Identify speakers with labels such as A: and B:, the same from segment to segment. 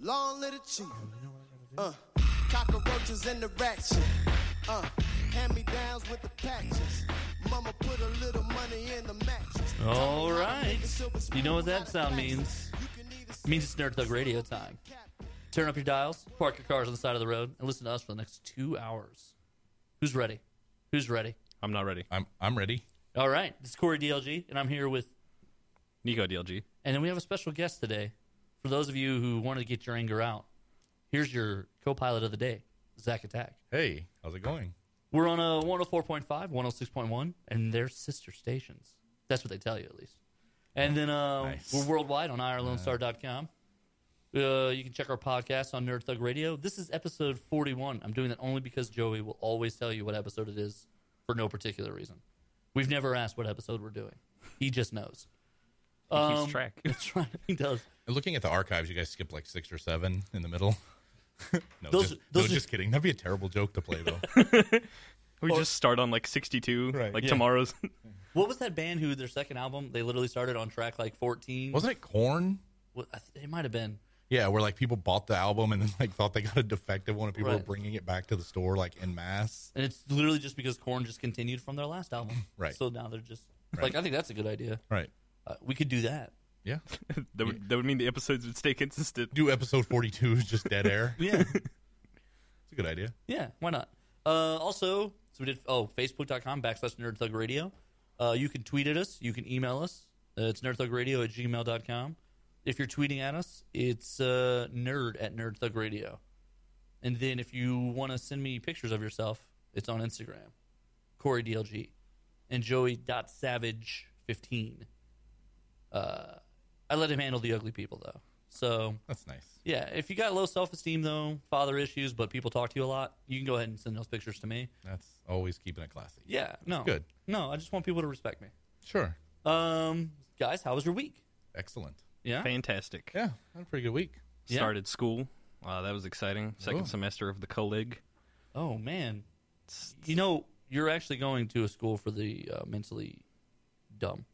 A: Long little chief. Uh, cockroaches in the ratchet. Uh, hand me downs with the patches. Mama put a little money in the mattress.
B: All right. You know what that sound means. It means it's Nerd Thug Radio time. Turn up your dials, park your cars on the side of the road, and listen to us for the next two hours. Who's ready? Who's ready?
C: I'm not ready.
D: I'm I'm ready.
B: All right. This is Corey DLG, and I'm here with
C: Nico DLG.
B: And then we have a special guest today. For those of you who want to get your anger out, here's your co pilot of the day, Zach Attack.
D: Hey, how's it going?
B: We're on a 104.5, 106.1, and they're sister stations. That's what they tell you, at least. And then uh,
D: Nice.
B: we're worldwide on IreLoneStar.com. Uh, you can check our podcast on Nerd Thug Radio. This is episode 41. I'm doing that only because Joey will always tell you what episode it is for no particular reason. We've never asked what episode we're doing, he just knows.
C: He
B: Um,
C: keeps track.
B: That's right. He does.
D: Looking at the archives, you guys skipped like six or seven in the middle. no,
B: Those-
D: just,
B: those
D: no,
B: are-
D: just kidding. That'd be a terrible joke to play though.
C: We just start on like 62,
D: Right.
C: like
D: Yeah.
C: tomorrow's.
B: What was that band who their second album they literally started on track like 14?
D: Wasn't it corn?
B: What- I th- it might have been.
D: Yeah, where like people bought the album and then like thought they got a defective one, and people were
B: Right.
D: bringing it back to the store like en masse.
B: And it's literally just because Korn just continued from their last album.
D: Right.
B: So now they're just like, I think that's a good idea.
D: Right.
B: Uh, we could do that.
D: Yeah.
C: that, would, that would mean the episodes would stay consistent.
D: Do episode forty-two is just dead air.
B: Yeah.
D: It's a good idea.
B: yeah. Why not? Uh, also, so we did, oh, facebook.com backslash nerd thug radio. Uh, you can tweet at us. You can email us. Uh, it's nerdthugradio at gmail.com. If you're tweeting at us, it's uh, nerd at nerdthugradio. And then if you want to send me pictures of yourself, it's on Instagram, Corey DLG, and Joey.savage15. Uh, I let him handle the ugly people, though. So
D: That's nice.
B: yeah, if you got low self esteem though, father issues, but people talk to you a lot, you can go ahead and send those pictures to me.
D: That's always keeping it classy.
B: Yeah, no,
D: Good.
B: No, I just want people to respect me.
D: Sure.
B: Um, guys, how was your week?
D: Excellent.
B: Yeah,
C: Fantastic.
D: Yeah, had a pretty good week.
B: Yeah.
C: Started school. Uh, that was exciting. Second
D: Ooh.
C: semester of the colleague.
B: Oh man, you know you're actually going to a school for the uh, mentally dumb.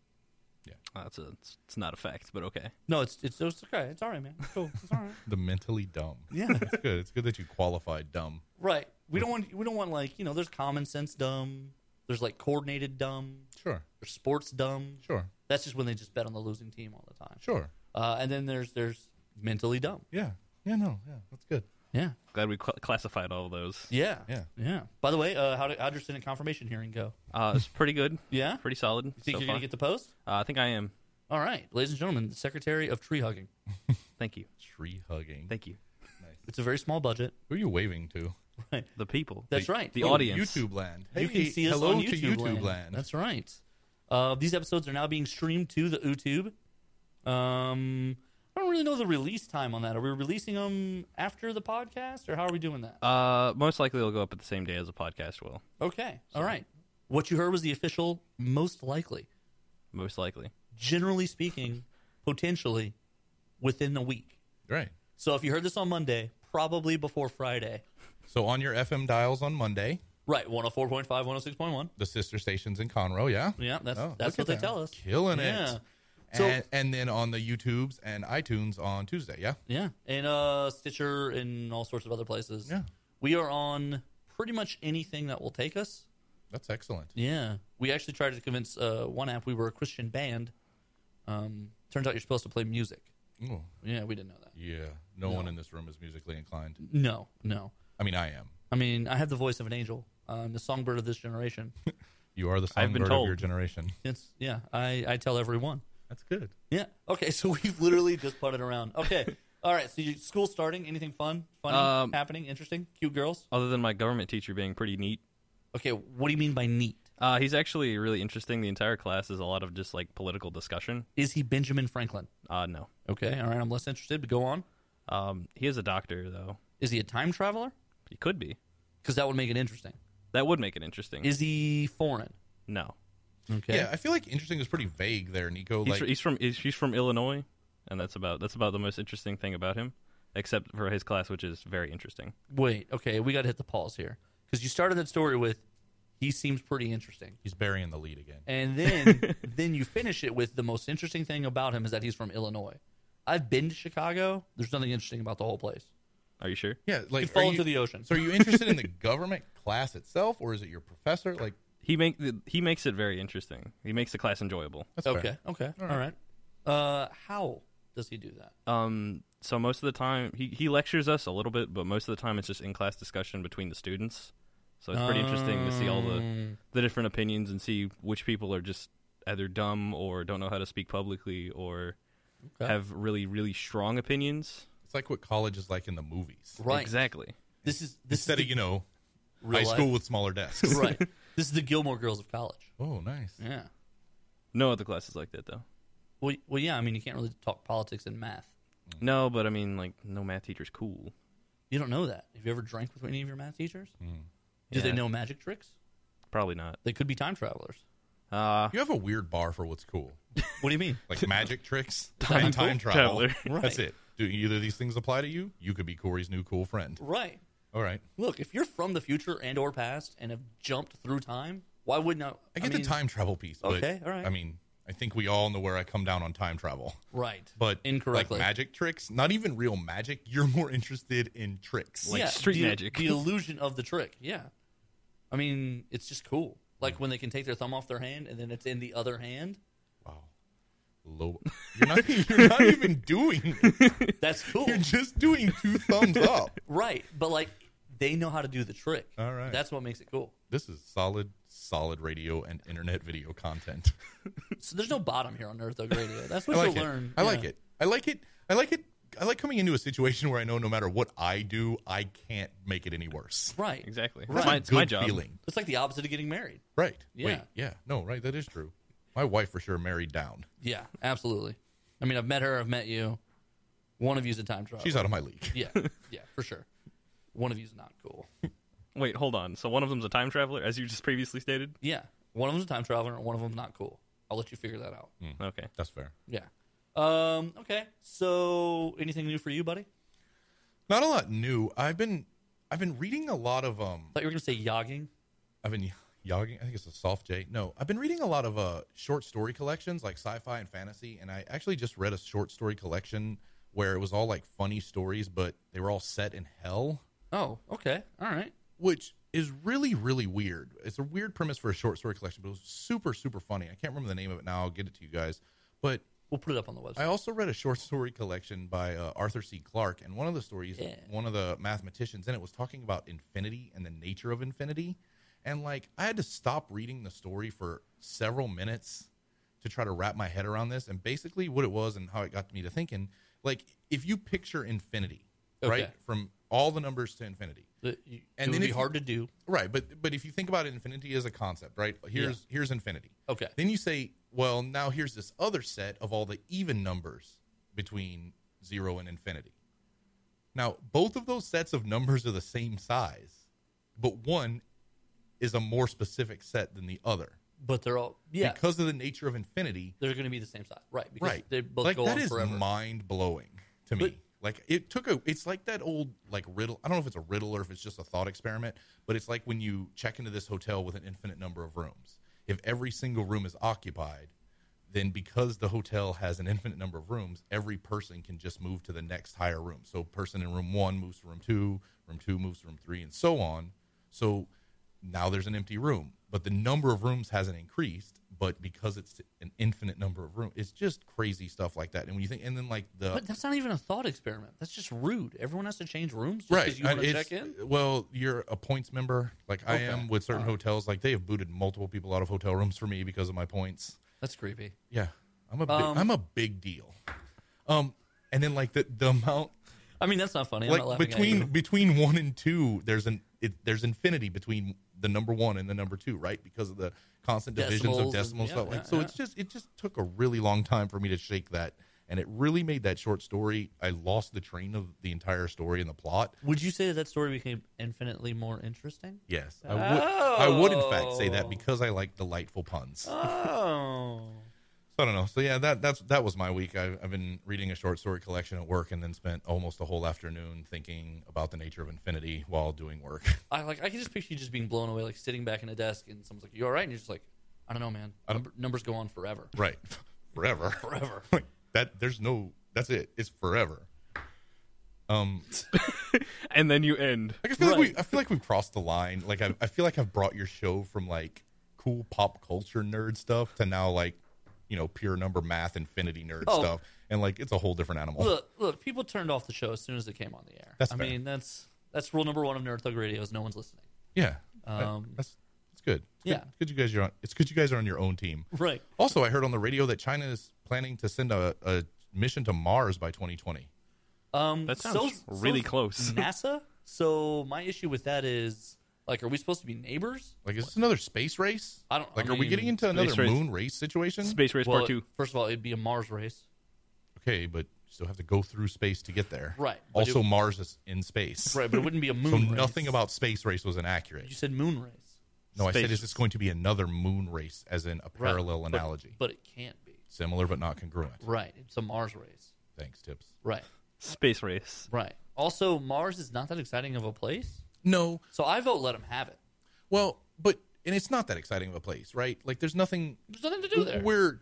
C: Uh, that's a, it's, it's not a fact, but okay.
B: No, it's it's it's okay. It's all right, man. It's cool. It's all right.
D: The mentally dumb.
B: Yeah.
D: It's good. It's good that you qualified dumb.
B: right. We don't want we don't want like you know there's common sense dumb. There's like coordinated dumb.
D: Sure.
B: There's sports dumb.
D: Sure.
B: That's just when they just bet on the losing team all the time.
D: Sure.
B: Uh, and then there's there's mentally dumb.
D: Yeah. Yeah, no. Yeah. That's good.
B: Yeah.
C: Glad we cl- classified all of those.
B: Yeah.
D: Yeah.
B: Yeah. By the way, uh, how did, how'd your Senate confirmation hearing go?
C: Uh, it's pretty good.
B: Yeah?
C: Pretty solid.
B: You think
C: so
B: you're
C: far.
B: going to get the post?
C: uh, I think I am.
B: All right. Ladies and gentlemen, the Secretary of Tree Hugging.
C: Thank you.
D: Tree hugging.
C: Thank you.
B: It's a very small budget.
D: Who are you waving to?
C: The people.
B: That's
C: The-
B: right.
C: The
B: Oh,
C: audience.
D: YouTube land.
B: you can
D: Hey,
B: see us
D: hello
B: on
D: to
B: YouTube,
D: YouTube
B: land.
D: land.
B: That's right. Uh, these episodes are now being streamed to the YouTube. Um, I don't really know the release time on that. Are we releasing them after the podcast, or how are we doing that?
C: Uh, most likely it'll go up at the same day as a podcast will.
B: okay. All right. What you heard was the official, most likely.
C: Most likely.
B: Generally speaking, potentially within a week.
D: Right.
B: So if you heard this on Monday, probably before Friday.
D: So on your FM dials on Monday,
B: Right, 104.5, 106.1.
D: the sister stations in Conroe, yeah?
B: Yeah, that's
D: Oh,
B: that's
D: look
B: what they
D: at that.
B: tell us.
D: Killing it.
B: yeah. So
D: And, and then on the YouTubes and iTunes on Tuesday, yeah?
B: yeah, and uh Stitcher and all sorts of other places.
D: Yeah.
B: We are on pretty much anything that will take us.
D: That's excellent.
B: Yeah. We actually tried to convince uh, one app we were a Christian band. Um, turns out you're supposed to play music.
D: Ooh,
B: Yeah, we didn't know that.
D: yeah. No, one in this room is musically inclined.
B: No, no.
D: I mean, I am.
B: I mean, I have the voice of an angel. I'm the songbird of this generation.
D: You are the
C: I've been
D: songbird of your
C: told.
D: generation.
B: It's yeah. I I tell everyone.
D: That's good.
B: Yeah. Okay. So we've literally just putted around. Okay. All right. So you, school starting. Anything fun? Funny?
C: Um,
B: happening? Interesting? Cute girls?
C: Other than my government teacher being pretty neat.
B: Okay. What do you mean by neat?
C: Uh, he's actually really interesting. The entire class is a lot of just like political discussion.
B: Is he Benjamin Franklin?
C: Uh, no.
B: Okay. All right. I'm less interested. But go on.
C: Um, he is a doctor though.
B: Is he a time traveler?
C: He could be.
B: Because that would make it interesting.
C: That would make it interesting.
B: Is he foreign?
C: no.
B: Okay.
D: Yeah, I feel like interesting is pretty vague there, Nico.
C: He's,
D: Like,
C: fr- he's from he's, he's from Illinois, and that's about that's about the most interesting thing about him, except for his class, which is very interesting.
B: Wait. Okay. We got to hit the pause here because you started that story with he seems pretty interesting,
D: he's burying the lead again.
B: and then then you finish it with the most interesting thing about him is that he's from Illinois. I've been to Chicago. There's nothing interesting about the whole place.
C: Are you sure?
D: Yeah,
B: You
D: like
B: fall
D: are you-
B: into the ocean.
D: So are you interested in the government class itself, or is it your professor? Like
C: He make he makes it very interesting. He makes the class enjoyable.
D: that's fair.
B: okay, okay, all right. Uh, how does he do that?
C: Um, so most of the time he, he lectures us a little bit, but most of the time it's just in class discussion between the students. So it's pretty interesting to see all
B: Ah.
C: the the different opinions and see which people are just either dumb or don't know how to speak publicly or
B: Okay.
C: have really really strong opinions.
D: It's like what college is like in the movies.
B: Right.
C: Exactly.
B: This is this
D: Instead
B: is
D: of you know
B: the real
D: high school
B: life.
D: with smaller desks.
B: right. This is the Gilmore Girls of college.
D: Oh, nice.
B: Yeah.
C: No other classes like that though.
B: Well, y- well, yeah. I mean, you can't really talk politics and math.
C: No, but I mean like no math teacher's cool.
B: You don't know that. Have you ever drank with any of your math teachers? Do they
C: Yeah.
B: know magic tricks?
C: Probably not.
B: They could be time travelers.
C: Uh
D: You have a weird bar for what's cool,
B: What do you mean?
D: like magic tricks and time travel.
C: traveler.
B: Right.
D: That's it. Do either of these things apply to you? You could be Corey's new cool friend.
B: right.
D: All right.
B: Look, if you're from the future and or past and have jumped through time, why wouldn't I?
D: I get
B: mean,
D: the time travel piece. But,
B: Okay, all right.
D: I mean, I think we all know where I come down on time travel,
B: Right.
D: but
B: incorrectly.
D: like magic tricks, not even real magic. You're more interested in tricks.
C: like street
B: the,
C: magic.
B: The illusion of the trick. Yeah. I mean, it's just cool.
D: Mm.
B: Like when they can take their thumb off their hand and then it's in the other hand.
D: wow, low. You're not, you're not even doing. It.
B: That's cool.
D: You're just doing two thumbs up.
B: right. But like they know how to do the trick.
D: All right.
B: That's what makes it cool.
D: This is solid, solid radio and internet video content.
B: So there's no bottom here on Earth Dog Radio. That's what
D: I like
B: you'll
D: it.
B: learn.
D: I like
B: Yeah.
D: it. I like it. I like it. I like coming into a situation where I know no matter what I do, I can't make it any worse.
B: Right.
C: Exactly.
B: Right.
C: It's my, it's my
D: Good
C: job.
D: feeling.
B: It's like the opposite of getting married.
D: Right. Wait.
B: Yeah.
D: Yeah. No. Right. That is true. My wife for sure married down.
B: Yeah, absolutely. I mean, I've met her. I've met you. One of you's a time traveler.
D: She's out of my league.
B: Yeah, yeah, for sure. One of you's not cool.
C: Wait, hold on. So one of them's a time traveler, as you just previously stated.
B: Yeah, one of them's a time traveler, and one of them's not cool. I'll let you figure that out.
C: Okay.
D: That's fair.
B: Yeah. Um. Okay. So, anything new for you, buddy?
D: Not a lot new. I've been, I've been reading a lot of um.
B: Thought you were gonna say yogging.
D: I've been yogging. I think it's a soft J. No, I've been reading a lot of uh short story collections like sci-fi and fantasy, and I actually just read a short story collection where it was all like funny stories, but they were all set in hell.
B: Oh. Okay. All right.
D: which is really really weird. It's a weird premise for a short story collection, but it was super super funny. I can't remember the name of it now. I'll get it to you guys. But
B: We'll put it up on the website.
D: I also read a short story collection by uh, Arthur C. Clarke, and one of the stories,
B: Yeah.
D: one of the mathematicians in it was talking about infinity and the nature of infinity, and like I had to stop reading the story for several minutes to try to wrap my head around this, and basically what it was and how it got me to thinking, like if you picture infinity, right,
B: Okay.
D: from all the numbers to infinity,
B: That you-
D: And
B: it
D: then
B: would
D: if
B: be
D: you-
B: hard to do.
D: Right, but but if you think about it, infinity is a concept, right? Here's here's infinity.
B: Okay.
D: Then you say, well, now here's this other set of all the even numbers between zero and infinity. Now, both of those sets of numbers are the same size, but one is a more specific set than the other
B: But they're all yeah.
D: because of the nature of infinity.
B: they're gonna be the same size. Right. Because
D: Right,
B: They both
D: like
B: go
D: that
B: on
D: is
B: forever.
D: mind blowing to me.
B: But-
D: like it took a. It's like that old like riddle. I don't know if it's a riddle or if it's just a thought experiment, but it's like when you check into this hotel with an infinite number of rooms. If every single room is occupied, then because the hotel has an infinite number of rooms, every person can just move to the next higher room. So person in room one moves to room two, room two moves to room three, and so on. So now there's an empty room, but the number of rooms hasn't increased. But because it's an infinite number of rooms, it's just crazy stuff like that. And when you think, and then like the
B: But that's not even a thought experiment. That's just rude. Everyone has to change rooms just
D: right,
B: because you want
D: and
B: to
D: it's-
B: check in.
D: Well, you're a points member, like I
B: Okay.
D: am with certain hotels. Like they have booted multiple people out of hotel rooms for me because of my points.
B: That's creepy.
D: Yeah, I'm a big,
B: Um,
D: I'm a big deal. Um, and then like the the amount
B: I mean, that's not funny. I'm not
D: like
B: laughing
D: between
B: at you.
D: between one and two, there's an it, there's infinity between the number one and the number two, right? Because of the constant divisions
B: Decimals
D: of
B: and-
D: decimals.
B: yeah,
D: stuff. Like,
B: yeah,
D: so
B: yeah.
D: it's just it just took a really long time for me to shake that, and it really made that short story. I lost the train of the entire story and the plot.
B: Would you say that that story became infinitely more interesting?
D: Yes, I would. I would in fact say that because I like delightful puns.
B: Oh,
D: So I don't know. So yeah, that that's that was my week. I've, I've been reading a short story collection at work, and then spent almost a whole afternoon thinking about the nature of infinity while doing work.
B: I like. I can just picture you just being blown away, like sitting back in a desk, and someone's like, "You all right?" And you're just like, "I don't know, man. Number, numbers go on forever,
D: right, forever.
B: forever."
D: that there's no That's it. It's forever. Um,
C: and then you end.
D: like I feel like
B: Right.
D: we, I feel like we've crossed the line. Like I, I feel like I've brought your show from like cool pop culture nerd stuff to now like, you know, pure number math infinity nerd
B: Oh.
D: stuff, and like it's a whole different animal.
B: Look, look, people turned off the show as soon as it came on the air.
D: That's
B: I
D: fair.
B: mean, that's that's rule number one of Nerd Thug Radio is no one's listening.
D: Yeah,
B: Um,
D: that's that's good. It's good-
B: yeah.
D: it's good you guys are on. It's good you guys are on your own team.
B: Right.
D: Also, I heard on the radio that China is planning to send a, a mission to Mars by 2020.
B: Um,
C: That
B: so-
C: sounds
B: so
C: really close.
B: NASA. So my issue with that is, like, are we supposed to be neighbors?
D: Like, is this another space race?
B: I don't- I
D: Like, are we
B: mean,
D: getting into another
C: race.
D: moon race situation?
C: Space Race
B: Well,
C: Part Two.
B: First of all, it'd be a Mars race.
D: Okay, but you still have to go through space to get there.
B: Right, but
D: Also,
B: it-
D: Mars is in space.
B: Right, but it wouldn't be a moon
D: So
B: race.
D: nothing about space race was inaccurate.
B: You said moon race.
D: No, I said
C: Space-
D: is this going to be another moon race, as in a
B: Right.
D: parallel
B: But-
D: analogy,
B: But it can't be.
D: similar but not congruent.
B: Right. It's a Mars race.
D: Thanks, tips.
B: Right.
C: Space Race.
B: Right. Also, Mars is not that exciting of a place.
D: No,
B: So I vote let them have it.
D: well, but and it's not that exciting of a place, right? Like, there's nothing.
B: There's nothing to do there.
D: We're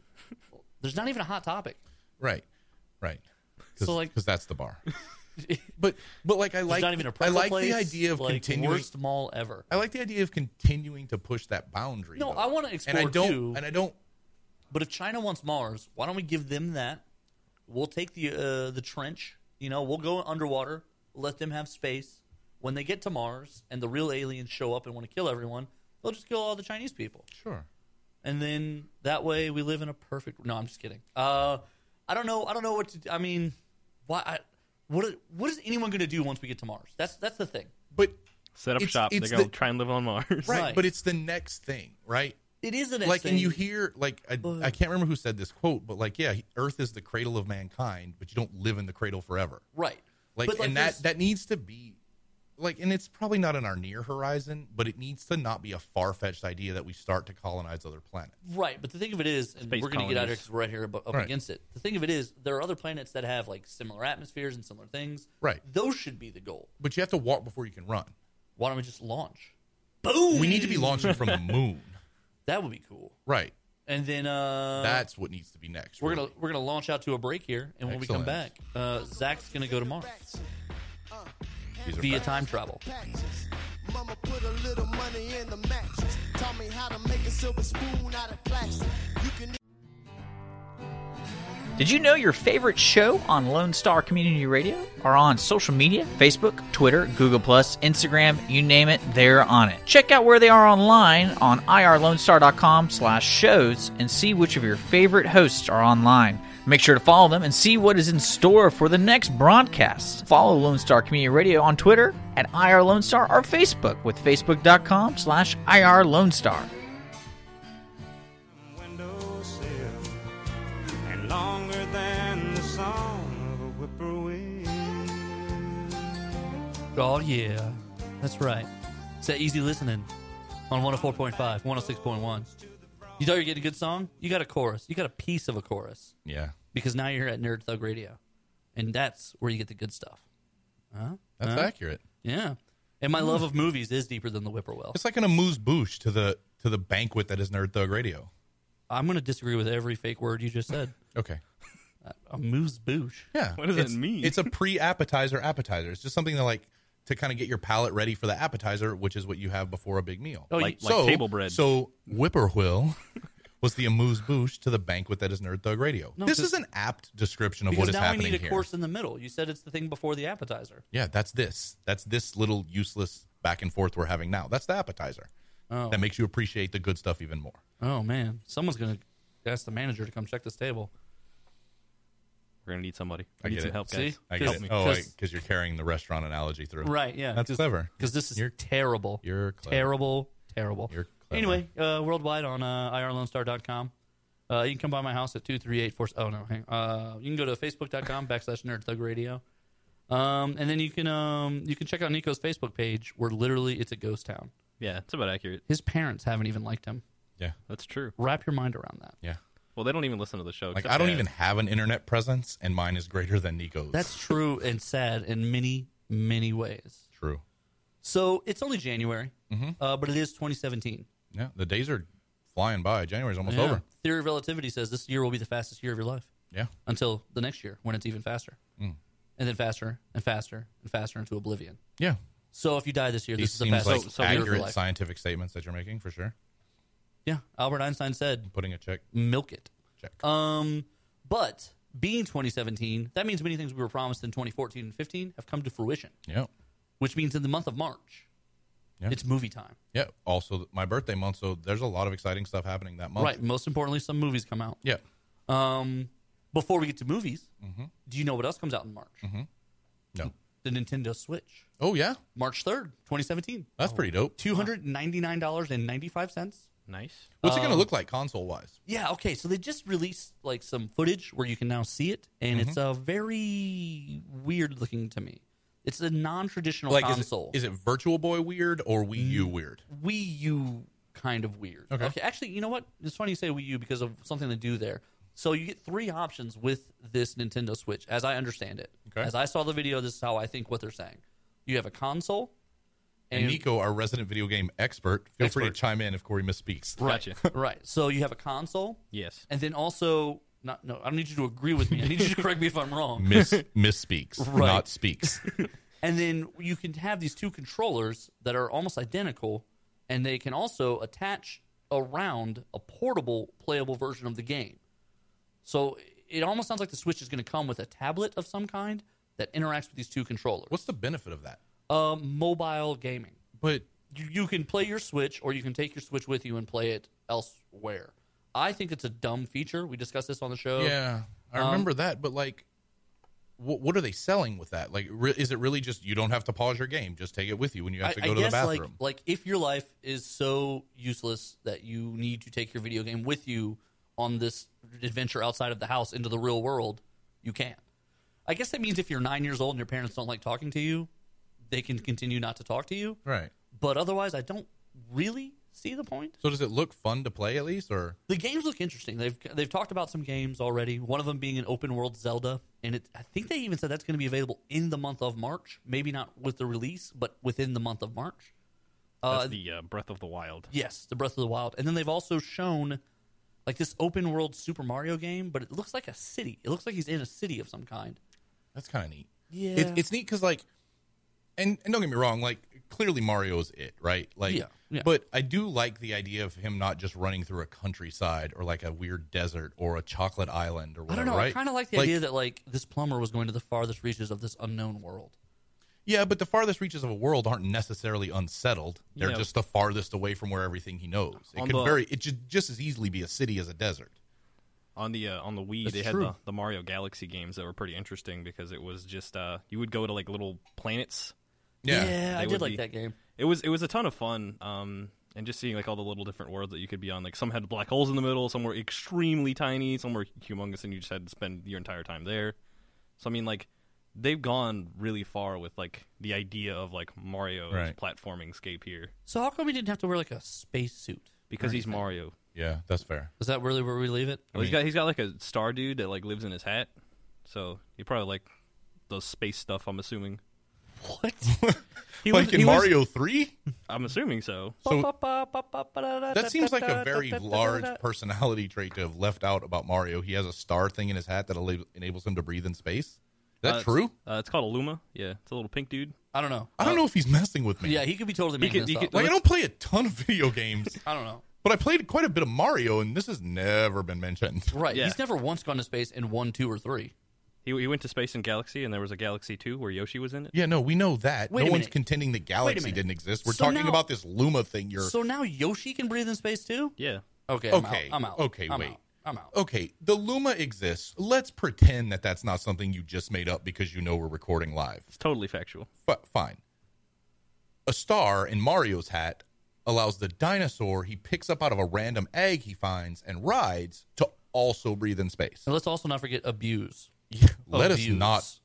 B: There's not even a hot topic.
D: Right, right. Cause,
B: So, like-
D: 'cause that's the bar. but but like I
B: There's
D: like
B: not even a
D: I
B: pretzel
D: like
B: place,
D: the idea of
B: like,
D: continuing.
B: worst mall ever.
D: I like the idea of continuing to push that boundary.
B: No,
D: though.
B: I wanna
D: and I
B: explore,
D: don't
B: too.
D: and I don't.
B: But if China wants Mars, why don't we give them that? We'll take the uh, the trench. You know, we'll go underwater. Let them have space. When they get to Mars and the real aliens show up and want to kill everyone, they'll just kill all the Chinese people.
D: Sure.
B: and then that way we live in a perfect. No, I'm just kidding. Uh, I don't know. I don't know what to. I mean, why? I, what? What is anyone going to do once we get to Mars? That's that's the thing.
D: But
C: Set up
D: It's-
C: shop.
D: it's
C: They're gonna
D: the-
C: try and live on Mars.
D: right,
B: Right.
D: but it's the next thing, right?
B: It is an
D: like, and you
B: hear
D: hear like I, I can't remember who said this quote, but like, yeah, Earth is the cradle of mankind, but you don't live in the cradle forever.
B: right.
D: Like,
B: But,
D: and
B: there's-
D: that that needs to be like, and it's probably not on our near horizon, but it needs to not be a far fetched idea that we start to colonize other planets.
B: right. But the thing of it is, and
C: Space
B: we're going to get out of here
C: colonies.
B: because we're right here ab- up
D: Right.
B: against it. The thing of it is, there are other planets that have like similar atmospheres and similar things.
D: Right.
B: Those should be the goal.
D: But you have to walk before you can run.
B: Why don't we just launch? Boom.
D: We need to be launching from the moon.
B: That would be cool.
D: Right.
B: And then uh,
D: That's what needs to be next.
B: We're
D: really.
B: gonna we're gonna launch out to a break here, and when we come
D: Excellent.
B: back, uh, Zach's gonna go to Mars.
D: These are
B: via
D: facts.
B: time travel.
A: Patches. Mama put a little money in the mattress. Taught me how to make a silver spoon out of plastic. You can
E: Did you know your favorite show on Lone Star Community Radio are on social media? Facebook, Twitter, Google+, Instagram, you name it, they're on it. Check out where they are online on irlonestar.com slash shows and see which of your favorite hosts are online. Make sure to follow them and see what is in store for the next broadcast. Follow Lone Star Community Radio on Twitter at irlonestar or Facebook with facebook.com slash irlonestar.
F: windowsill and longer than the song of a whippoorwill.
B: Oh yeah, that's right. It's that easy listening on 104.5, 106.1. You thought you were getting a good song? You got a chorus. You got a piece of a chorus
D: Yeah.
B: because now you're here at Nerd Thug Radio, and that's where you get the good stuff.
D: That's accurate.
B: Yeah, and my love of movies is deeper than the whippoorwill.
D: It's like an amuse bouche to the to the banquet that is Nerd Thug Radio.
B: I'm gonna disagree with every fake word you just said.
D: Okay.
B: A moose boosh.
D: Yeah.
C: What does that
D: it's,
C: mean?
D: It's a pre appetizer appetizer. It's just something that like to kind of get your palate ready for the appetizer, which is what you have before a big meal.
B: Oh, you-
C: Like, like table bread.
D: So whippoorwill was the amuse bouche to the banquet that is Nerd Thug Radio. this
B: because-
D: is an apt description of
B: because
D: what is
B: now we
D: happening
B: need a
D: here.
B: course in the middle. You said it's the thing before the appetizer.
D: Yeah, that's this. That's this little useless back and forth we're having now. That's the appetizer.
B: Oh.
D: That makes you appreciate the good stuff even more.
B: Oh man, someone's gonna ask the manager to come check this table.
C: We're gonna need somebody.
D: I
C: We need
D: get
C: some
D: it.
C: help,
B: See?
C: guys.
D: I
B: Help
D: get
B: me.
D: it. Oh,
B: 'Cause-
D: because you're carrying the restaurant analogy through.
B: Right? Yeah,
D: That's clever.
B: Because this is
D: You're-
B: terrible.
D: you're clever.
B: terrible. Terrible.
D: You're clever.
B: Anyway, uh, worldwide on uh, irlonestar.com. Uh, you can come by my house at two three eight four. Oh no, hang. Uh, you can go to facebook.com backslash nerd thug radio. Um, and then you can um you can check out Nico's Facebook page where literally it's a ghost town.
C: Yeah, it's about accurate.
B: His parents haven't even liked him.
D: Yeah,
C: That's true.
B: Wrap your mind around that.
D: yeah.
C: Well, they don't even listen to the show.
D: Like
C: except
D: I don't
C: Dad.
D: even have an internet presence, and mine is greater than Nico's.
B: That's true and sad in many many ways.
D: true.
B: So it's only January,
D: Mm-hmm.
B: uh, but it is 2017.
D: Yeah, the days are flying by. January's almost
B: Yeah.
D: over.
B: Theory of relativity says this year will be the fastest year of your life.
D: Yeah.
B: until the next year when it's even faster.
D: Mm.
B: And then faster and faster and faster into oblivion.
D: Yeah.
B: So if you die this year,
D: These
B: this is the
D: seems
B: fastest
D: like
B: so, year of your
D: accurate
B: life.
D: scientific statements that you're making for sure.
B: Yeah, Albert Einstein said,
D: Putting a check.
B: "Milk it."
D: Check.
B: Um, but being 2017, that means many things we were promised in 2014 and 15 have come to fruition,
D: yeah.
B: which means in the month of March,
D: Yeah.
B: it's movie time.
D: Yeah. Also, th- my birthday month. So there's a lot of exciting stuff happening that month.
B: Right. Most importantly, some movies come out.
D: Yeah.
B: Um, before we get to movies,
D: Mm-hmm.
B: do you know what else comes out in March?
D: No.
B: The Nintendo Switch,
D: Oh yeah.
B: March 3rd, 2017.
D: That's pretty dope.
B: $299.95.
C: Nice.
D: What's it
B: Um,
D: going to look like console wise?
B: Yeah, okay. So they just released like some footage where you can now see it, and it's
D: Mm-hmm.
B: uh, very weird looking to me. It's a non-traditional
D: Like is it,
B: console. Mm.
D: is it Virtual Boy weird or Wii U weird?
B: Wii U kind of weird.
D: Okay.
B: Actually, you know what? It's funny you say Wii U because of something to do there. So you get three options with this Nintendo Switch, as I understand it.
D: Okay.
B: As I saw the video, this is how I think what they're saying. You have a console,
D: And Nico, our resident video game expert, feel free to
B: Expert.
D: chime in if Corey misspeaks.
C: Gotcha.
B: right. So you have a console,
C: yes.
B: and then also, not no, I don't need you to agree with me. I need you to correct me if I'm wrong.
D: Miss misspeaks,
B: Right.
D: not speaks.
B: And then you can have these two controllers that are almost identical, and they can also attach around a portable, playable version of the game. So it almost sounds like the Switch is going to come with a tablet of some kind that interacts with these two controllers.
D: What's the benefit of that?
B: Uh, mobile gaming.
D: But
B: You, you can play your Switch, or you can take your Switch with you and play it elsewhere. I think it's a dumb feature. We discussed this on the show.
D: yeah, I
B: um,
D: remember that. But like, what, what are they selling with that? Like, re- is it really just you don't have to pause your game? Just take it with you when you have to go to the bathroom.
B: Like, like if your life is so useless that you need to take your video game with you on this adventure outside of the house into the real world, you can. I guess that means if you're nine years old and your parents don't like talking to you, they can continue not to talk to you.
D: right.
B: But otherwise, I don't really see the point.
D: So does it look fun to play at least, or
B: The games look interesting. They've they've talked about some games already. One of them being an open world Zelda, and it, I think they even said that's going to be available in the month of March. Maybe not with the release, but within the month of March.
C: That's the uh, Breath of the Wild.
B: Yes, the Breath of the Wild. And then they've also shown like this open world Super Mario game, but it looks like a city. It looks like he's in a city of some kind.
D: that's kind of neat.
B: Yeah.
D: It, it's neat because like, and, and don't get me wrong, like clearly Mario's it, right? Like,
B: Yeah, yeah.
D: but I do like the idea of him not just running through a countryside or like a weird desert or a chocolate island or
B: I
D: whatever.
B: don't know.
D: Right?
B: I kind of like the idea that like this plumber was going to the farthest reaches of this unknown world.
D: Yeah, but the farthest reaches of a world aren't necessarily unsettled. They're
C: Yeah.
D: just the farthest away from where everything he knows. It
C: On
D: could
C: the-
D: very it should just as easily be a city as a desert.
C: On the uh, on the Wii,
B: That's
C: they
B: true.
C: had the, the Mario Galaxy games that were pretty interesting because it was just uh, you would go to like little planets.
B: I
C: They
B: did
C: would
B: like
C: be-
B: that game.
C: It was it was a ton of fun. Um, and just seeing like all the little different worlds that you could be on. Like some had black holes in the middle, some were extremely tiny, some were humongous, and you just had to spend your entire time there. So I mean, like they've gone really far with like the idea of like Mario's
D: Right.
C: platforming scape here
B: So how come he didn't have to wear like a space suit?
C: because he's Mario.
D: Yeah, that's fair.
B: Is that really where we leave it?
C: Well, he's got he's got like a star dude that like lives in his hat, so he probably like does space stuff. I'm assuming.
B: What?
C: He
D: like
C: lives-
D: in
C: he lives-
D: Mario 3?
C: I'm assuming so.
D: So that seems like a very large personality trait to have left out about Mario. He has a star thing in his hat that ela- enables him to breathe in space. Is that
C: Uh, it's-
D: true?
C: Uh, it's called Aluma. Yeah, it's a little pink dude.
B: I don't know.
D: I
C: uh,
D: don't know if he's messing with me.
B: Yeah, he could be totally making
C: could-
B: this
C: he could-
B: up.
D: like I don't play a ton of video games,
B: I don't know.
D: but I played quite a bit of Mario and this has never been mentioned.
B: Right.
C: Yeah.
B: He's never once gone to space in one, two, or three.
C: He, he went to space in Galaxy, and there was a Galaxy 2 where Yoshi was in it.
D: Yeah, no, we know that.
B: Wait a
D: no one's
B: minute.
D: contending the galaxy
B: minute.
D: didn't exist. We're
B: So
D: talking
B: now-
D: about this Luma thing you're
B: So now Yoshi can breathe in space too?
C: Yeah.
B: Okay.
D: Okay,
B: I'm out. I'm out.
D: okay,
B: I'm
D: wait.
B: Out. I'm out.
D: Okay, the Luma exists. Let's pretend that that's not something you just made up because you know we're recording live.
C: It's totally factual.
D: F- fine. A star in Mario's hat allows the dinosaur he picks up out of a random egg he finds and rides to also breathe in space.
B: And let's also not forget abuse.
D: Let us
B: Abuse.
D: not.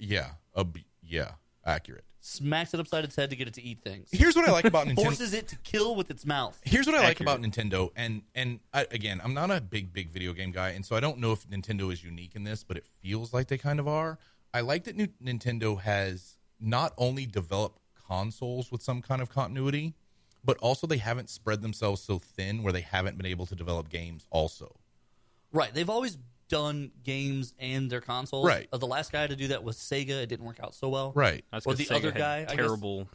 D: Yeah, ab- yeah, accurate.
B: Smacks it upside its head to get it to eat things.
D: Here's what I like about Nintendo.
B: Forces it to kill with its mouth.
D: here's what I like about Nintendo, and and I, again, I'm not a big big video game guy, and so I don't know if Nintendo is unique in this, but it feels like they kind of are. I like that new Nintendo has not only developed consoles with some kind of continuity, but also they haven't spread themselves so thin where they haven't been able to develop games. Also,
B: Right. They've always done games and their consoles.
D: Right.
B: Uh, the last guy to do that was Sega. It didn't work out so well.
D: Right.
C: That's
B: Or
C: 'cause
B: the other
C: Sega had
B: guy, I guess-
C: terrible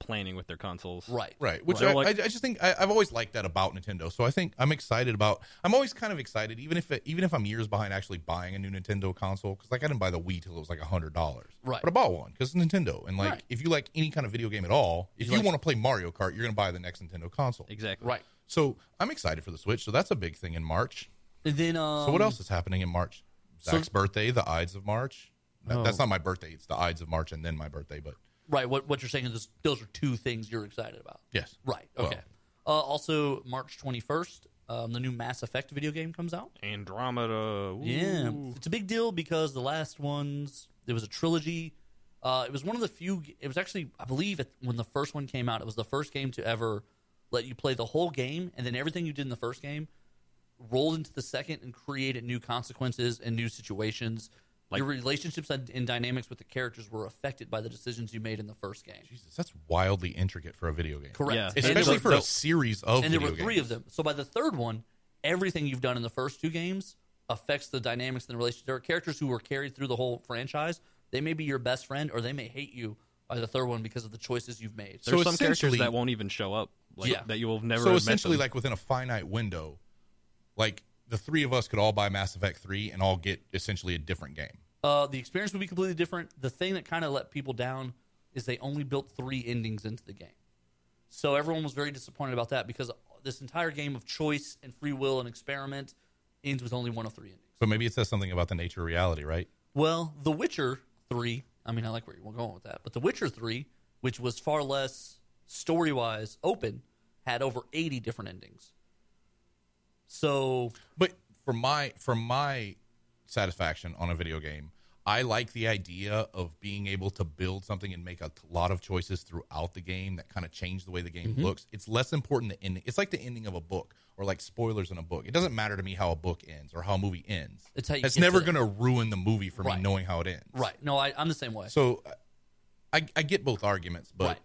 C: planning with their consoles.
B: Right.
D: Right, which
C: Right.
D: I,
C: So, like-
D: I, I just think I, I've always liked that about Nintendo. So I think I'm excited about. I'm always kind of excited, even if it, even if I'm years behind actually buying a new Nintendo console, because like I didn't buy the Wii till it was like hundred dollars.
B: Right.
D: but I bought one because Nintendo, and like
B: Right.
D: if you like any kind of video game at all, if you
B: like-
D: want to play Mario Kart, you're gonna buy the next Nintendo console.
C: Exactly.
B: Right.
D: So I'm excited for the Switch. So that's a big thing in March.
B: And then um,
D: So what else is happening in March?
B: so- Oh.
D: Zach's birthday, the Ides of March. That- That's not my birthday. It's the Ides of March and then my birthday. But
B: Right. What what you're saying is this, those are two things you're excited about.
D: yes,
B: Right. Okay. uh, also, March 21st, um, the new Mass Effect video game comes out.
C: Andromeda. Ooh.
B: Yeah, it's a big deal because the last ones there was a trilogy. Uh, it was one of the few. It was actually, I believe, it, when the first one came out, it was the first game to ever let you play the whole game, and then everything you did in the first game rolled into the second and created new consequences and new situations. Your relationships and and dynamics with the characters were affected by the decisions you made in the first game.
D: Jesus, that's wildly intricate for a video game.
B: Correct.
C: Yeah.
B: And
D: especially
B: there
D: for
B: were-
D: a series of
B: and there were
D: video
B: three
D: games.
B: of them. So by the third one, everything you've done in the first two games affects the dynamics and the relationship. There are characters who were carried through the whole franchise. They may be your best friend, or they may hate you by the third one because of the choices you've made.
C: There's
D: So
C: some characters
D: essentially-
C: that won't even show up. Like,
B: Yeah.
C: That you will never.
D: so
C: have met
D: essentially
C: them.
D: like within a finite window like the three of us could all buy mass effect 3 and all get essentially a different game
B: Uh, the experience would be completely different. The thing that kind of let people down is they only built three endings into the game. So everyone was very disappointed about that because this entire game of choice and free will and experiment ends with only one of three endings.
D: but maybe it says something about the nature of reality right
B: Well, The Witcher 3, I mean, I like where you're going with that, but The Witcher 3, which was far less story wise open, had over 80 different endings. So,
D: but for my for my satisfaction on a video game i like the idea of being able to build something and make a t- lot of choices throughout the game that kind of change the way the game
B: Mm-hmm.
D: looks it's less important the ending it's like the ending of a book or like spoilers in a book it doesn't matter to me how a book ends or how a movie ends
B: It's how you
D: that's
B: get to
D: never
B: it.
D: going to ruin the movie for
B: Right.
D: me knowing how it ends
B: right. No, I, I'm the same way.
D: So uh, I, I get both arguments, but
B: right.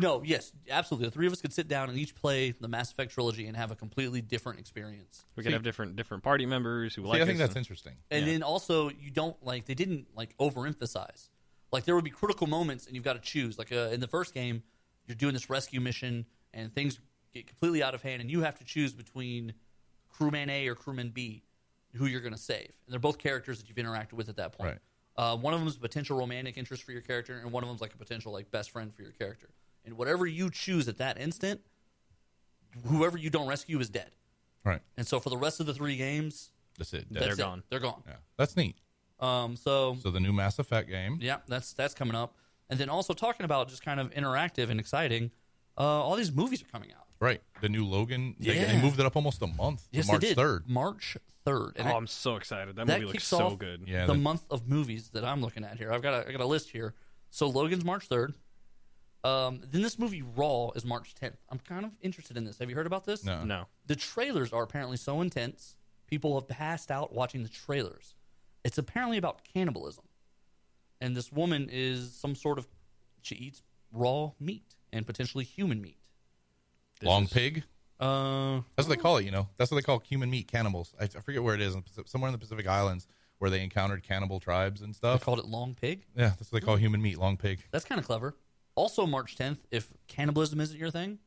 B: No, yes, absolutely. The three of us could sit down and each play the Mass Effect trilogy and have a completely different experience.
C: we could have different different party members who
D: See,
C: like.
D: I think
C: us
D: that's
C: and-
D: interesting.
B: And then also, you don't like they didn't like overemphasize. Like there would be critical moments, and you've got to choose. Like uh, in the first game, you're doing this rescue mission, and things get completely out of hand, and you have to choose between crewman A or crewman B, who you're going to save. And they're both characters that you've interacted with at that point.
D: Right.
B: Uh, one of them is a potential romantic interest for your character, and one of them is like a potential like best friend for your character. And whatever you choose at that instant, whoever you don't rescue is dead.
D: Right.
B: And so for the rest of the three games,
D: That's it.
B: that's
D: That's,
B: it.
C: gone.
B: They're gone.
D: yeah. that's neat.
B: Um, so
D: So the new Mass Effect game.
B: yeah, that's that's coming up. And then also talking about just kind of interactive and exciting, uh, all these movies are coming out.
D: Right. The new Logan. They, they
B: Yeah.
D: moved it up almost a month to
B: Yes,
D: March
B: they did.
D: 3rd.
B: March third.
C: Oh, I'm so excited. That,
B: that
C: movie looks
B: kicks
C: so
B: off
C: good.
D: Yeah.
B: the
D: the-
B: month of movies that I'm looking at here. I've got a, I got a list here. So Logan's March third. Um, then this movie Raw is March 10th. I'm kind of interested in this. Have you heard about this?
D: No.
C: No.
B: The trailers are apparently so intense, people have passed out watching the trailers. It's apparently about cannibalism. And this woman is some sort of, she eats raw meat and potentially human meat.
D: Long Pig.
B: Uh,
D: That's what they call it, you know. That's what they call human meat cannibals. I, I forget where it is. in the Paci- Somewhere in the Pacific Islands where they encountered cannibal tribes and
B: I
D: stuff.
B: called it Long Pig.
D: yeah, that's what they call human meat, long pig.
B: That's kind of clever. Also, March 10th, if cannibalism isn't your thing,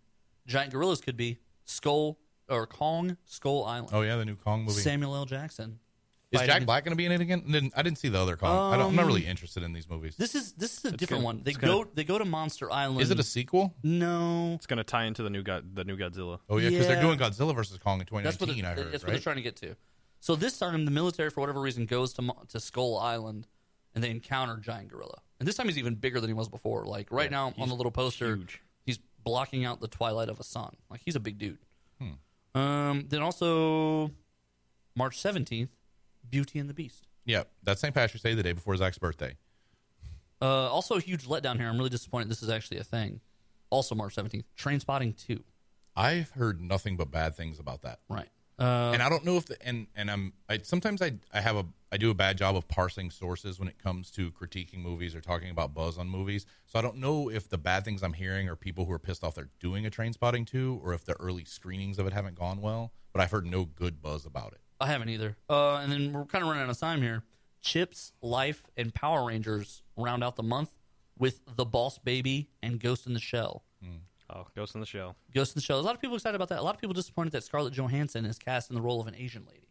B: giant gorillas could be Skull or Kong Skull Island.
D: Oh yeah, the new Kong movie.
B: Samuel L. Jackson.
D: Is Jack
B: fighting-
D: Black going to be in it again? Didn't- I didn't see the other Kong. I don't, I'm not really interested in these movies.
B: Um, This is this is a different
C: gonna-
B: one. They
C: it's
B: go
C: gonna-
B: they go to Monster Island.
D: Is it a sequel?
B: no?
C: It's gonna tie into the new God, the new Godzilla.
D: Oh yeah, because
B: Yeah.
D: they're doing Godzilla versus Kong in
B: That's what, they're-
D: 2019. I heard.
B: that's what
D: right?
B: they're trying to get to. So this time, the military, for whatever reason, goes to Mo- to Skull Island, and they encounter giant gorilla. And this time, he's even bigger than he was before. Like right now, on the little poster,
C: huge.
B: he's blocking out the twilight of a sun. Like he's a big dude.
D: Hmm.
B: Um. Then also, March seventeenth, Beauty and the Beast.
D: Yeah, that's St. Patrick's Day, the day before Zach's birthday.
B: Uh, also, a huge letdown here. I'm really disappointed. This is actually a thing. Also, March seventeenth, Train Spotting Two.
D: I've heard nothing but bad things about that,
B: Right. Uh,
D: and I don't know if the and and I'm I sometimes I I have a I do a bad job of parsing sources when it comes to critiquing movies or talking about buzz on movies. So I don't know if the bad things I'm hearing are people who are pissed off they're doing a train spotting too, or if the early screenings of it haven't gone well. But I've heard no good buzz about it.
B: I haven't either. Uh, and then we're kind of running out of time here. Chips, Life, and Power Rangers round out the month with The Boss Baby and Ghost in the Shell.
C: Oh, Ghost in the Shell.
B: Ghost in the Shell. A lot of people excited about that. A lot of people disappointed that Scarlett Johansson is cast in the role of an Asian lady.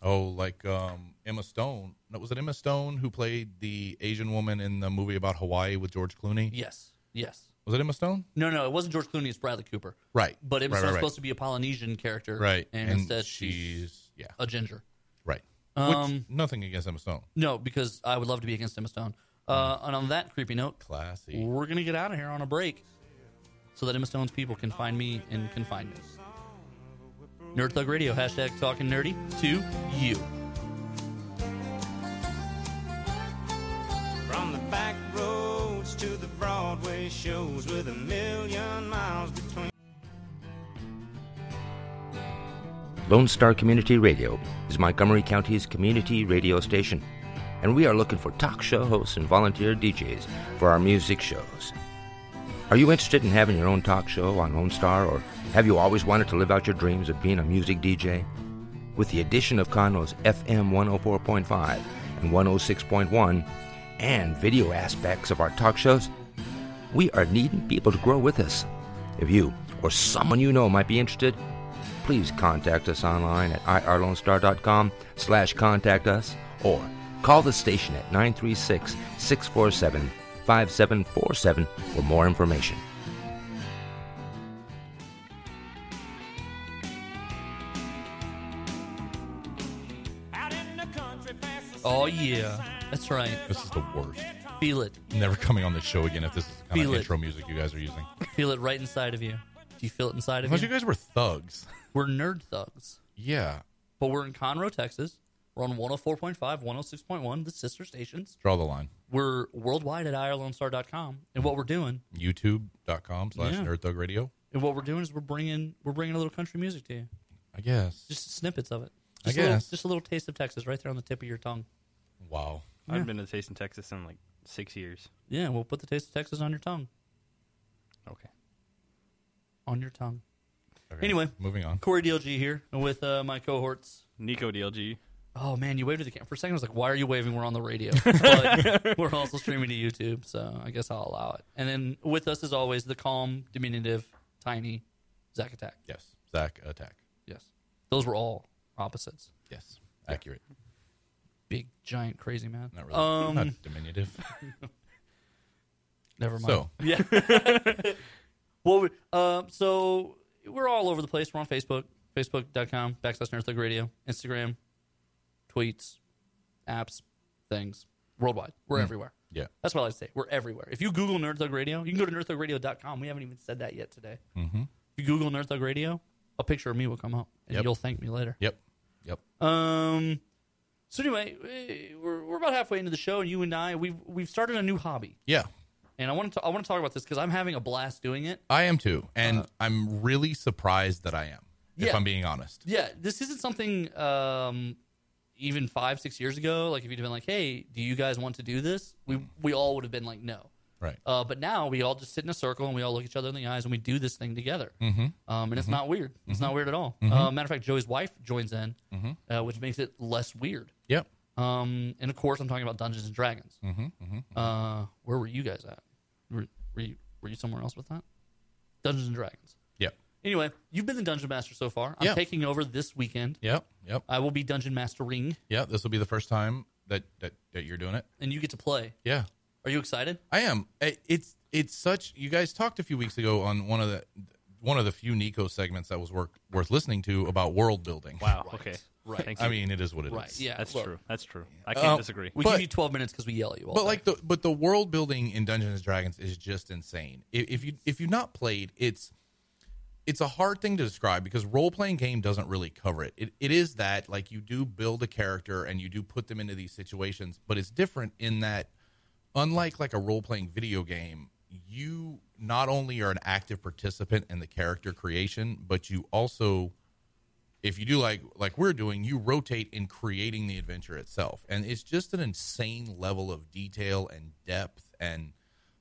D: Oh, like um, Emma Stone. No, was it Emma Stone who played the Asian woman in the movie about Hawaii with George Clooney?
B: Yes. Yes.
D: Was it Emma Stone?
B: No, no, it wasn't George Clooney. It's Bradley Cooper.
D: Right.
B: But it was
D: right, right,
B: supposed to be a Polynesian character.
D: right.
B: And, instead, she's
D: yeah
B: a ginger.
D: right. Which,
B: Um,
D: nothing against Emma Stone.
B: No, because I would love to be against Emma Stone. Uh, and on that creepy note,
D: Classy.
B: we're going to get out of here on a break so that Emma Stone's people can find me and can find us. Nerd Thug Radio, hashtag talking nerdy to you.
F: From the back roads to the Broadway shows with a million miles between.
G: Lone Star Community Radio is Montgomery County's community radio station, and we are looking for talk show hosts and volunteer DJs for our music shows. Are you interested in having your own talk show on Lone Star, or have you always wanted to live out your dreams of being a music DJ? With the addition of Conroe's FM 104.5 and 106.1, and video aspects of our talk shows, we are needing people to grow with us. If you or someone you know might be interested, please contact us online at irlonestar.com slash contact us or call the station at 936-647-5747 for more information.
F: Out in the country past the
B: Oh, yeah. That's right.
D: This is the worst.
B: Feel it.
D: Never coming on this show again if this is the kind
B: Feel
D: of
B: it.
D: intro music you guys are using.
B: Feel it right inside of you. Do you feel it inside of
D: Unless
B: you?
D: you guys were thugs.
B: We're nerd thugs.
D: Yeah.
B: But we're in Conroe, Texas. We're on 104.5, 106.1, the sister stations.
D: Draw the line.
B: We're worldwide at irlonestar.com. And what we're doing,
D: YouTube.com slash
B: Yeah.
D: Nerd Thug Radio.
B: and what we're doing is we're bringing we're bringing a little country music to you.
D: I guess.
B: Just snippets of it.
D: I
B: Just a little-
D: guess.
B: just a little taste of Texas right there on the tip of your tongue.
D: wow.
C: I haven't been to Taste in Texas in like six years.
B: Yeah, we'll put the taste of Texas on your tongue.
C: Okay.
B: On your tongue.
D: Okay,
B: Anyway.
D: Moving on.
B: Corey DLG here with uh, my cohorts.
C: Nico DLG.
B: Oh man, you waved to the camera for a second. I was like, "Why are you waving? We're on the radio." But we're also streaming to YouTube, so I guess I'll allow it. And then with us, as always, the calm, diminutive, tiny Zach Attack.
D: Yes. Zach Attack.
B: Yes, those were all opposites.
D: Yes. Accurate.
B: Big, giant, crazy man.
D: Not really.
B: Um,
D: not diminutive.
B: never mind.
D: so,
B: Yeah. well, we, uh, so we're all over the place. We're on Facebook, facebook.com, backslash Nerdthug Radio, Instagram, tweets, apps, things, worldwide. We're everywhere.
D: yeah.
B: That's what I like to say. We're everywhere. If you Google Nerd Thug Radio, you can go to nerdthugradio.com. We haven't even said that yet today. Mm-hmm. If you Google Nerd Thug Radio, a picture of me will come up, and
D: Yep.
B: you'll thank me later.
D: Yep. Yep.
B: Um. So anyway, eh, we're, we're about halfway into the show, and you and I we've we've started a new hobby,
D: Yeah.
B: and I want to I want to talk about this because I'm having a blast doing it.
D: I am too. And I'm really surprised that I am, if
B: Uh, Yeah.
D: I'm being honest.
B: Yeah, this isn't something um, even five, six years ago. Like, if you'd have been like, "Hey, do you guys want to do this?" We we all would have been like, "No."
D: Right.
B: Uh, but now we all just sit in a circle and we all look each other in the eyes and we do this thing together. Mm-hmm. Um, and it's not weird. It's not weird at all. Uh, matter of fact, Joey's wife joins in, uh, which makes it less weird.
D: Yep.
B: Um, and of course, I'm talking about Dungeons and Dragons. Mm-hmm, Uh, where were you guys at? Were, were you were you somewhere else with that? Dungeons and Dragons.
D: Yep.
B: Anyway, you've been the dungeon master so far. I'm
D: Yeah.
B: taking over this weekend.
D: Yep. Yep.
B: I will be dungeon mastering,
D: Yeah, this will be the first time that that, that you're doing it.
B: and you get to play.
D: Yeah,
B: Are you excited?
D: I am. I- It's it's such. You guys talked a few weeks ago on one of the one of the few Nico segments that was work, worth listening to about world building.
C: Wow. Okay.
B: Right.
C: Thank you.
D: I mean, it is what it is.
B: Right. Yeah.
C: That's
B: look, Uh,
C: true. That's true. I can't
D: Um,
C: disagree.
B: We
D: But-
B: give you 12 minutes because we yell at you all.
D: But
B: day.
D: like the but the world building in Dungeons and Dragons is just insane. If, if you if you've not played, it's it's a hard thing to describe because role playing game doesn't really cover it. it. It is that like you do build a character and you do put them into these situations, but it's different in that unlike like a role playing video game, you not only are an active participant in the character creation, but you also if you do like like we're doing, you rotate in creating the adventure itself, and it's just an insane level of detail and depth. And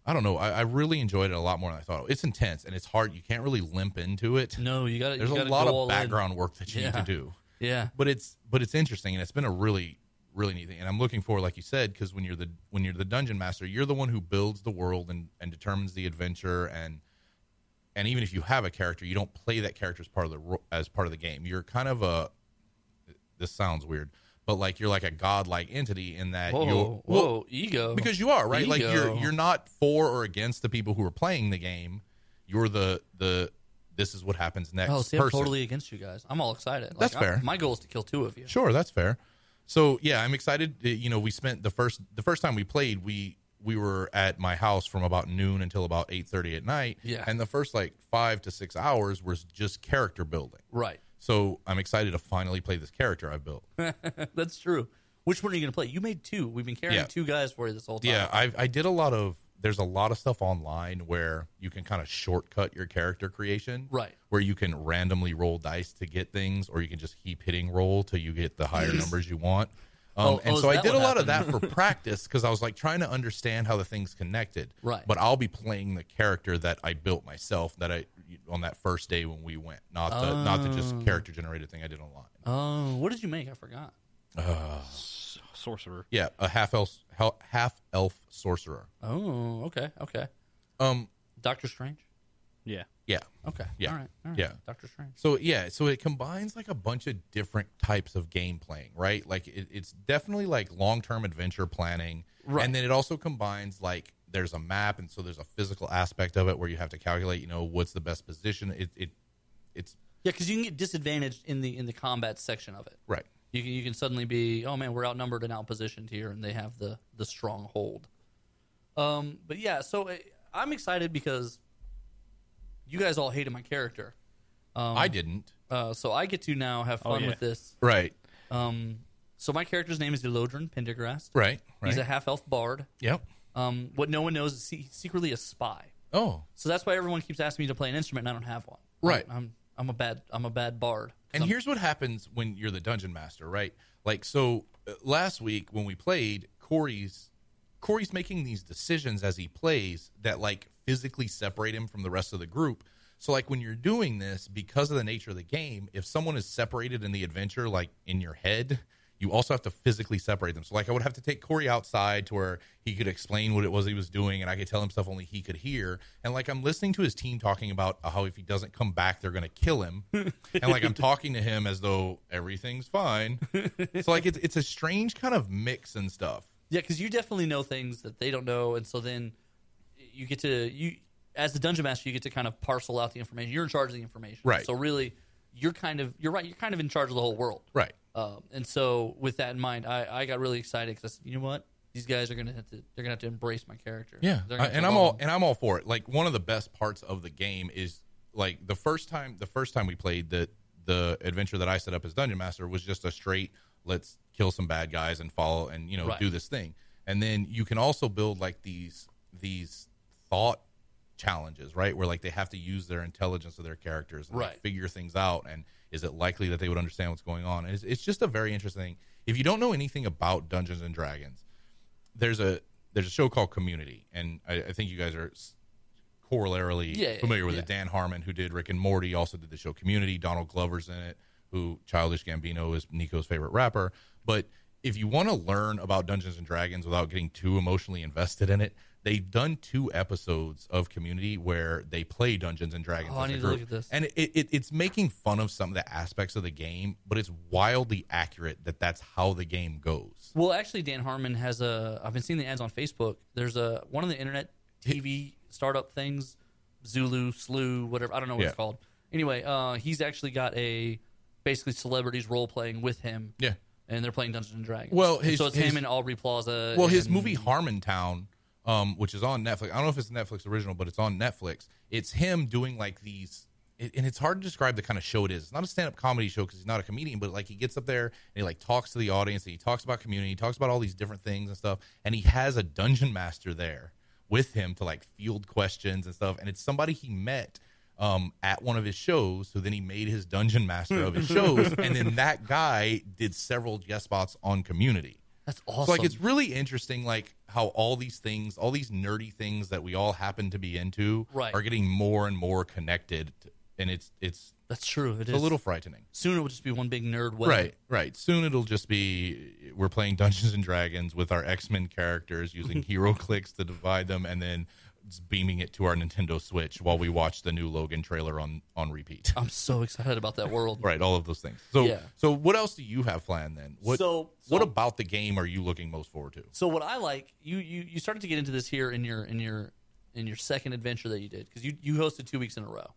D: I don't know, I, I really enjoyed it a lot more than I thought. It's intense and it's hard. You can't really limp into it.
B: no, you got to.
D: There's
B: you
D: a
B: gotta
D: lot
B: go all
D: of
B: in.
D: background work that you
B: Yeah.
D: need to do.
B: Yeah.
D: but it's but it's interesting and it's been a really really neat thing and i'm looking forward like you said because when you're the when you're the dungeon master you're the one who builds the world and and determines the adventure and and even if you have a character you don't play that character as part of the ro- as part of the game you're kind of a this sounds weird but like you're like a godlike entity in that
B: Whoa,
D: you're
B: whoa,
D: well,
B: ego.
D: because you are right like you're
B: Ego.
D: you're not for or against the people who are playing the game you're the the this is what happens next
B: oh, see, I'm
D: person.
B: totally against you guys. I'm all excited. Like,
D: That's
B: I-
D: fair.
B: my goal is to kill two of you.
D: Sure, that's fair. So yeah, I'm excited. Uh, You know, we spent the first the first time we played, we we were at my house from about noon until about eight thirty at night.
B: Yeah.
D: and the first like five to six hours was just character building.
B: Right.
D: So I'm excited to finally play this character I built.
B: That's true. Which one are you going to play? You made two. We've been carrying
D: Yeah.
B: two guys for you this whole time.
D: Yeah, I I did a lot of there's a lot of stuff online where you can kind of shortcut your character creation.
B: Right.
D: Where you can randomly roll dice to get things or you can just keep hitting roll till you get the higher numbers you want. Um,
B: Oh,
D: and
B: oh,
D: so
B: is
D: I
B: that
D: did a
B: what
D: lot of that for practice because I was like trying to understand how the things connected.
B: Right.
D: But I'll be playing the character that I built myself that I on that first day when we went, not the not the just character generated thing I did online.
B: Oh, what did you make? I forgot.
C: sorcerer.
D: Yeah, a half elf half elf sorcerer.
B: Oh, okay, okay.
D: Um,
B: Doctor Strange.
C: Yeah,
D: yeah.
B: Okay.
D: Yeah.
B: All right. All right.
D: Yeah.
B: Doctor Strange.
D: So yeah, so it combines like a bunch of different types of game playing, right? Like it, it's definitely like long term adventure planning,
B: Right.
D: and then it also combines like there's a map, and so there's a physical aspect of it where you have to calculate, you know, what's the best position. It, it it's
B: Yeah, because you can get disadvantaged in the in the combat section of it.
D: right,
B: You can you can suddenly be oh man we're outnumbered and outpositioned here and they have the the strong hold. Um, but yeah, so I, I'm excited because you guys all hated my character,
D: I didn't,
B: uh, so I get to now have
D: Oh,
B: fun
C: yeah.
B: with this.
D: right,
B: Um, so my character's name is Elodrin Pendergrast.
D: right, right.
B: He's a half elf bard.
D: yep.
B: Um, what no one knows is he- he's secretly a spy.
D: Oh,
B: So that's why everyone keeps asking me to play an instrument, and I don't have one.
D: Right.
B: I'm I'm a bad I'm a bad bard. 'Cause
D: And
B: I'm-
D: here's what happens when you're the dungeon master, right? Like so uh, last week when we played, Corey's Corey's making these decisions as he plays that like physically separate him from the rest of the group. So like when you're doing this because of the nature of the game, if someone is separated in the adventure like in your head, you also have to physically separate them. So like I would have to take Corey outside to where he could explain what it was he was doing and I could tell him stuff only he could hear. And like I'm listening to his team talking about how if he doesn't come back they're going to kill him. and like I'm talking to him as though everything's fine. So like it's it's a strange kind of mix and stuff.
B: yeah, because you definitely know things that they don't know, and so then you get to you as the dungeon master, you get to kind of parcel out the information. You're in charge of the information,
D: Right.
B: So really, you're kind of you're right. You're kind of in charge of the whole world,
D: Right.
B: Um, and so with that in mind, I, I got really excited because you know what these guys are gonna have to they're gonna have to embrace my character.
D: Yeah,
B: They're gonna
D: I-
B: have
D: and
B: to
D: I'm
B: love
D: all
B: him.
D: and I'm all for it. Like one of the best parts of the game is like the first time the first time we played the the adventure that I set up as dungeon master was just a straight let's kill some bad guys and follow and you know
B: Right.
D: do this thing. And then you can also build like these these thought challenges, right? Where like they have to use their intelligence of their characters and like,
B: Right.
D: figure things out and is it likely that they would understand what's going on? And it's, it's just a very interesting. If you don't know anything about Dungeons and Dragons, there's a there's a show called Community, and I, I think you guys are s- corollarily
B: Yeah, yeah,
D: familiar with
B: yeah.
D: it. Dan Harmon, who did Rick and Morty, also did the show Community. Donald Glover's in it, who Childish Gambino is Nico's favorite rapper. But if you want to learn about Dungeons and Dragons without getting too emotionally invested in it, they've done two episodes of Community where they play Dungeons and Dragons.
B: Oh, I
D: as a
B: need to look
D: group.
B: at this.
D: And it, it, it's making fun of some of the aspects of the game, but it's wildly accurate that that's how the game goes.
B: Well, actually, Dan Harmon has a. I've been seeing the ads on Facebook. There's a one of the internet TV startup things, Zulu, Slew, whatever. I don't know what
D: Yeah.
B: it's called. Anyway, uh, he's actually got a basically celebrities role playing with him.
D: Yeah.
B: and they're playing Dungeons and Dragons.
D: Well,
B: And
D: his-
B: so it's
D: his-
B: him and Aubrey Plaza.
D: Well, his
B: uh, and-
D: movie Harmontown, um, which is on Netflix. I don't know if it's a Netflix original, but it's on Netflix. It's him doing like these, it, and it's hard to describe the kind of show it is. It's not a stand-up comedy show because he's not a comedian, but like he gets up there and he like talks to the audience and he talks about community, he talks about all these different things and stuff, and he has a dungeon master there with him to like field questions and stuff, and it's somebody he met. Um, at one of his shows, so then he made his dungeon master of his shows, and then that guy did several guest spots on Community.
B: That's awesome.
D: So like it's really interesting like how all these things, all these nerdy things that we all happen to be into
B: Right.
D: are getting more and more connected t- and it's it's
B: That's true. It
D: it's
B: is
D: a little frightening.
B: Soon it will just be one big nerd web.
D: Right, right. Soon it'll just be we're playing Dungeons and Dragons with our X Men characters using hero clicks to divide them, and then just beaming it to our Nintendo Switch while we watch the new Logan trailer on on repeat.
B: I'm so excited about that world.
D: right, all of those things. So,
B: Uh, Yeah.
D: so what else do you have planned then? What
B: So-
D: what
B: so-
D: about the game are you looking most forward to?
B: So what I like, you you you started to get into this here in your in your in your second adventure that you did because you you hosted two weeks in a row,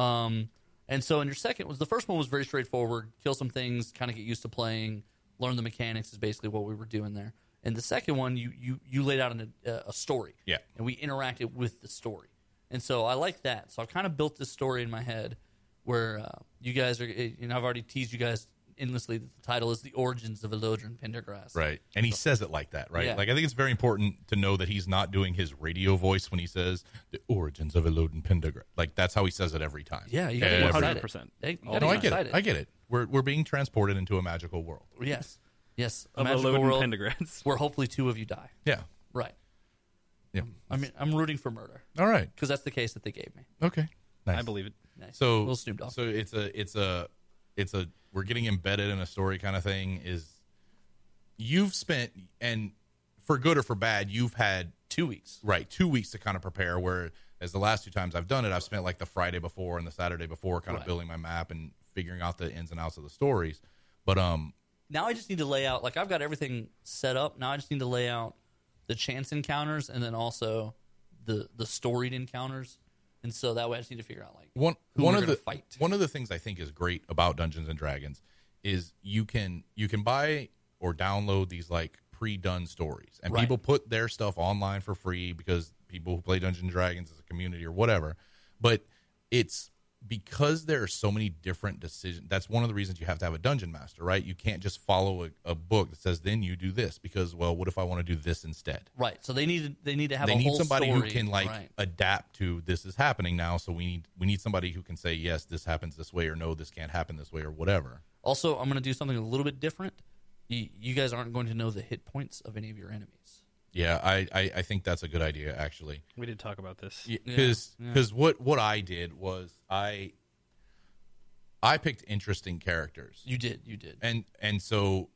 B: um, and so in your second was the first one was very straightforward, kill some things, kind of get used to playing, learn the mechanics is basically what we were doing there. And the second one, you you you laid out an, a, a story,
D: Yeah.
B: and we interacted with the story, and so I like that. So I've kind of built this story in my head where uh, you guys are, and I've already teased you guys endlessly. that The title is the origins of Elodrin Pendergrass,
D: Right. And he says it like that, right?
B: Yeah.
D: Like I think it's very important to know that he's not doing his radio voice when he says the origins of Elodin Pendergrass. Like that's how he says it every time.
B: Yeah, you gotta be
D: Every-
B: excited.
C: 100%.
B: Hey, you
C: All
B: gotta
D: No,
B: be
D: I get
B: excited.
D: it. I get it. We're we're being transported into a magical world.
B: Yes, yes. A
C: Of a
B: magical
C: load
B: world
C: and pentagrams.
B: where hopefully two of you die.
D: Yeah.
B: Right.
D: Yeah.
B: I mean, I'm rooting for murder
D: All right.
B: because that's the case that they gave me.
D: Okay. Nice.
C: I believe it.
B: Nice.
D: So
B: little Snoop Dogg.
D: So it's a it's a it's a we're getting embedded in a story kind of thing. Is you've spent and for good or for bad, you've had
B: two weeks.
D: right two weeks to kind of prepare where as the last two times i've done it i've spent like the friday before and the saturday before kind
B: Right.
D: of building my map and figuring out the ins and outs of the stories but um
B: Now I just need to lay out like I've got everything set up. Now I just need to lay out the chance encounters and then also the the storied encounters. And so that way I just need to figure out like
D: one
B: who
D: one
B: we're
D: of
B: gonna
D: the
B: fight.
D: one of the things I think is great about Dungeons and Dragons is you can you can buy or download these like pre-done stories, and
B: Right.
D: people put their stuff online for free because people who play Dungeons and Dragons as a community or whatever. But it's because there are so many different decisions. That's one of the reasons you have to have a dungeon master, right? You can't just follow a, a book that says then you do this because well, what if I want to do this instead?
B: right. So they need they need to have
D: they
B: a
D: need
B: whole
D: somebody who
B: story.
D: can like
B: Right.
D: adapt to this is happening now so we need we need somebody who can say yes this happens this way or no this can't happen this way or whatever
B: Also, I'm going to do something a little bit different. You, you guys aren't going to know the hit points of any of your enemies.
D: yeah i i, I think that's a good idea actually
C: We did talk about this.
D: because what what i did was i i picked interesting characters
B: You did, you did.
D: and and so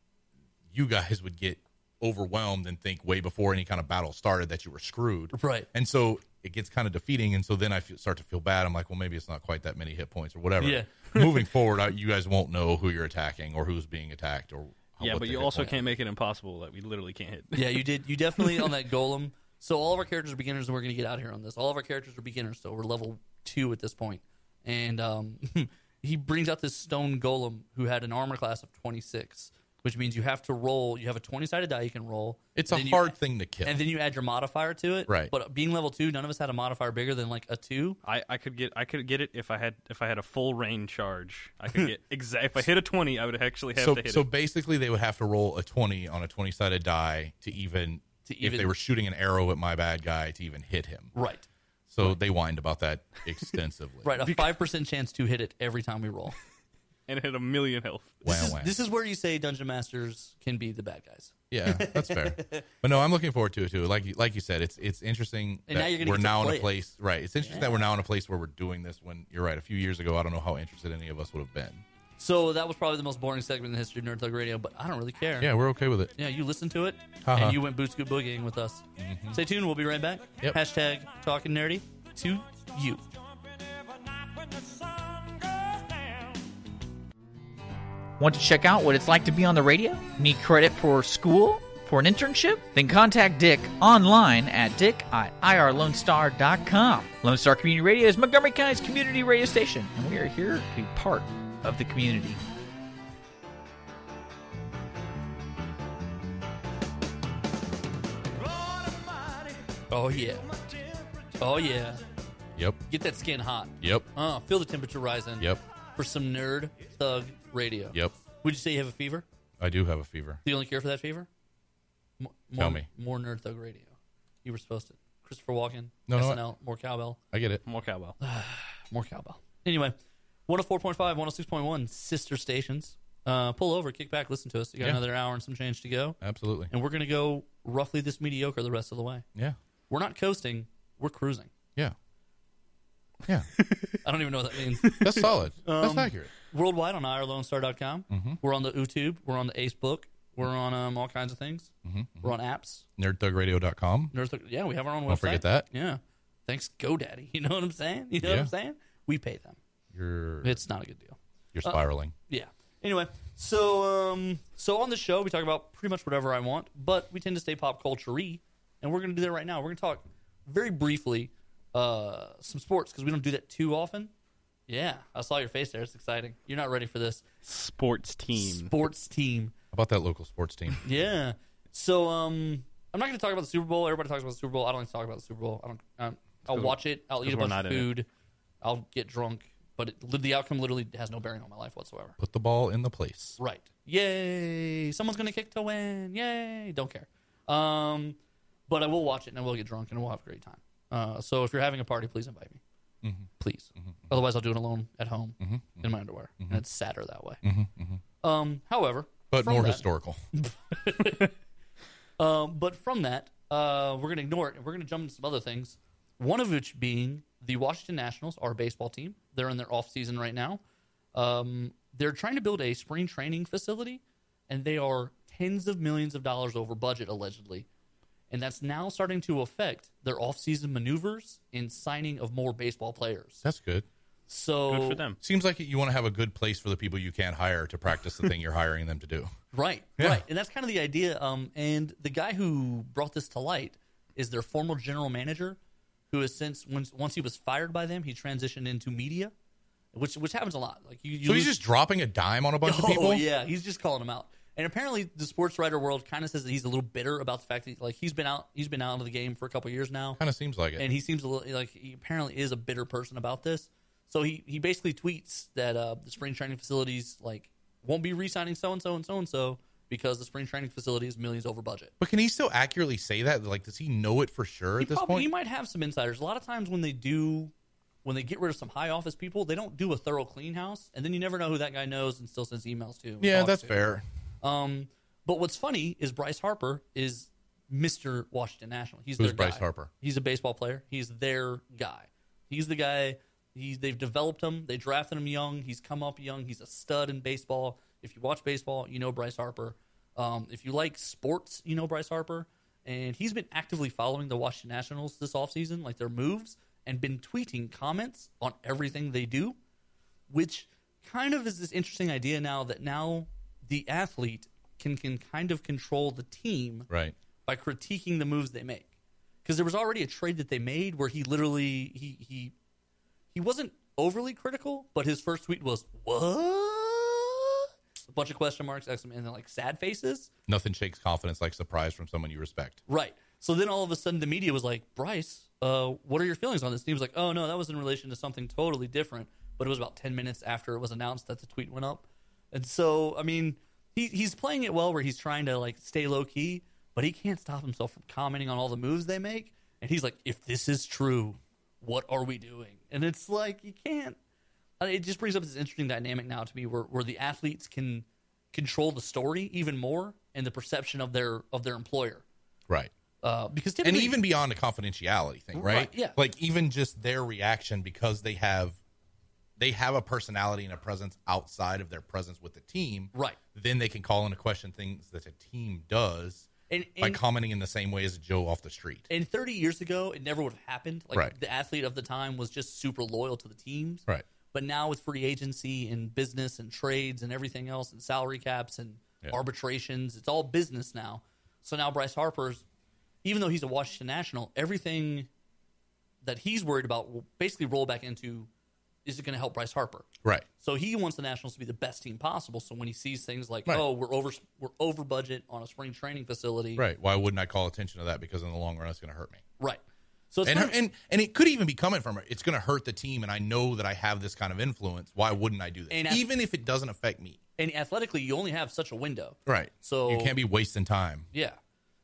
D: you guys would get overwhelmed and think way before any kind of battle started that you were screwed
B: Right.
D: and so it gets kind of defeating and so then i feel, start to feel bad i'm like well maybe it's not quite that many hit points or whatever
B: Yeah.
D: moving forward I, you guys won't know who you're attacking or who's being attacked or how-
C: Yeah,
D: what
C: but
D: the
C: you
D: hit
C: also
D: points
C: can't make it impossible that we literally can't hit.
B: Yeah, you did. You definitely on that golem. So all of our characters are beginners, and we're going to get out here on this. All of our characters are beginners, so we're level two at this point. And um, he brings out this stone golem who had an armor class of twenty six, which means you have to roll. You have a twenty sided die you can roll.
D: it's
B: and
D: a
B: then you-
D: hard thing to kill
B: And then you add your modifier to it.
D: Right.
B: But being level two, none of us had a modifier bigger than like a two.
C: I, I could get I could get it if I had if I had a full rain charge. I could get exact if I hit a twenty, I would actually have
D: so
C: to hit
D: so
C: it.
D: basically they would have to roll a 20 on a 20 sided die to even
B: To
D: if they
B: even-
D: were shooting an arrow at my bad guy to even hit him
B: Right.
D: so they whined about that extensively
B: Right. A five percent chance to hit it every time we roll.
C: And hit a million health.
D: Wah,
B: This is,
D: wah.
B: this is where you say dungeon masters can be the bad guys.
D: Yeah, that's fair. but no, I'm looking forward to it too. Like you- like you said, it's it's interesting
B: And now
D: that
B: you're gonna
D: we're
B: get to
D: now in
B: play
D: a
B: it.
D: place right. It's interesting that we're now in a place where we're doing this. When you're right, a few years ago, I don't know how interested any of us would have been.
B: So that was probably the most boring segment in the history of Nerd Thug Radio, but I don't really care.
D: Yeah, we're okay with it.
B: Yeah, you listened to it,
D: Uh-huh. Mm-hmm.
B: and you went boot scoot boogieing with us. Stay tuned. We'll be right back.
D: Yep.
B: Hashtag talking nerdy to you.
E: Want to check out what it's like to be on the radio? Need credit for school? For an internship? Then contact Dick online at dick at irlonestar.com. Lone Star Community Radio is Montgomery County's community radio station, and we are here to be part of the community.
B: Oh yeah, oh yeah.
D: Yep,
B: Get that skin hot.
D: yep,
B: Uh, feel the temperature rising.
D: yep,
B: For some Nerd Thug Radio.
D: yep.
B: Would you say you have a fever?
D: I do have a fever.
B: The only cure for that fever? Mo- More,
D: Tell me.
B: More Nerd Thug Radio. You were supposed to. Christopher Walken.
D: No, no,
B: SNL. more cowbell.
D: I get it.
C: More cowbell.
B: More cowbell. Anyway, 104.5, 106.1, sister stations. Uh, pull over, kick back, listen to us. You got
D: Yeah.
B: another hour and some change to go.
D: Absolutely.
B: And we're going to go roughly this mediocre the rest of the way.
D: Yeah,
B: We're not coasting, we're cruising.
D: yeah. Yeah,
B: I don't even know what that means.
D: that's solid.
B: Um,
D: that's accurate.
B: Worldwide on IRLoneStar.com.
D: Mm-hmm.
B: We're on the YouTube. We're on the Facebook. We're on um, all kinds of things.
D: Mm-hmm,
B: We're on apps.
D: NerdThugRadio.com.
B: North, yeah, we have our own website.
D: Don't forget that.
B: Yeah. Thanks, GoDaddy. You know what I'm saying? You know what
D: Yeah.
B: I'm saying? We pay them.
D: You're
B: It's uh, not a good deal.
D: you're spiraling.
B: Yeah. Anyway, so um, so on the show we talk about pretty much whatever I want, but we tend to stay pop culture y, and we're gonna do that right now. We're gonna talk very briefly uh, some sports because we don't do that too often. Yeah, I saw your face there. It's exciting. You're not ready for this
C: Sports team.
B: sports team.
D: How about that local sports team?
B: Yeah. So um, I'm not gonna talk about the Super Bowl. Everybody talks about the Super Bowl. I don't like to talk about the Super Bowl. I don't. I'm, I'll watch it. I'll eat a
C: we're
B: bunch
C: not
B: of
C: in it.
B: food. I'll get drunk, but it, the outcome literally has no bearing on my life whatsoever.
D: Put the ball in the place.
B: Right. Yay. Someone's going to kick to win. Yay. Don't care. Um, but I will watch it and I will get drunk and we'll have a great time. Uh, so if you're having a party, please invite me.
D: Mm-hmm.
B: Please. Otherwise, I'll do it alone at home in my underwear. And it's sadder that way. Um, however,
D: Mm-hmm. But
B: from
D: more
B: that-
D: historical.
B: Um, but from that, uh, we're going to ignore it and we're going to jump into some other things. One of which being the Washington Nationals, our baseball team. They're in their off season right now. Um, they're trying to build a spring training facility, and they are tens of millions of dollars over budget allegedly, and that's now starting to affect their off season maneuvers and signing of more baseball players.
D: That's good.
B: So
C: Good for them.
D: Seems like you want to have a good place for the people you can hire to practice the thing you're hiring them to do.
B: Right, right. And that's kind of the idea. Um, and the guy who brought this to light is their former general manager, who has since once, once he was fired by them, he transitioned into media, which which happens a lot. Like you, you
D: So he's
B: lose-
D: just dropping a dime on a bunch
B: oh
D: of people.
B: yeah, he's just calling them out. And apparently, the sports writer world kind of says that he's a little bitter about the fact that like he's been out he's been out of the game for a couple years now
D: Kind of seems like it.
B: and he seems a little like he apparently is a bitter person about this. So he he basically tweets that uh, the spring training facilities like won't be re-signing so and so and so and so because the spring training facility is millions over budget.
D: but can he still accurately say that? Like, does he know it for sure
B: He
D: at this
B: probably he
D: point?
B: might have some insiders. A lot of times when they do when they get rid of some high office people, they don't do a thorough clean house, and then you never know who that guy knows and still sends emails to. and
D: yeah,
B: talks
D: that's
B: to.
D: fair.
B: Um, but what's funny is Bryce Harper is Mr. Washington National. He's
D: Who's
B: their
D: Bryce
B: guy.
D: Harper?
B: He's a baseball player. He's their guy. He's the guy. He, they've developed him. They drafted him young. He's come up young. He's a stud in baseball. If you watch baseball, you know Bryce Harper. Um, if you like sports, you know Bryce Harper. And he's been actively following the Washington Nationals this offseason, like their moves, and been tweeting comments on everything they do which kind of is this interesting idea now that now the athlete can can kind of control the team
D: Right.
B: by critiquing the moves they make. Because there was already a trade that they made where he literally he he he wasn't overly critical, but his first tweet was what a bunch of question marks, exclam- and then like sad faces.
D: Nothing shakes confidence like surprise from someone you respect.
B: Right. So then all of a sudden the media was like, Bryce, uh, what are your feelings on this? And he was like, oh, no, that was in relation to something totally different. But it was about 10 minutes after it was announced that the tweet went up. And so, I mean, he, he's playing it well where he's trying to like stay low key, but he can't stop himself from commenting on all the moves they make. And he's like, if this is true, what are we doing? And it's like, you can't. I mean, it just brings up this interesting dynamic now to me where, where the athletes can control the story even more and the perception of their of their employer
D: Right.
B: uh, because
D: and
B: typically,
D: even beyond the confidentiality thing, right?
B: Right, yeah.
D: Like even just their reaction because they have they have a personality and a presence outside of their presence with the team.
B: Right.
D: Then they can call into question things that a team does
B: and,
D: by
B: and,
D: commenting in the same way as Joe off the street.
B: and 30 years ago, it never would have happened. Like
D: Right.
B: the athlete of the time was just super loyal to the teams.
D: Right.
B: But now with free agency and business and trades and everything else and salary caps and arbitrations, it's all business now. So now Bryce Harper's, even though he's a Washington national, everything that he's worried about will basically roll back into is it going to help Bryce Harper?
D: Right.
B: So he wants the Nationals to be the best team possible. So when he sees things like,
D: Right.
B: "Oh, we're over we're over budget on a spring training facility,"
D: Right. Why wouldn't I call attention to that? Because in the long run it's gonna hurt me.
B: Right. So it's
D: And,
B: kind of-
D: and and it could even be coming from her. It's going to hurt the team, and I know that I have this kind of influence. Why wouldn't I do this?
B: And I-
D: even if it doesn't affect me,
B: and athletically, you only have such a window.
D: right?
B: So-
D: you can't be wasting time.
B: Yeah.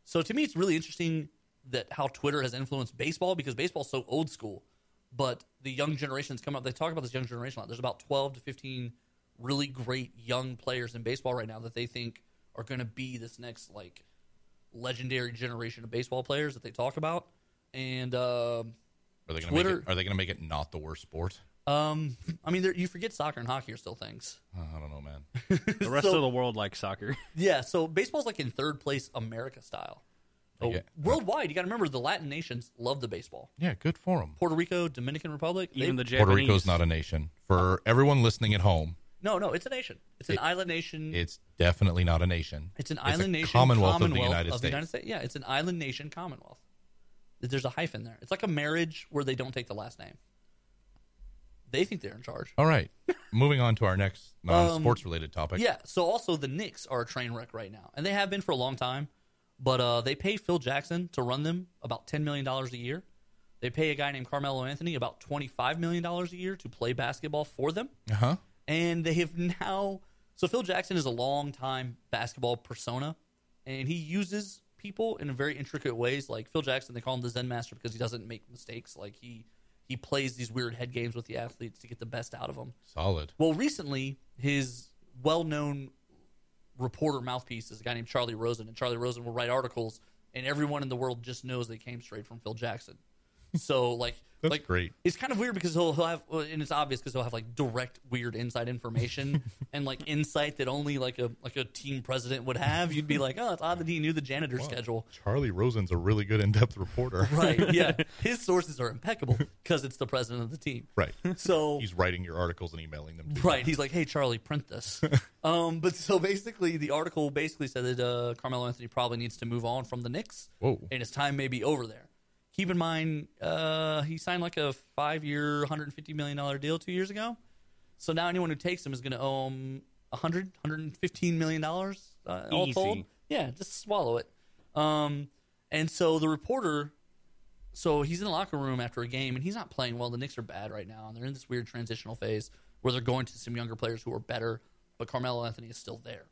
B: So to me, it's really interesting that how Twitter has influenced baseball because baseball's so old school. But the young generations come up. They talk about this young generation a lot. There's about 12 to 15 really great young players in baseball right now that they think are going to be this next like legendary generation of baseball players that they talk about. And um
D: Are they going to make it?
B: Twitter-
D: Are they going to make it not the worst sport?
B: Um, I mean, there, you forget soccer and hockey are still things.
D: Uh, I don't know, man.
C: The rest
B: So-
C: of the world likes soccer.
B: Yeah, so baseball's like in third place America style. Oh,
D: Okay.
B: Worldwide, you got to remember the Latin nations love the baseball.
D: Yeah, good for them.
B: Puerto Rico, Dominican Republic, they-
C: Even the Japanese.
D: Puerto Rico's not a nation. For everyone listening at home,
B: no, no, it's a nation. It's an island nation.
D: it's definitely not a nation.
B: it's an
D: a
B: island nation
D: Commonwealth, of the United States.
B: Yeah, it's an island nation commonwealth. There's a hyphen there. It's like a marriage where they don't take the last name. They think they're in charge.
D: All right. Moving on to our next
B: Um,
D: non-sports related topic.
B: Yeah. So also the Knicks are a train wreck right now, and they have been for a long time. But uh, they pay Phil Jackson to run them about ten million dollars a year. They pay a guy named Carmelo Anthony about twenty five million dollars a year to play basketball for them,
D: Uh huh.
B: and they have now. So Phil Jackson is a long time basketball persona, and he uses people in very intricate ways. Like Phil Jackson, they call him the Zen Master because he doesn't make mistakes. Like he he plays these weird head games with the athletes to get the best out of them.
D: Solid.
B: Well, recently, his well known reporter mouthpiece is a guy named Charlie Rosen, and Charlie Rosen will write articles, and everyone in the world just knows they came straight from Phil Jackson. So, like,
D: That's
B: like
D: great.
B: It's kind of weird because he'll, he'll have, well, and it's obvious because he'll have like direct, weird inside information and like insight that only like a like a team president would have. You'd be like, oh, it's odd that he knew the janitor's schedule.
D: Charlie Rosen's a really good in-depth reporter.
B: Right? Yeah, his sources are impeccable because it's the president of the team.
D: right.
B: So
D: He's writing your articles and emailing them. To you.
B: Right. He's like, hey, Charlie, print this. um, but so basically, the article basically said that uh, Carmelo Anthony probably needs to move on from the Knicks.
D: Whoa.
B: And his time may be over there. Keep in mind, uh, he signed like a five year, $150 million deal two years ago. So now anyone who takes him is going to owe him $100, $115 million uh, all
C: Easy.
B: told. Yeah, just swallow it. Um, and so the reporter so he's in the locker room after a game and he's not playing well. The Knicks are bad right now, and they're in this weird transitional phase where they're going to some younger players who are better, but Carmelo Anthony is still there.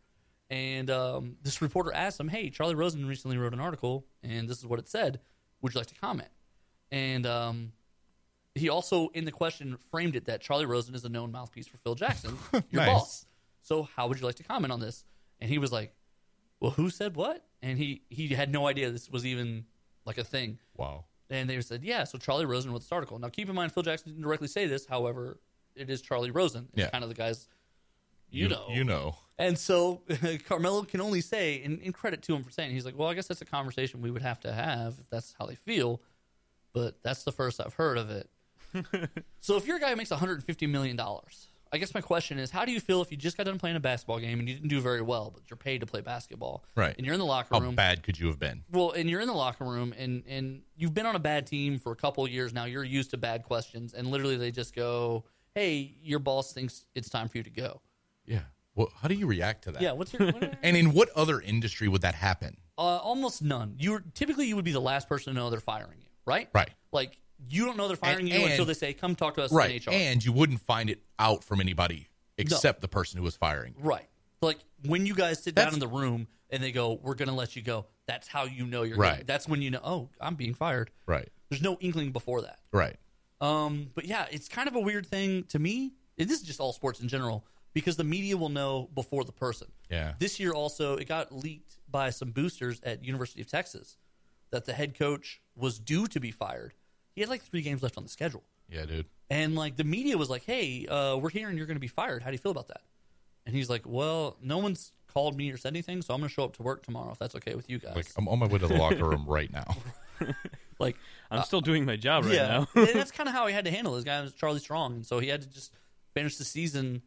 B: And um, this reporter asked him, "Hey, Charlie Rosen recently wrote an article, and this is what it said. Would you like to comment?" And um, he also, in the question, framed it that Charlie Rosen is a known mouthpiece for Phil Jackson, your
D: Nice.
B: boss. So how would you like to comment on this? And he was like, "Well, who said what?" And he he had no idea this was even like a thing.
D: Wow.
B: And they said, yeah, so Charlie Rosen wrote this article. Now, keep in mind, Phil Jackson didn't directly say this. However, it is Charlie Rosen. It's
D: Yeah.
B: kind of the guy's, you, know.
D: You know.
B: And so Carmelo can only say, and, and credit to him for saying, he's like, well, I guess that's a conversation we would have to have if that's how they feel, but that's the first I've heard of it. so if you're a guy who makes $150 million, I guess my question is, how do you feel if you just got done playing a basketball game and you didn't do very well, but you're paid to play basketball?
D: Right.
B: And you're in the locker
D: How
B: room
D: bad could you have been?
B: well, and you're in the locker room, and and you've been on a bad team for a couple of years now. You're used to bad questions, and literally they just go, "Hey, your boss thinks it's time for you to go."
D: Yeah. Well, how do you react to that?
B: Yeah, what's your what-
D: And in what other industry would that happen?
B: uh, almost none. You were- typically you would be the last person to know they're firing you, right?
D: Right.
B: Like you don't know they're firing
D: And-
B: you until
D: and-
B: they say, "Come talk to us
D: Right.
B: in HR."
D: And you wouldn't find it out from anybody except the person who was firing.
B: right. Like when you guys sit
D: That's-
B: down in the room and they go, "We're going to let you go." That's how you know you're
D: Right.
B: Gonna, that's when you know, "Oh, I'm being fired."
D: Right.
B: There's no inkling before that.
D: Right.
B: Um, but yeah, it's kind of a weird thing to me. And this is just all sports in general because the media will know before the person.
D: Yeah.
B: This year also, it got leaked by some boosters at University of Texas that the head coach was due to be fired. He had like three games left on the schedule,
D: Yeah, dude.
B: and like the media was like, "Hey, uh, we're hearing you're going to be fired. How do you feel about that?" And he's like, "Well, no one's called me or said anything, so I'm going to show up to work tomorrow if that's okay with you guys."
D: Like I'm on my way to the locker room right now.
B: like
C: I'm still doing my job right now.
B: and that's kind of how he had to handle this guy was Charlie Strong, and so he had to just finish the season.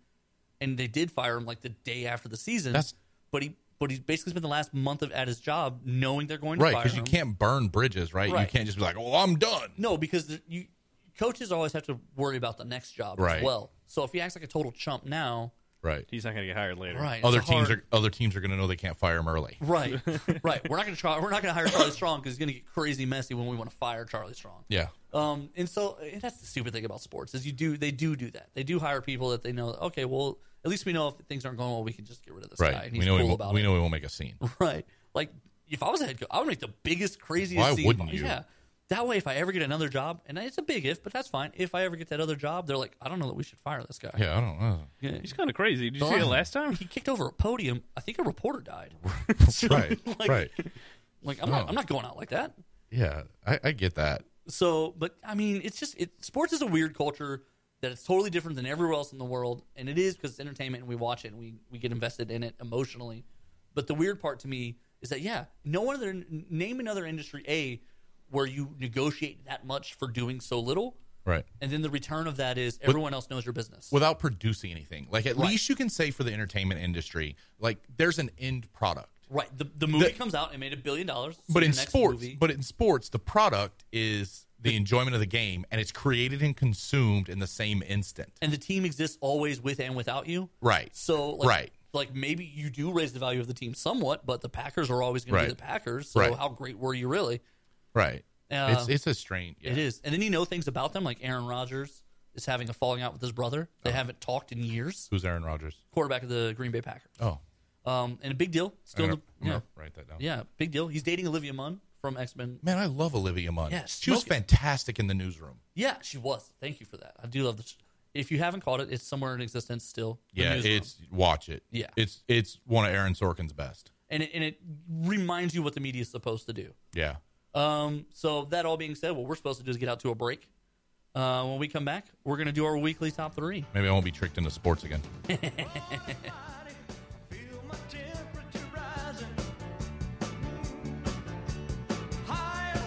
B: And they did fire him like the day after the season.
D: That's-
B: but he but he basically spent the last month of at his job knowing they're going to
D: Right,
B: fire
D: because you
B: him.
D: can't burn bridges, right? You
B: Right.
D: can't just be like, "Oh, I'm done."
B: No, because the, you coaches always have to worry about the next job
D: Right.
B: as well. So if he acts like a total chump now,
D: Right.
C: He's not going to get hired later.
B: right?
D: Other
B: it's a
D: teams
B: hard-
D: are other teams are going to know they can't fire him early.
B: right, right. We're not going to try. We're not going to hire Charlie Strong because it's going to get crazy messy when we want to fire Charlie Strong.
D: Yeah.
B: Um, and so and that's the stupid thing about sports is you do they do do that. They do hire people that they know. Okay, well at least we know if things aren't going well, we can just get rid of this guy.
D: Right.
B: And
D: We
B: he's
D: know he
B: cool
D: won't,
B: about
D: we
B: it.
D: know he won't make a scene.
B: Right. Like if I was a head coach, I would make the biggest, craziest.
D: Why
B: scene.
D: wouldn't you?
B: Yeah. That way, if I ever get another job, and it's a big if, but that's fine. If I ever get that other job, they're like, I don't know that we should fire this guy.
D: Yeah, I don't know.
B: Yeah.
C: He's kind of crazy. Did you see it last time?
B: He kicked over a podium. I think a reporter died. So,
D: Right. Oh.
B: like,
D: right.
B: Like I'm not. I'm not going out like that.
D: Yeah, I, I get that.
B: So, but I mean, it's just it. Sports is a weird culture that it's totally different than everywhere else in the world, and it is because it's entertainment and we watch it and we we get invested in it emotionally. But the weird part to me is that yeah, no one other n- name another industry a where you negotiate that much for doing so little,
D: Right.
B: and then the return of that is everyone else knows your business.
D: without producing anything. Like at least you can say for the entertainment industry, like there's an end product.
B: right. The the movie
D: The-
B: comes out and made a billion dollars, so
D: But
B: the
D: in
B: next
D: sports,
B: movie-
D: but in sports, the product is the enjoyment of the game, and it's created and consumed in the same instant.
B: and the team exists always with and without you.
D: Right.
B: So like,
D: Right.
B: like maybe you do raise the value of the team somewhat, but the Packers are always going
D: Right.
B: to be the Packers. So
D: Right.
B: how great were you really?
D: Right.
B: Uh,
D: it's it's a strange. yeah.
B: It is, and then you know things about them, like Aaron Rodgers is having a falling out with his brother. They
D: Uh-huh.
B: haven't talked in years.
D: Who's Aaron Rodgers?
B: Quarterback of the Green Bay Packers,
D: Oh,
B: um, and a big deal. Still, in
D: I'm
B: the,
D: gonna, I'm
B: yeah,
D: gonna write that down.
B: yeah, big deal. He's dating Olivia Munn from X Men.
D: Man, I love Olivia Munn.
B: Yes,
D: she was
B: smoke it.
D: fantastic in the newsroom.
B: Yeah, she was. Thank you for that. I do love this. If you haven't caught it, it's somewhere in existence still. The
D: Yeah,
B: newsroom.
D: it's watch it.
B: Yeah.
D: it's it's one of Aaron Sorkin's best.
B: and it, and it reminds you what the media is supposed to do.
D: Yeah,
B: Um, so that all being said, what we're supposed to do is get out to a break. Uh, when we come back, we're gonna do our weekly top three.
D: maybe I won't be tricked into sports again.
F: Feel my temperature rising. Higher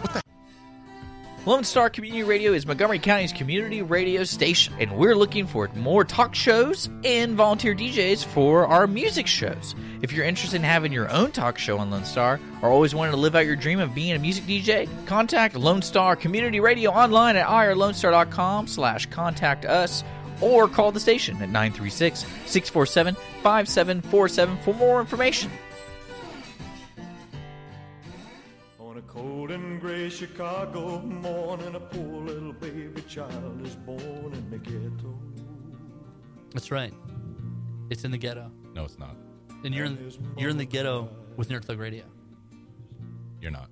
E: Lone Star Community Radio is Montgomery County's community radio station, and we're looking for more talk shows and volunteer DJs for our music shows. If you're interested in having your own talk show on Lone Star or always wanted to live out your dream of being a music DJ, contact Lone Star Community Radio online at irlonestar.com slash contact us or call the station at 936-647-5747 for more information.
F: On a cold and gray Chicago morning, a poor little baby child is born in the ghetto.
B: That's right. It's in the ghetto,
D: No, it's not.
B: and you're in you're in the ghetto with Nerd Thug Radio.
D: You're not.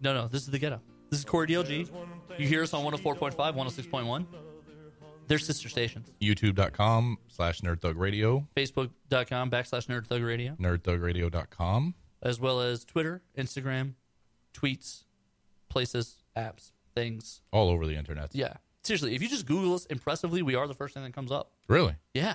B: No, no, this is the ghetto. This is Corey DLG. You hear us on 104.5, 106.1. They're sister stations.
D: YouTube.com slash nerdthugradio,
B: Facebook.com backslash Nerd Thug Radio,
D: nerdthugradio.com.
B: as well as Twitter, Instagram, tweets, places, apps, things.
D: all over the internet.
B: Yeah. Seriously, if you just Google us impressively, we are the first thing that comes up.
D: Really?
B: Yeah.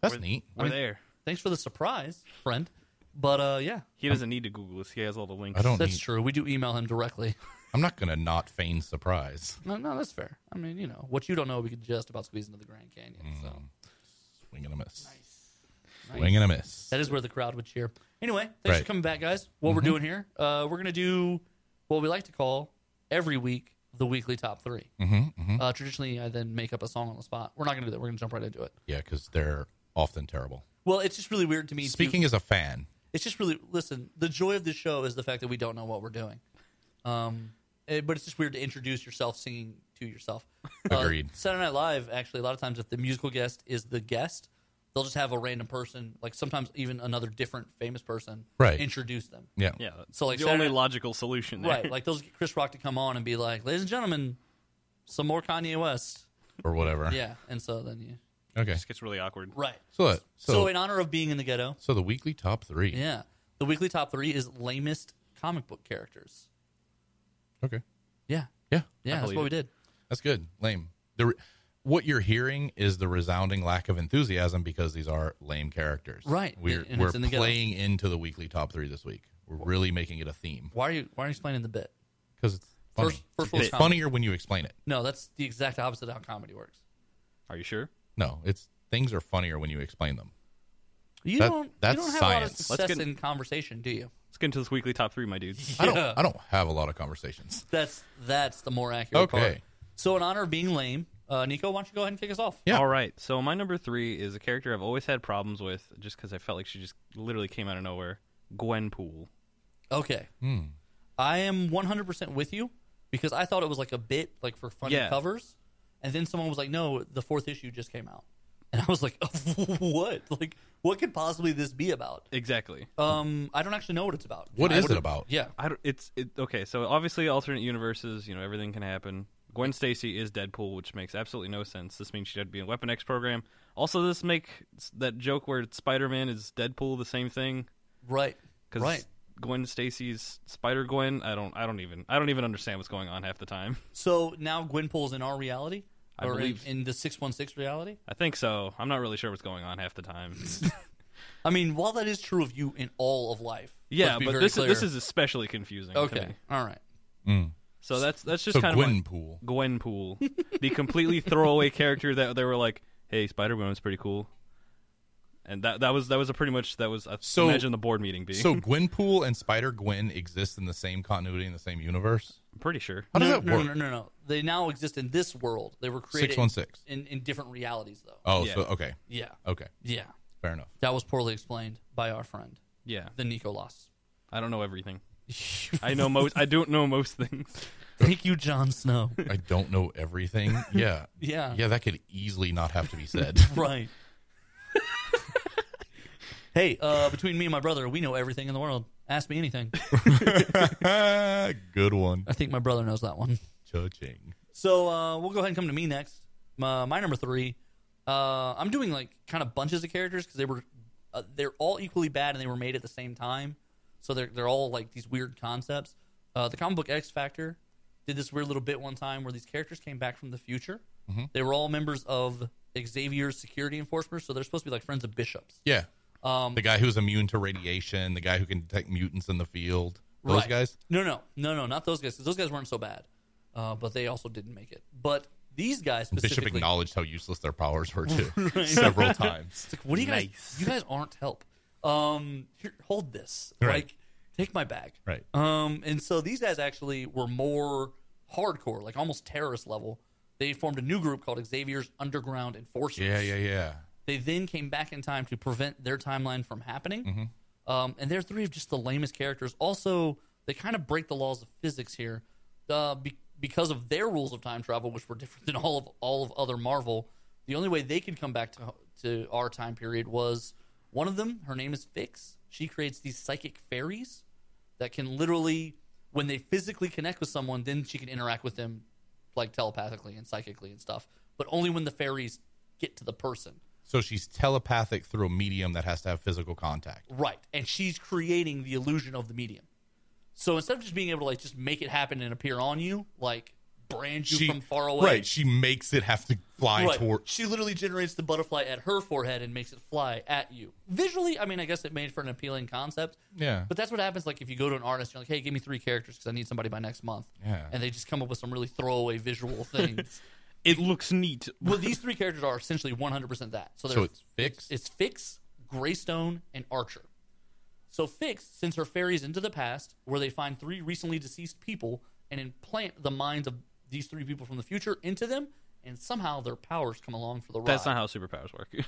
D: That's neat.
C: We're there.
B: Thanks for the surprise, friend. But uh, yeah,
C: He doesn't need to Google this. He has all the links.
D: I don't
B: that's
D: need-
B: true. We do email him directly.
D: I'm not going to not feign surprise.
B: No, no, that's fair. I mean, you know, what you don't know, we could just about squeeze into the Grand Canyon. So
D: Mm. Swing and a miss. Swing and a miss.
B: that is where the crowd would cheer. Anyway, thanks
D: Right. Mm-hmm.
B: for coming back, guys. What we're doing here, uh, we're gonna do what we like to call every week the weekly top 3
D: Mm-hmm,
B: Uh, traditionally, I then make up a song on the spot. We're not gonna do that. We're gonna jump right into it.
D: Yeah, because they're often terrible.
B: Well, it's just really weird to me. to-
D: Speaking as a fan,
B: it's just really listen. The joy of this show is the fact that we don't know what we're doing. Um, eh, but it's just weird to introduce yourself singing to yourself. Uh,
D: Agreed.
B: Saturday Night Live actually a lot of times if the musical guest is the guest, they'll just have a random person, like sometimes even another different famous person,
D: Right.
B: introduce them.
D: yeah,
C: Yeah.
B: So, like,
C: the
B: Saturday-
C: only logical solution there.
B: Right, like they'll just get Chris Rock to come on and be like, "Ladies and gentlemen, some more Kanye West."
D: or whatever.
B: Yeah, and so then you
D: Okay.
C: This gets really awkward.
B: right.
D: So, that-
B: So,
D: so, so,
B: in honor of being in the ghetto,
D: the weekly top three.
B: yeah, the weekly top three is lamest comic book characters.
D: Okay.
B: Yeah,
D: Yeah,
B: yeah, that's
C: believe
B: what
C: it.
B: we did.
D: that's good. Lame. The re- what you're hearing is the resounding lack of enthusiasm because these are lame characters.
B: Right,
D: We're,
B: and
D: we're
B: it's in the ghetto.
D: playing into the weekly top three this week. We're really making it a theme
B: Why are you Why are you explaining the bit?
D: because it's funny.
B: First- first world
D: it's
B: comedy.
D: funnier when you explain it.
B: No, that's the exact opposite of how comedy works.
C: Are you sure?
D: No, it's things are funnier when you explain them.
B: You
D: That-
B: don't.
D: that's
B: you don't have a lot of
D: science.
B: success
C: Let's get-
B: in conversation, do you?
C: Let's get into this weekly top three, my dude.
D: I don't.
B: Yeah.
D: I don't have a lot of conversations.
B: That's that's the more accurate part.
D: Okay.
B: So in honor of being lame, uh, Nico, why don't you go ahead and kick us off?
D: Yeah.
C: All right. So my number three is a character I've always had problems with, just because I felt like she just literally came out of nowhere. Gwenpool.
B: Okay.
D: Hmm.
B: I am 100% with you because I thought it was like a bit like for funny
C: Yeah.
B: covers. And then someone was like, no, the fourth issue just came out. And I was like, what? Like, what could possibly this be about?
C: Exactly.
B: Um, I don't actually know what it's about.
D: What
B: I
D: is
B: would-
D: it about?
B: Yeah.
C: I don't, it's it, okay. So obviously, alternate universes. You know, everything can happen. Gwen Stacy is Deadpool, which makes absolutely no sense. This means she'd have to be in Weapon X program. Also, this make that joke where Spider Man is Deadpool the same thing
B: Right.
C: because
B: right.
C: Gwen Stacy's Spider Gwen. I don't I don't even I don't even understand what's going on half the time.
B: So now Gwenpool's in our reality,
C: I
B: or in,
C: believe-
B: in the six one six reality.
C: I think so. I'm not really sure what's going on half the time.
B: I mean, while that is true of you in all of life,
C: yeah,
B: let's be
C: but
B: very
C: this
B: clear.
C: is, this is especially confusing. to
B: okay.
C: me.
B: All right.
C: So that's that's just
D: So
C: kind of
D: Gwenpool.
C: like Gwenpool, the completely throwaway character that they were like, "Hey, Spider Woman's pretty cool," and that that was that was a pretty much that was I
D: So-
C: imagine the board meeting being.
D: so Gwenpool and Spider Gwen exist in the same continuity in the same universe.
C: I'm pretty sure.
D: How does
B: no,
D: that
B: no,
D: work?
B: no, no, no, no. They now exist in this world. They were created
D: 616.
B: in in different realities, though.
D: Oh,
C: Yeah.
D: so okay,
B: Yeah,
D: okay,
B: yeah.
D: fair enough.
B: That was poorly explained by our friend,
C: Yeah,
B: the Nicolas.
C: I don't know everything. I know most. I don't know most things.
B: Thank you, Jon Snow.
D: I don't know everything. Yeah,
B: Yeah.
D: yeah. That could easily not have to be said.
B: Right. hey, uh, between me and my brother, we know everything in the world. Ask me anything.
D: Good one.
B: I think my brother knows that one.
D: Judging.
B: So uh, we'll go ahead and come to me next. My, my number three. Uh, I'm doing like kind of bunches of characters because they were uh, they're all equally bad and they were made at the same time, so they're they're all like these weird concepts. Uh, the comic book X Factor did this weird little bit one time where these characters came back from the future.
D: Mm-hmm.
B: They were all members of Xavier's security enforcers, so they're supposed to be like friends of bishops.
D: Yeah.
B: Um,
D: The guy who's immune to radiation, the guy who can detect mutants in the field. Those
B: Right.
D: guys?
B: No, no, no, no, not those guys. 'cause those guys weren't so bad, uh, but they also didn't make it. But these guys
D: Bishop
B: specifically,
D: acknowledged how useless their powers were too several times.
B: It's like, what do you guys? You guys aren't help. Um, here, hold this.
D: Right.
B: Like, take my bag.
D: Right.
B: Um, and so these guys actually were more hardcore, like almost terrorist level. They formed a new group called Xavier's Underground Enforcers.
D: Yeah, yeah, yeah.
B: They then came back in time to prevent their timeline from happening. Um, and they're three of just the lamest characters. Also, they kind of break the laws of physics here uh, be- because of their rules of time travel, which were different than all of all of other Marvel. The only way they could come back to to our time period was one of them. Her name is Fix. She creates these psychic fairies that can literally, when they physically connect with someone, then she can interact with them like telepathically and psychically and stuff. But only when the fairies get to the person.
D: So she's telepathic through a medium that has to have physical contact.
B: Right. And she's creating the illusion of the medium. So instead of just being able to like just make it happen and appear on you, like brand you from far away.
D: Right. She makes it have to fly
B: Right.
D: toward
B: She literally generates the butterfly at her forehead and makes it fly at you. Visually, I mean, I guess it made for an appealing concept.
D: Yeah.
B: But that's what happens. Like if you go to an artist, you're like, "Hey, give me three characters because I need somebody by next month."
D: Yeah.
B: And they just come up with some really throwaway visual things.
C: It looks neat.
B: well, these three characters are essentially 100% that. So, they're,
D: So it's Fix?
B: It's, it's Fix, Greystone, and Archer. So Fix sends her fairies into the past, where they find three recently deceased people and implant the minds of these three people from the future into them, and somehow their powers come along for the ride.
C: That's not how superpowers work.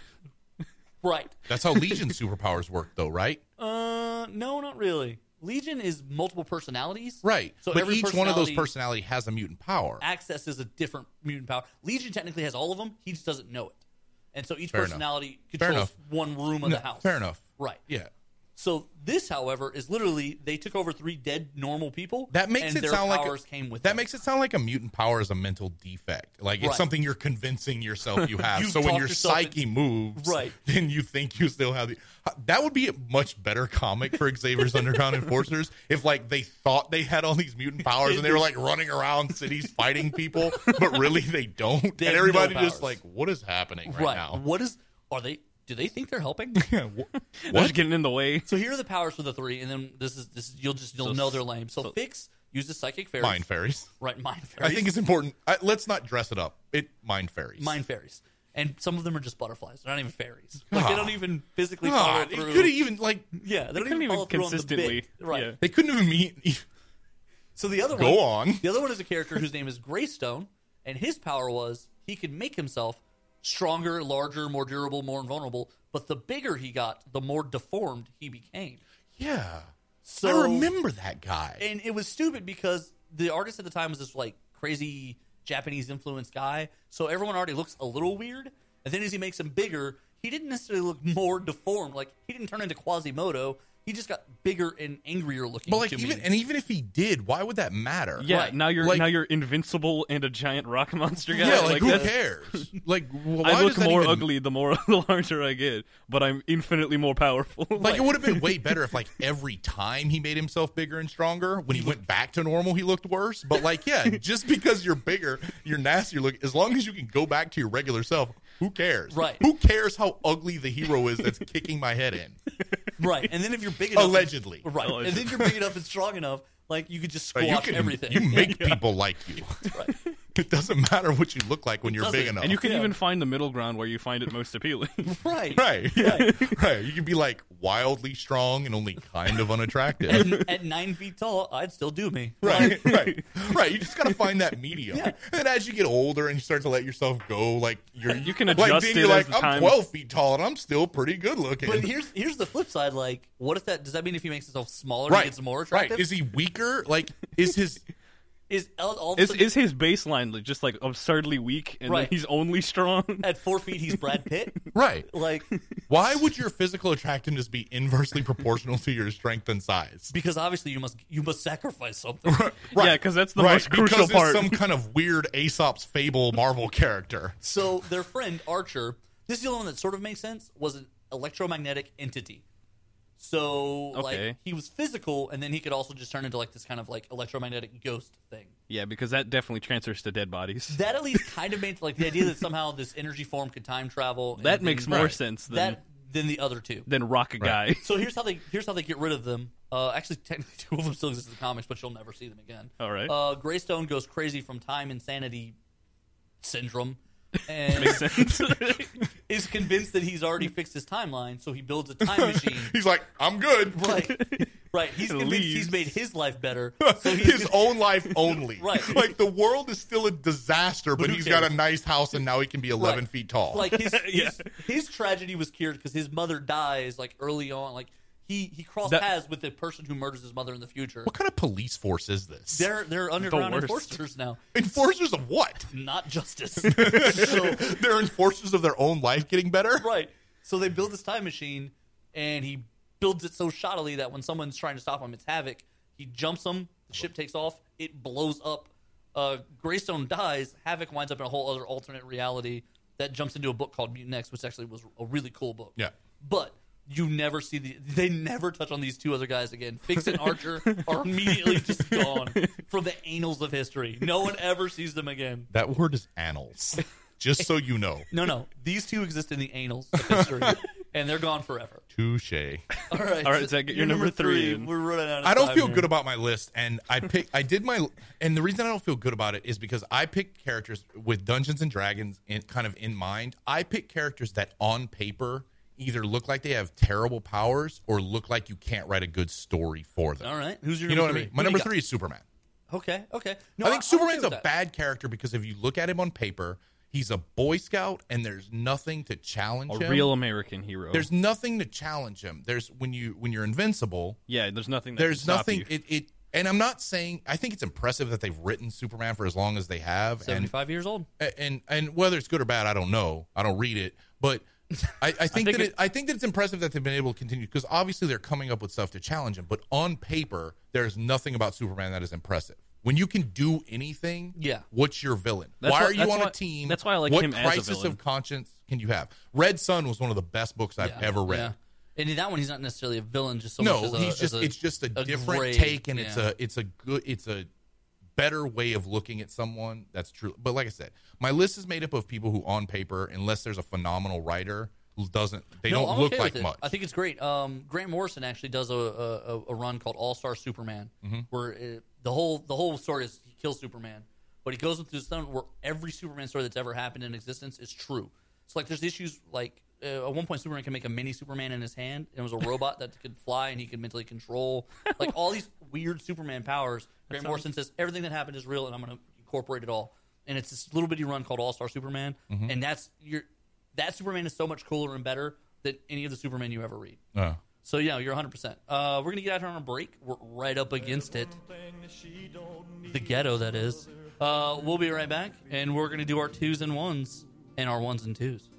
B: right.
D: That's how Legion superpowers work though, right?
B: Uh, no, not really. Legion is multiple personalities.
D: Right.
B: So
D: but
B: every
D: each one of those
B: personality-
D: personality has a mutant power.
B: access is a different mutant power. Legion technically has all of them. He just doesn't know it. And so each
D: Fair enough.
B: personality
D: Fair
B: controls
D: enough.
B: one room of
D: No,
B: the house.
D: fair enough.
B: Right.
D: Yeah.
B: So this, however, is literally they took over three dead normal people.
D: That makes
B: and
D: it
B: their
D: sound like
B: powers came with
D: that
B: them.
D: makes it sound like a mutant power is a mental defect. Like
B: Right.
D: it's something you're convincing yourself you have.
B: You've
D: so when
B: talked
D: your
B: yourself in-
D: psyche moves,
B: Right.
D: then you think you still have the. uh, That would be a much better comic for Xavier's Underground Enforcers if like they thought they had all these mutant powers and they were like running around cities fighting people, but really they don't.
B: They
D: and
B: have no
D: everybody just
B: powers.
D: like, what is happening right,
B: right
D: now?
B: What is? Are they? Do they think they're helping?
C: What's getting in the way?
B: so here are the powers for the three, and then this is this. Is, you'll just you'll
C: So
B: know
C: s-
B: they're lame. So, fix uses psychic fairies.
D: Mind fairies.
B: Right. Mind
D: I
B: fairies.
D: think it's important. I, let's not dress it up. It mind fairies.
B: mind fairies. And some of them are just butterflies. They're not even fairies. Like they
D: God.
B: don't even physically follow
D: God, it
B: through.
D: could even like
B: yeah, they, don't
C: couldn't
B: even,
C: even
B: follow through on the
C: consistently-
B: bit. Right.
C: yeah.
D: they couldn't even meet.
B: So the other
D: Go
B: one,
D: on.
B: The other one is a character whose name is Greystone, and his power was he could make himself stronger, larger, more durable, more invulnerable. But the bigger he got, the more deformed he became.
D: Yeah.
B: So
D: I remember that guy.
B: and it was stupid because the artist at the time was this like crazy Japanese influenced guy, so everyone already looks a little weird. And then as he makes him bigger, he didn't necessarily look more deformed. Like he didn't turn into Quasimodo. He He just got bigger and angrier looking.
D: But like
B: to
D: even
B: me.
D: and even if he did, why would that matter?
C: Yeah,
B: Right.
C: now you're
D: Like-
C: now you're invincible and a giant rock monster guy.
D: Yeah, like, who
C: that's-
D: cares? like wh- why
C: I
D: does
C: look
D: that
C: more
D: even-
C: ugly the more the larger I get, but I'm infinitely more powerful.
D: Like it would have been way better if like every time he made himself bigger and stronger, when he went back to normal, he looked worse. But like, yeah, just because you're bigger, you're nastier look, as long as you can go back to your regular self, who cares?
B: Right.
D: Who cares how ugly the hero is that's kicking my head in?
B: right. And then if you're big enough,
D: Allegedly.
B: right? And then if you're big enough and strong enough, like you could just
D: Like,
B: squash
D: you can,
B: everything.
D: You make people like you.
B: Right.
D: It doesn't matter what you look like when you're big
B: doesn't.
D: enough.
C: and you can
B: Yeah.
C: even find the middle ground where you find it most appealing.
B: right,
D: right. Yeah. right. You can be like wildly strong and only kind of unattractive.
B: At- At nine feet tall, I'd still do me.
D: Right, right, right. You just gotta find that medium. And as you get older and you start to let yourself go, like you're,
C: You can
D: like
C: adjust
D: then
C: it as
D: you're like,
C: the
D: I'm
C: time-
D: 12 feet tall and I'm still pretty good looking.
B: But here's here's the flip side. Like, what if that? Does that mean if he makes himself smaller,
D: right,
B: he gets more attractive?
D: right. Is he weaker? Like, is his
B: Is all, all of a
C: is
B: sudden-
C: is his baseline like, just like absurdly weak, and
B: Right.
C: then he's only strong?
B: at four feet he's Brad Pitt?
D: right?
B: Like,
D: Why would your physical attractiveness be inversely proportional to your strength and size?
B: because obviously you must you must sacrifice something.
D: Right,
C: Yeah, 'cause that's the
D: right,
C: most crucial
D: because it's
C: part.
D: some kind of weird Aesop's fable Marvel character.
B: So their friend Archer, this is the only one that sort of makes sense, was an electromagnetic entity. So like
C: Okay.
B: he was physical, and then he could also just turn into like this kind of like electromagnetic ghost thing.
C: Yeah, because that definitely transfers to dead bodies.
B: That at least kind of made like the idea that somehow this energy form could time travel. and
C: That
B: then-
C: makes more
D: Right.
C: sense than
B: that than the other two.
C: than rock a guy.
B: So here's how they here's how they get rid of them. Uh, actually, technically, two of them still exist in the comics, but you'll never see them again.
C: All right.
B: Uh, Greystone goes crazy from time insanity syndrome, and is convinced that he's already fixed his timeline, so he builds a time machine.
D: He's like, I'm good.
B: right, right. He's
C: And
B: convinced he's
C: leaves.
B: made his life better, so he's
D: his own life only.
B: Right.
D: Like the world is still a disaster, but,
B: who
D: he's got
B: cares?
D: a nice house and now he can be 11
B: Right.
D: feet tall.
B: like his
C: Yeah.
B: his, his tragedy was cured because his mother dies like early on. Like he he crossed
C: That-
B: paths with the person who murders his mother in the future.
D: what kind of police force is this?
B: They're they're underground
C: worst.
B: enforcers now.
D: enforcers of what?
B: not justice. so,
D: They're enforcers of their own life getting better?
B: right. So they build this time machine, and he builds it so shoddily that when someone's trying to stop him, it's havoc. He jumps them. The ship takes off. It blows up. Uh, Greystone dies. Havoc winds up in a whole other alternate reality that jumps into a book called Mutant X, which actually was a really cool book.
D: Yeah.
B: But you never see the. They never touch on these two other guys again. Fix and Archer are immediately just gone from the annals of history. No one ever sees them again.
D: That word is annals. Just so you know.
B: No, no. These two exist in the annals of history, and they're gone forever.
D: Touche.
B: All right.
C: All right, Zach, get your number three in.
B: We're running out of
D: I don't
B: time
D: feel
B: here.
D: good about my list, and I pick. I did my, and the reason I don't feel good about it is because I picked characters with Dungeons and Dragons in, kind of in mind. I pick characters that on paper either look like they have terrible powers or look like you can't write a good story for them.
B: All right. Who's your
D: You know
B: number
D: what I
B: three?
D: mean?
B: Who
D: My
B: do
D: number
B: you got?
D: three is Superman.
B: Okay, okay. No,
D: I think
B: I'm
D: Superman's
B: okay
D: a
B: with that.
D: bad character because if you look at him on paper, he's a Boy Scout, and there's nothing to challenge
C: A
D: him.
C: real American hero.
D: there's nothing to challenge him. There's when you when you're invincible,
C: yeah, there's nothing. That
D: there's
C: can stop
D: nothing
C: you.
D: it, it and i'm not saying i think it's impressive that they've written superman for as long as they have and
B: Seventy-five years old.
D: and and whether it's good or bad i don't know i don't read it but I, I think that
C: it-
D: it, I think that it's impressive that they've been able to continue because obviously they're coming up with stuff to challenge him. But on paper, there's nothing about Superman that is impressive. When you can do anything,
B: Yeah.
D: what's your villain?
C: That's
D: why
C: why-
D: are you
C: that's
D: on
C: why-
D: a team?
C: that's why I like
D: what
C: him as a
D: crisis
C: villain.
D: of conscience can you have? Red Sun was one of the best books I've
B: Yeah,
D: ever read.
B: Yeah. And in that one, he's not necessarily a villain. Just so much
D: No,
B: as a,
D: he's
B: as
D: just
B: a-
D: it's just a,
B: a
D: different
B: gray-
D: take, and it's
B: yeah.
D: a it's a good it's a better way of looking at someone. That's true. But like I said, my list is made up of people who, on paper, unless there's a phenomenal writer, doesn't they
B: No,
D: don't
B: I'm
D: look
B: okay with
D: like
B: it.
D: much.
B: I think it's great. Um, Grant Morrison actually does a, a, a- a run called All Star Superman,
D: Mm-hmm.
B: where it, the whole the whole story is he kills Superman, but he goes into this thing where every Superman story that's ever happened in existence is true. So like, there's issues like uh, at one point Superman can make a mini Superman in his hand, and it was a robot that could fly and he could mentally control like all these weird Superman powers. Grant Morrison says everything that happened is real, and I'm going to incorporate it all. And it's this little bitty run called All Star Superman,
D: Mm-hmm.
B: and that's your that Superman is so much cooler and better than any of the Superman you ever read.
D: Uh,
B: So yeah, you're 100. percent uh, We're gonna get out here on a break. We're right up against it, the ghetto that is. Uh, we'll be right back, and we're gonna do our twos and ones and our ones and twos.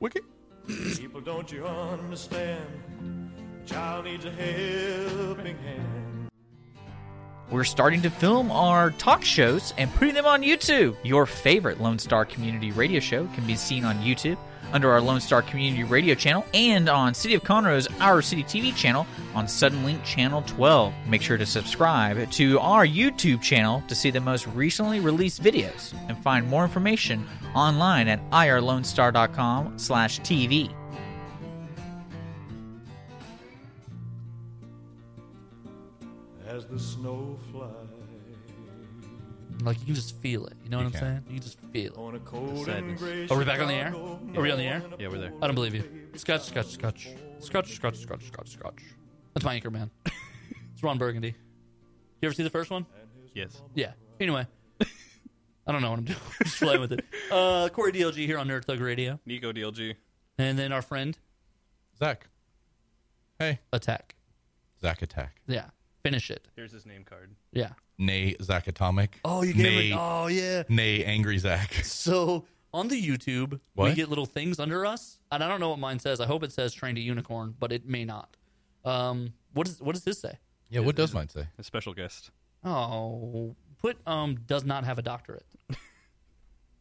D: wicked.
F: People, don't you understand? Child needs a helping hand.
E: We're starting to film our talk shows and putting them on YouTube. Your favorite Lone Star Community Radio show can be seen on YouTube under our Lone Star Community Radio channel and on City of Conroe's Our City TV channel on Suddenlink Channel 12. Make sure to subscribe to our YouTube channel to see the most recently released videos and find more information online at irlonestar.com slash TV.
F: As the snow flies
B: Like you can just feel it. You know
D: You
B: what I'm
D: can.
B: saying? You can just feel
F: on a cold and
C: sadness.
F: gray
B: it. Are we back on the air?
F: Chicago
B: Are we on the air?
F: morning,
C: Yeah, we're there.
B: I don't believe you. Scotch, scotch, scotch. Scotch, scotch, scotch, scotch, scotch. That's my anchor man. it's Ron Burgundy. You ever see the first one?
C: Yes.
B: Yeah. Anyway. I don't know what I'm doing. I'm just playing with it. Uh, Corey DLG here on Nerd Thug Radio.
C: Nico DLG.
B: And then our friend,
D: Zach. Hey,
B: Attack.
D: Zach Attack.
B: Yeah. Finish it.
C: Here's his name card.
B: Yeah.
D: Nay, Zach Atomic.
B: Oh, you
D: nay,
B: gave it. Oh, yeah.
D: nay, angry Zach.
B: So on the YouTube, we
D: What?
B: get little things under us, and I don't know what mine says. I hope it says "trained a unicorn," but it may not. Um, what does what does this say?
D: Yeah, what does mine say?
C: A special guest.
B: Oh, put um does not have a doctorate.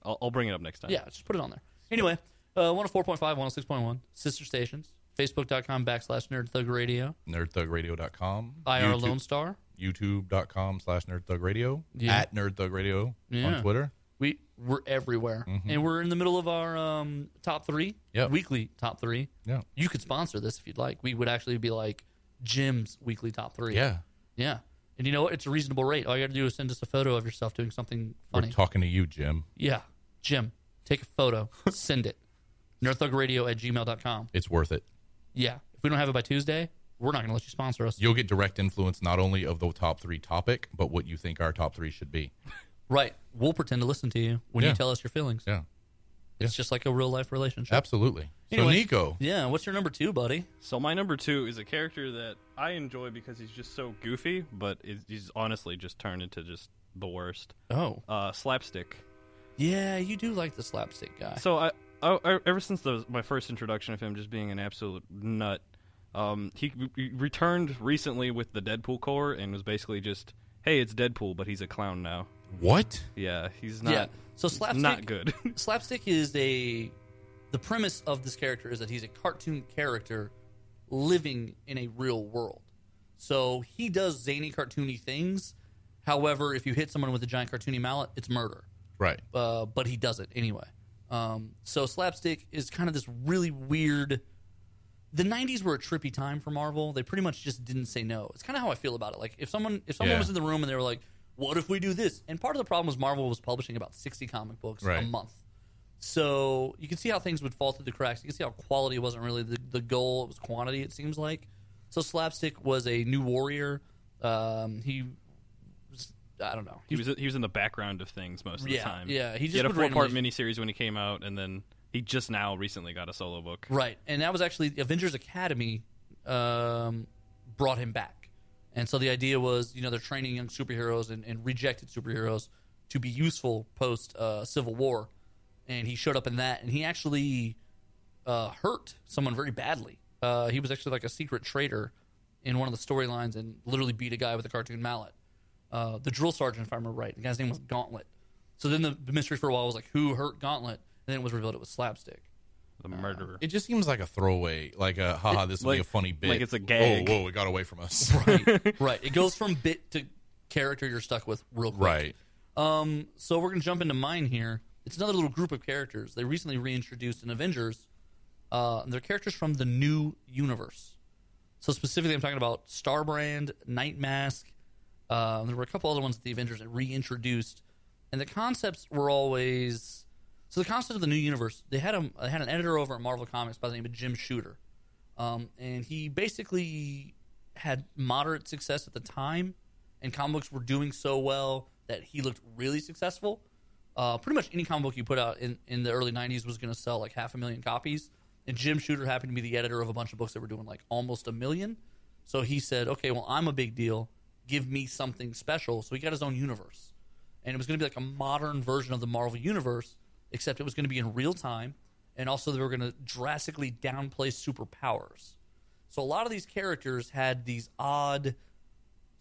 C: I'll, I'll bring it up next time.
B: Yeah, just put it on there. Anyway, uh, 104.5, 106.1, sister stations, facebook.com backslash nerd thug radio,
D: Nerdthugradio.com.
B: IR
D: YouTube-
B: Lone Star.
D: YouTube.com slash nerdthugradio.
B: Yeah.
D: At nerdthugradio
B: Yeah.
D: on Twitter.
B: We, we're everywhere. And we're in the middle of our um, top three,
D: Mm-hmm. Yep.
B: weekly top three.
D: Yeah.
B: You could sponsor this if you'd like. We would actually be like Jim's weekly top three.
D: Yeah.
B: Yeah. And you know what? It's a reasonable rate. All you got to do is send us a photo of yourself doing something funny.
D: We're talking to you, Jim.
B: yeah. Jim, take a photo, send it. Nerdthugradio at gmail.com.
D: It's worth it.
B: Yeah. If we don't have it by Tuesday, we're not going to let you sponsor us.
D: You'll get direct influence not only of the top three topic, but what you think our top three should be.
B: Right. We'll pretend to listen to you when you
D: Yeah.
B: tell us your feelings.
D: Yeah.
B: It's just like a real life relationship.
D: Absolutely.
B: Anyway.
D: So Nico.
B: Yeah. What's your number two, buddy?
C: So my number two is a character that I enjoy because he's just so goofy, but is, he's honestly just turned into just the worst.
B: Oh.
C: Uh, slapstick.
B: Yeah. You do like the slapstick guy.
C: So I, I, I- ever since the, my first introduction of him just being an absolute nut, um, he, he returned recently with the Deadpool core and was basically just, hey, it's Deadpool, but he's a clown now.
D: What?
C: Yeah, he's not.
B: Yeah. So
C: he's
B: slapstick-
C: not good.
B: slapstick is a the premise of this character is that he's a cartoon character living in a real world so he does zany cartoony things however if you hit someone with a giant cartoony mallet it's murder
D: Right.
B: uh, but he does it anyway um, so slapstick is kind of this really weird the 90s were a trippy time for marvel they pretty much just didn't say no it's kind of how i feel about it like if someone if someone
D: Yeah.
B: was in the room and they were like what if we do this and part of the problem was marvel was publishing about 60 comic books a
D: Right.
B: month so you can see how things would fall through the cracks. You can see how quality wasn't really the, the goal; it was quantity. It seems like. So slapstick was a new warrior. Um, he was, I don't know.
C: he was he was in the background of things most of
B: Yeah,
C: the time.
B: yeah, he just
C: had a
B: would
C: four part
B: randomly-
C: miniseries when he came out, and then he just now recently got a solo book.
B: Right, and that was actually Avengers Academy um, brought him back, and so the idea was, you know, they're training young superheroes and, and rejected superheroes to be useful post uh, Civil War, and he showed up in that, and he actually uh, hurt someone very badly. Uh, he was actually like a secret traitor in one of the storylines, and literally beat a guy with a cartoon mallet. Uh, the drill sergeant, if I remember right, the guy's name was Gauntlet. So then the, the mystery for a while was like, who hurt Gauntlet? And then it was revealed it was Slapstick.
C: The
B: Uh,
C: murderer.
D: It just seems like a throwaway, like a haha, this will be
C: like-
D: a funny bit.
C: like it's a gag.
D: Oh, whoa, it got away from us.
B: right, right. It goes from bit to character you're stuck with real quick.
D: right.
B: Um, so we're gonna jump into mine here. It's another little group of characters. They recently reintroduced in Avengers. Uh, they're characters from the new universe. So specifically, I'm talking about Starbrand, Night Mask. Um, there were a couple other ones that the Avengers had reintroduced, and the concepts were always. So the concept of the new universe, they had a, they had an editor over at Marvel Comics by the name of Jim Shooter, um, and he basically had moderate success at the time, and comic books were doing so well that he looked really successful. Uh, pretty much any comic book you put out in, in the early 90s was going to sell like half a million copies. And Jim Shooter happened to be the editor of a bunch of books that were doing like almost a million. So he said, okay, well, I'm a big deal. Give me something special. So he got his own universe. And it was going to be like a modern version of the Marvel Universe, except it was going to be in real time. And also, they were going to drastically downplay superpowers. So a lot of these characters had these odd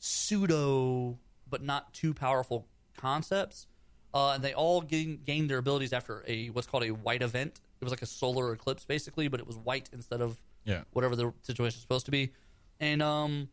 B: pseudo but not too powerful concepts. Uh, and they all gain, gained their abilities after a what's called a white event. It was like a solar eclipse, basically, but it was white instead of
D: Yeah.
B: whatever the situation is supposed to be. And um,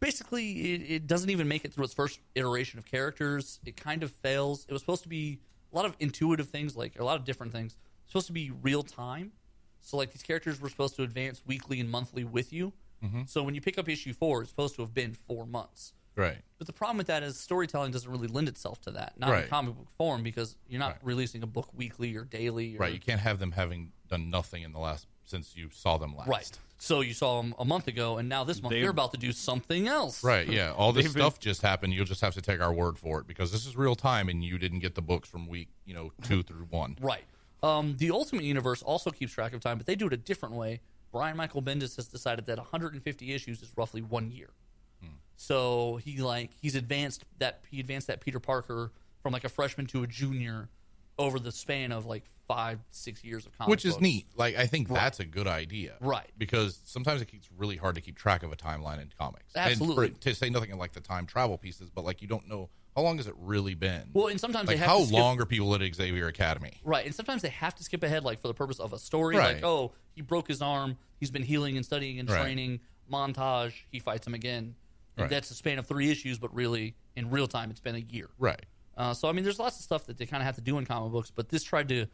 B: basically, it, it doesn't even make it through its first iteration of characters. It kind of fails. It was supposed to be a lot of intuitive things, like a lot of different things. It's supposed to be real time. So, like, these characters were supposed to advance weekly and monthly with you.
D: Mm-hmm.
B: So, when you pick up issue four, it's supposed to have been four months.
D: Right.
B: But the problem with that is storytelling doesn't really lend itself to that, not in
D: Right.
B: comic book form, because you're not
D: Right.
B: releasing a book weekly or daily. Or,
D: Right. You can't have them having done nothing in the last since you saw them last.
B: Right. So you saw them a month ago, and now this month
C: They-
B: you're about to do something else.
D: Right. Yeah. All this
C: They've been-
D: stuff just happened. You'll just have to take our word for it because this is real time, and you didn't get the books from week, you know, two through one.
B: Right. Um, the Ultimate Universe also keeps track of time, but they do it a different way. Brian Michael Bendis has decided that 150 issues is roughly one year. So he like he's advanced that he advanced that Peter Parker from like a freshman to a junior over the span of like five six years of comic
D: Which is
B: books.
D: neat. Like I think that's a good idea.
B: Right.
D: Because sometimes it gets really hard to keep track of a timeline in comics. And
B: Absolutely.
D: for- to say nothing of like the time travel pieces, but like you don't know how long has it really been.
B: Well, and sometimes
D: like
B: they have
D: how
B: to skip-
D: long are people at Xavier Academy?
B: Right, and sometimes they have to skip ahead, like for the purpose of a story, like
D: Right.
B: oh, he broke his arm, he's been healing and studying and
D: Right.
B: training. Montage, he fights him again. And
D: Right.
B: That's a span of three issues, but really, in real time, it's been a year.
D: Right.
B: Uh, so I mean, there's lots of stuff that they kind of have to do in comic books, but this tried to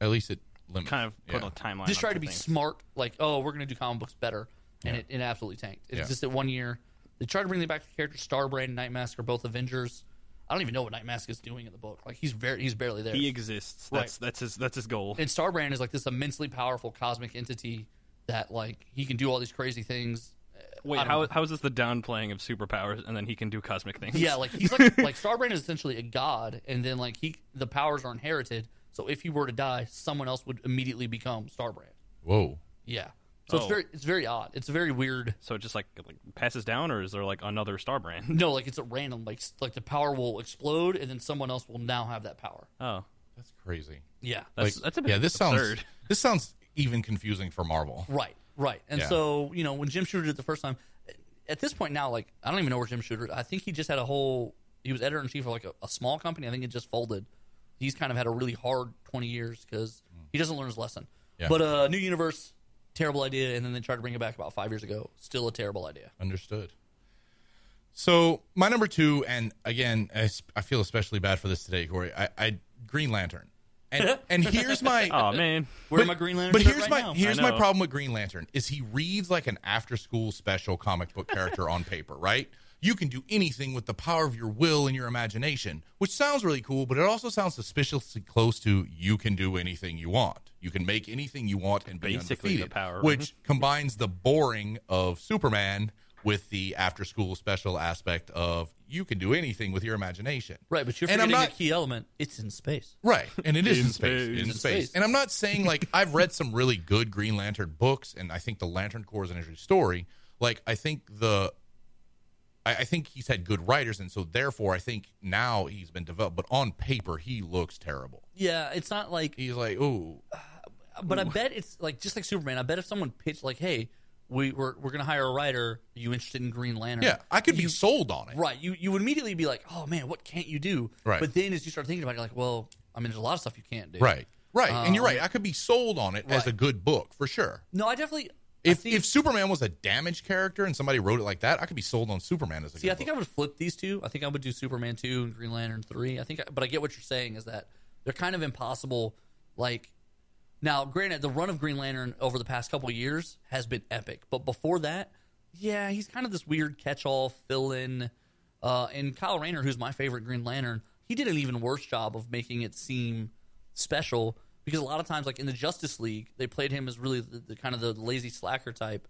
D: At least it limits.
C: Kind of put
D: Yeah.
C: a timeline.
B: this tried
C: onto
B: to be
C: things.
B: smart, like oh, we're going to do comic books better, and it, it absolutely tanked. It
D: Yeah.
B: existed one year. They tried to bring back the characters Starbrand and Night Mask are both Avengers. I don't even know what Night Mask is doing in the book. Like he's very he's barely there.
C: He exists. That's that's his that's his goal.
B: and Starbrand is like this immensely powerful cosmic entity that like he can do all these crazy things.
C: Wait, how, how is this the downplaying of superpowers and then he can do cosmic things?
B: Yeah, like he's like like Starbrand is essentially a god, and then like he the powers are inherited. So if he were to die, someone else would immediately become Starbrand.
D: Whoa.
B: Yeah. So it's
C: Oh.
B: very it's very odd. It's a very weird.
C: So it just like, like passes down, or is there like another star brand?
B: No, like it's a random like s- like the power will explode, and then someone else will now have that power.
C: Oh,
D: That's crazy.
B: Yeah.
C: that's that's a bit
D: yeah, this
C: absurd.
D: sounds this sounds even confusing for Marvel.
B: Right, right. And
D: Yeah.
B: so, you know, when Jim Shooter did it the first time, at this point now, like, I don't even know where Jim Shooter I think he just had a whole, he was editor in chief of like a, a small company. I think it just folded. He's kind of had a really hard 20 years because he doesn't learn his lesson.
D: Yeah.
B: But uh, New Universe, terrible idea. And then they tried to bring it back about five years ago. Still a terrible idea.
D: Understood. So my number two, and again, I, s- I feel especially bad for this today, Corey. I, I Green Lantern, and and here's my
C: Oh man,
B: Where am I Green Lantern?
D: but
B: shirt
D: here's
B: right
D: my
B: now?
D: here's
C: I
D: my
C: know.
D: problem with Green Lantern is he reads like an after school special comic book character on paper, right? You can do anything with the power of your will and your imagination, which sounds really cool, but it also sounds suspiciously close to you can do anything you want. You can make anything you want and be
C: Basically the
D: undefeated,
C: power. mm-hmm.
D: which combines the boring of Superman with the after school special aspect of you can do anything with your imagination.
B: Right, but you're
D: And I'm
B: forgetting
D: not-
B: the key element. It's in space.
D: Right. And it is in, space.
C: space.
D: It is
B: In
D: in space.
B: space.
D: And I'm not saying like I've read some really good Green Lantern books and I think the Lantern Corps is an interesting story. Like I think the I, I think he's had good writers and so therefore I think now he's been developed, but on paper he looks terrible.
B: Yeah, it's not like
D: He's like, ooh,
B: But I bet it's like just like Superman. I bet if someone pitched like, "Hey, we we're, we're gonna hire a writer. Are you interested in Green Lantern?"
D: yeah, I could be sold on it.
B: right. You you would immediately be like, "Oh man, what can't you do?"
D: Right.
B: But then as you start thinking about it, you're like, "Well, I mean, there's a lot of stuff you can't do."
D: Right. Right. and you're right. I could be sold on it as a good book for sure.
B: No, Um, I definitely. I
D: If
B: think,
D: if Superman was a damaged character and somebody wrote it like that, I could be sold on Superman as a
B: see,
D: good
B: I think I
D: book.
B: would flip these two. I think I would do Superman two and Green Lantern three. I think, but I get what you're saying is that they're kind of impossible. Like now, granted, the run of Green Lantern over the past couple of years has been epic, but before that, yeah, he's kind of this weird catch-all fill-in. Uh, and Kyle Rayner, who's my favorite Green Lantern, he did an even worse job of making it seem special because a lot of times, like in the Justice League, they played him as really the, the kind of the lazy slacker type.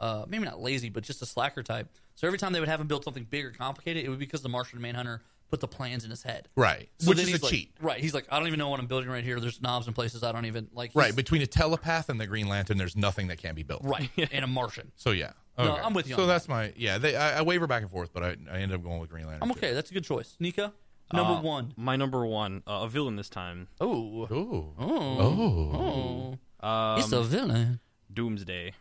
B: Uh, maybe not lazy, but just a slacker type. So every time they would have him build something big or complicated, it would be because the Martian Manhunter put the plans in his head.
D: Right.
B: So
D: Which
B: then
D: is
B: he's
D: a
B: like-
D: cheat.
B: Right. He's like, I don't even know what I'm building right here. There's knobs and places I don't even like. he's-
D: Right, between a telepath and the Green Lantern, there's nothing that can be built.
B: right. And a Martian.
D: So yeah,
B: No, I'm with you
D: So
B: on
D: that's my yeah. They, I, I waver back and forth, but I, I end up going with Green Lantern.
B: I'm
D: too.
B: okay. That's a good choice. Nika, number
C: Uh,
B: one.
C: My number one, uh, a villain this time,
B: Oh,
D: Ooh. um,
B: oh,
D: Oh.
B: it's a villain.
C: Doomsday. Oh,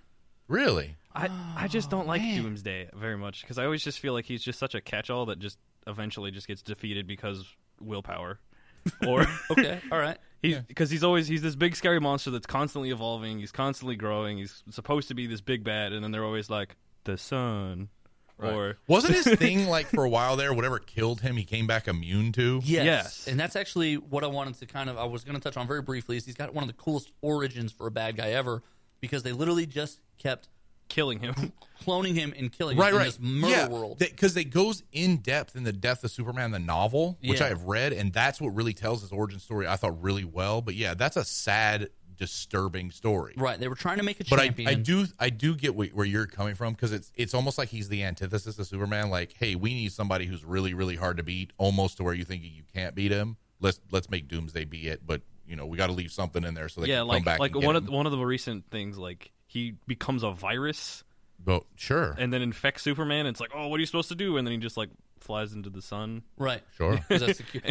D: Really?
C: I I just don't like Doomsday very much because I always just feel like he's just such a catch-all that just eventually just gets defeated because willpower, or
B: Okay, all right.
C: he's because he's always he's this big scary monster that's constantly evolving, he's constantly growing, he's supposed to be this big bad, and then they're always like the sun, or
D: Wasn't his thing like for a while there, whatever killed him, he came back immune to?
B: Yes.
C: Yes.
B: And that's actually what I wanted to kind of I was going to touch on very briefly is he's got one of the coolest origins for a bad guy ever because they literally just kept
C: killing him.
B: cloning him and killing
D: Right,
B: him
D: right.
B: in this murder world.
D: Because it goes in depth in the death of Superman, the novel, which
B: Yeah.
D: I have read, and that's what really tells his origin story, I thought, really well. But yeah, that's a sad, disturbing story.
B: right. They were trying to make a
D: But I,
B: champion.
D: I do I do get wh- where you're coming from because it's it's almost like he's the antithesis of Superman. Like, hey, we need somebody who's really really hard to beat, almost to where you think you can't beat him. Let's let's make Doomsday be it, but you know we got to leave something in there so they
C: yeah,
D: can come
C: like
D: back.
C: like
D: and get
C: one of
D: him.
C: one of the more recent things like he becomes a virus
D: Well, sure,
C: and then infects Superman. And it's like, oh, what are you supposed to do? And then he just like flies into the sun.
B: Right.
D: sure.
B: 'Cause that's the cure.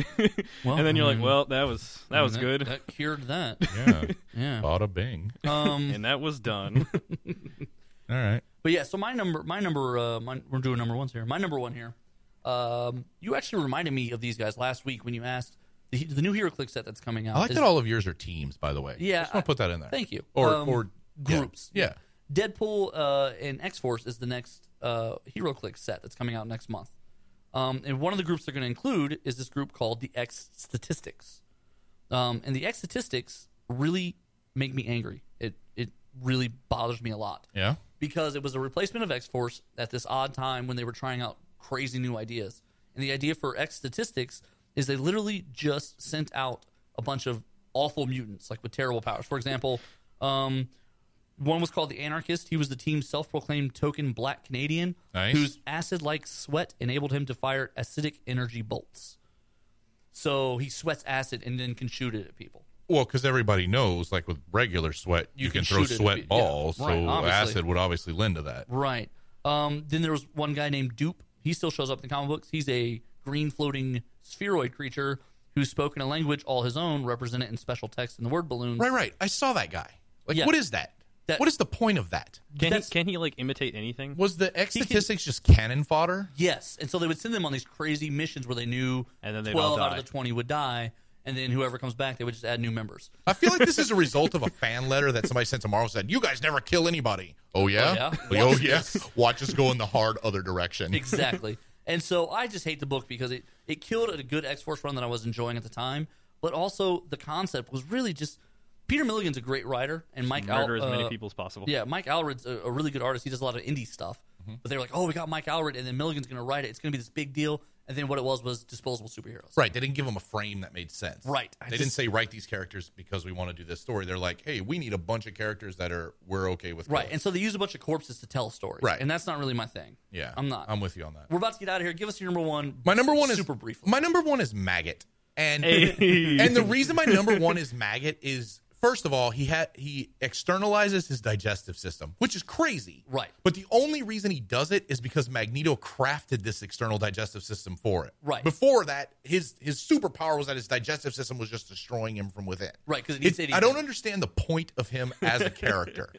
B: Well,
C: and then you're
B: I
C: like,
B: mean,
C: well, that was that
B: I
C: was
B: mean,
C: good,
B: That cured that.
D: yeah,
B: Yeah.
D: bada bing. All
B: Um
C: and that was done.
D: right,
B: But yeah, so my number, my number, uh, my, we're doing number ones here. My number one here. Um, you actually reminded me of these guys last week when you asked the, the new Hero Click set that's coming out.
D: I like
B: is-
D: that all of yours are teams, by the way.
B: Yeah,
D: I just
B: I-
D: want to put that in there.
B: Thank you.
D: Or
B: Um,
D: or yeah.
B: groups.
D: Yeah.
B: Deadpool uh, and X Force is the next uh, Hero Click set that's coming out next month. Um, and one of the groups they're going to include is this group called the X Statistics. Um, and the X Statistics really make me angry. It it really bothers me a lot.
D: yeah,
B: because it was a replacement of X Force at this odd time when they were trying out crazy new ideas. And the idea for X Statistics is they literally just sent out a bunch of awful mutants, like with terrible powers. For example, um, one was called the Anarchist. He was the team's self proclaimed token black Canadian,
D: Nice.
B: whose acid like sweat enabled him to fire acidic energy bolts. So he sweats acid and then can shoot it at people.
D: Well, because everybody knows, like with regular sweat, you,
B: can
D: can, throw
B: shoot it if
D: sweat
B: you- yeah,
D: balls,
B: right,
D: so
B: obviously.
D: acid would obviously lend to that.
B: Right. Um, then there was one guy named Dupe. He still shows up in the comic books. He's a green floating spheroid creature who spoke in a language all his own, represented in special text in the word balloons.
D: Right, right. I saw that guy. Like,
B: Yeah.
D: what is that?
B: That-
D: What is the point of that?
C: can he
B: That's-
C: can he like imitate anything?
D: Was the X
B: He can-
D: statistics just cannon fodder?
B: Yes. And so they would send them on these crazy missions where they knew
C: And then they'd
B: 12
C: all
B: out
C: die.
B: of the 20 would die. And then whoever comes back, they would just add new members.
D: I feel like this is a result of a fan letter that somebody sent to Marvel said, "You guys never kill anybody." Oh yeah,
B: Oh, yeah?
D: oh
B: Watch
D: yeah.
B: this.
D: Watch us go in the hard other direction.
B: exactly. And so I just hate the book because it, it killed a good X Force run that I was enjoying at the time. But also the concept was really just Peter Milligan's a great writer, and Mike Al-
C: Murder as many
B: uh,
C: people as possible.
B: Yeah, Mike Alred's a, a really good artist. He does a lot of indie stuff.
D: Mm-hmm.
B: But they were like, oh, we got Mike Alred, and then Milligan's going to write it. It's going to be this big deal. And then what it was was disposable superheroes.
D: Right. They didn't give them a frame that made sense.
B: Right.
D: They
B: I
D: didn't say write these characters because we want to do this story. They're like, hey, we need a bunch of characters that are we're okay with.
B: Right.
D: killing.
B: And so they use a bunch of corpses to tell stories.
D: Right.
B: And that's not really my thing.
D: yeah,
B: I'm not.
D: I'm with you on that.
B: We're about to get out of here. Give us your number one.
D: My number one is
B: super briefly.
D: My number one is maggot, and
C: Hey.
D: and the reason my number one is maggot is first of all he had he externalizes his digestive system, which is crazy,
B: Right.
D: But the only reason he does it is because Magneto crafted this external digestive system for it,
B: Right.
D: Before that, his his superpower was that his digestive system was just destroying him from within,
B: Right, 'cause it
D: It's-
B: eats anything.
D: I don't understand the point of him as a character.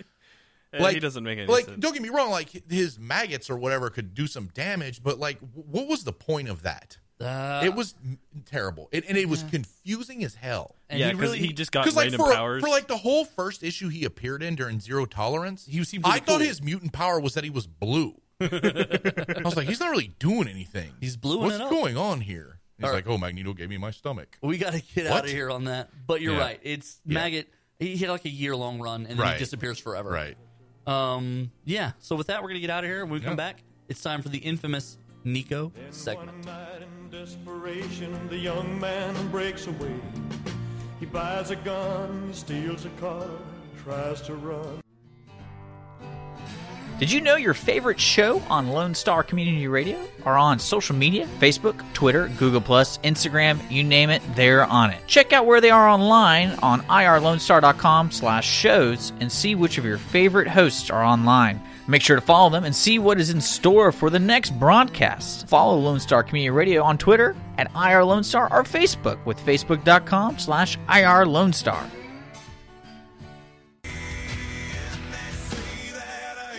C: Eh, he doesn't make any
D: like,
C: sense.
D: Don't get me wrong, like his maggots or whatever could do some damage, but like, wh- what was the point of that?
B: Uh,
D: it was m- terrible, it, and it was confusing as hell.
B: and
C: yeah,
B: he
C: because
B: really,
C: he, just got
D: Because like
C: random
D: for, a,
C: powers.
D: for like the whole first issue he appeared in during Zero Tolerance,
B: He seemed
D: I
B: really
D: thought
B: cool.
D: his mutant power was that he was blue. I was like, he's not really doing anything.
B: He's bluing
D: What's
B: it up.
D: going on here? He's
B: All
D: like, oh, Magneto gave me my stomach.
B: We got to get
D: What?
B: out of here on that. But you're
D: Yeah.
B: right. It's Maggot. He had like a year long run and then
D: Right.
B: he disappears forever.
D: Right.
B: Um, yeah. So with that, we're going to get out of here. When we
D: Yeah.
B: come back, it's time for the infamous Nico
F: Then
B: segment.
F: One night in desperation, the young man breaks away. He buys a gun, he steals a car, tries to run.
E: Did you know your favorite show on Lone Star Community Radio are on social media? Facebook, Twitter, Google+, Instagram, you name it, they're on it. Check out where they are online on irlonestar.com slash shows and see which of your favorite hosts are online. Make sure to follow them and see what is in store for the next broadcast. Follow Lone Star Community Radio on Twitter at IR Lone Star or Facebook with facebook.com slash IR Lone Star.
A: See that I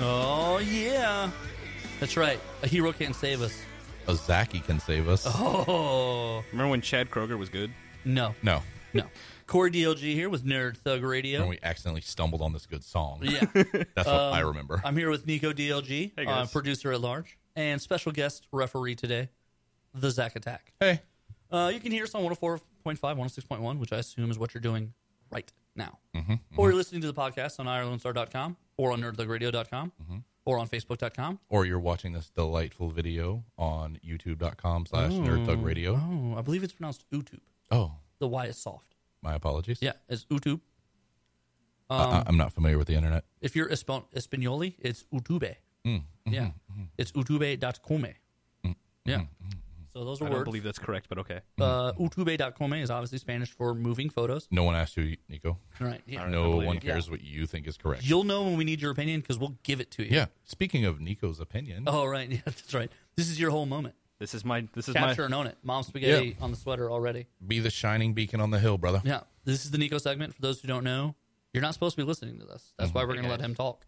B: Oh yeah, that's right. A hero can't save us.
D: Ozaki "Oh, can save us.
B: Oh
C: Remember when Chad Kroger was good?
B: no,
D: No.
B: no. Corey DLG here with Nerd Thug
D: When
B: Radio.
D: we accidentally stumbled on this good song.
B: Yeah, Um,
D: That's what I remember.
B: I'm here with Nico DLG,
C: Hey,
B: uh,
C: guys.
B: producer at large, and special guest referee today, the Zack Attack.
D: hey.
B: Uh, you can hear us on 104.5, 106.1, which I assume is what you're doing right now.
C: Mm-hmm,
B: Or you're listening to the podcast on IrelandStar.com or on nerdthugradio.com
C: Mm-hmm.
B: or on Facebook.com.
D: Or you're watching this delightful video on youtube.com slash
B: Mm.
D: nerdthugradio.
B: Oh, I believe it's pronounced YouTube.
D: Oh,
B: E, The Y is soft.
D: my apologies.
B: Yeah, um, it's YouTube.
D: I, I'm not familiar with the internet.
B: If you're Espan- Espanoli, it's Utube.
C: Mm, mm-hmm,
B: yeah, it's utube.com. Yeah. So those are
C: mm-hmm. I
B: words.
C: don't believe that's correct, but okay.
B: uh, utube.com is obviously Spanish for moving photos.
D: No one asked you, Nico.
B: Right. Yeah.
D: No
C: believe
D: one
C: you.
D: cares what you think is correct.
B: You'll know when we need your opinion because we'll give it to you.
D: yeah. Speaking of Nico's opinion,
B: Oh, right. Yeah, that's right. This is your whole moment.
C: This is my this is
B: Capture
C: my
B: and own it. Mom spaghetti on the sweater already.
D: be the shining beacon on the hill, brother.
B: Yeah. This is the Nico segment. For those who don't know, you're not supposed to be listening to this. That's why we're going to
C: Mm-hmm.
B: let him talk.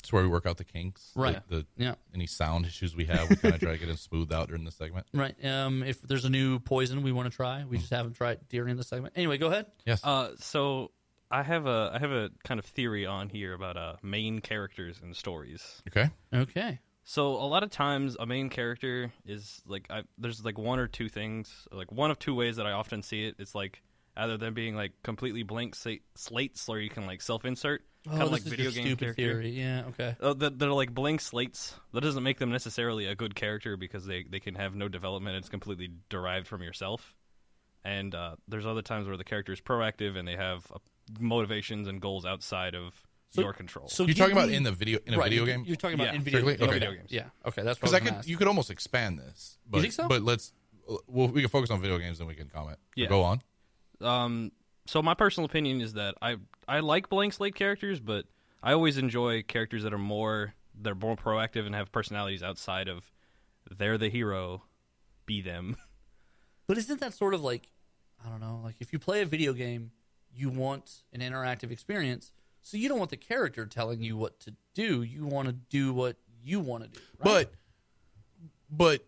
D: It's where we work out the kinks. the-
B: Right.
D: The,
B: Yeah.
D: Any sound issues we have, we kind of try to get them smoothed out during the segment.
B: Right. Um, if there's a new poison we want to try, we just haven't tried during the segment. Anyway, go ahead.
D: Yes.
C: uh so I have a I have a kind of theory on here about uh main characters and stories.
D: okay.
B: Okay.
C: So a lot of times a main character is like I, there's like one or two things, like one of two ways that I often see it. It's like either them being like completely blank sa- slates, or you can like self-insert, kind
B: oh,
C: of
B: this
C: like
B: is
C: video
B: your
C: game
B: stupid
C: character.
B: theory. Yeah. Okay.
C: Uh, that they're like blank slates. That doesn't make them necessarily a good character because they, they can have no development. It's completely derived from yourself. And uh, there's other times where the character is proactive and they have uh, motivations and goals outside of your control.
B: So
D: You're
B: give
D: talking about
B: me-
D: in the video in a
B: right,
D: video
B: you're-
D: game.
B: You're talking about
C: Yeah,
B: in video,
D: strictly?
B: yeah,
D: Okay.
B: video games. Yeah. Okay. That's
D: Because
B: what I was
D: I could,
B: gonna
D: you could almost expand this. But,
B: think so?
D: But let's, well, we can focus on video games, then we can comment.
C: Yeah.
D: Go on.
C: um, so my personal opinion is that I I like blank slate characters, but I always enjoy characters that are more they're more proactive and have personalities outside of they're the hero, be them.
B: But isn't that sort of like, I don't know, like if you play a video game, you want an interactive experience. So you don't want the character telling you what to do. You want to do what you want to do. Right?
D: But, but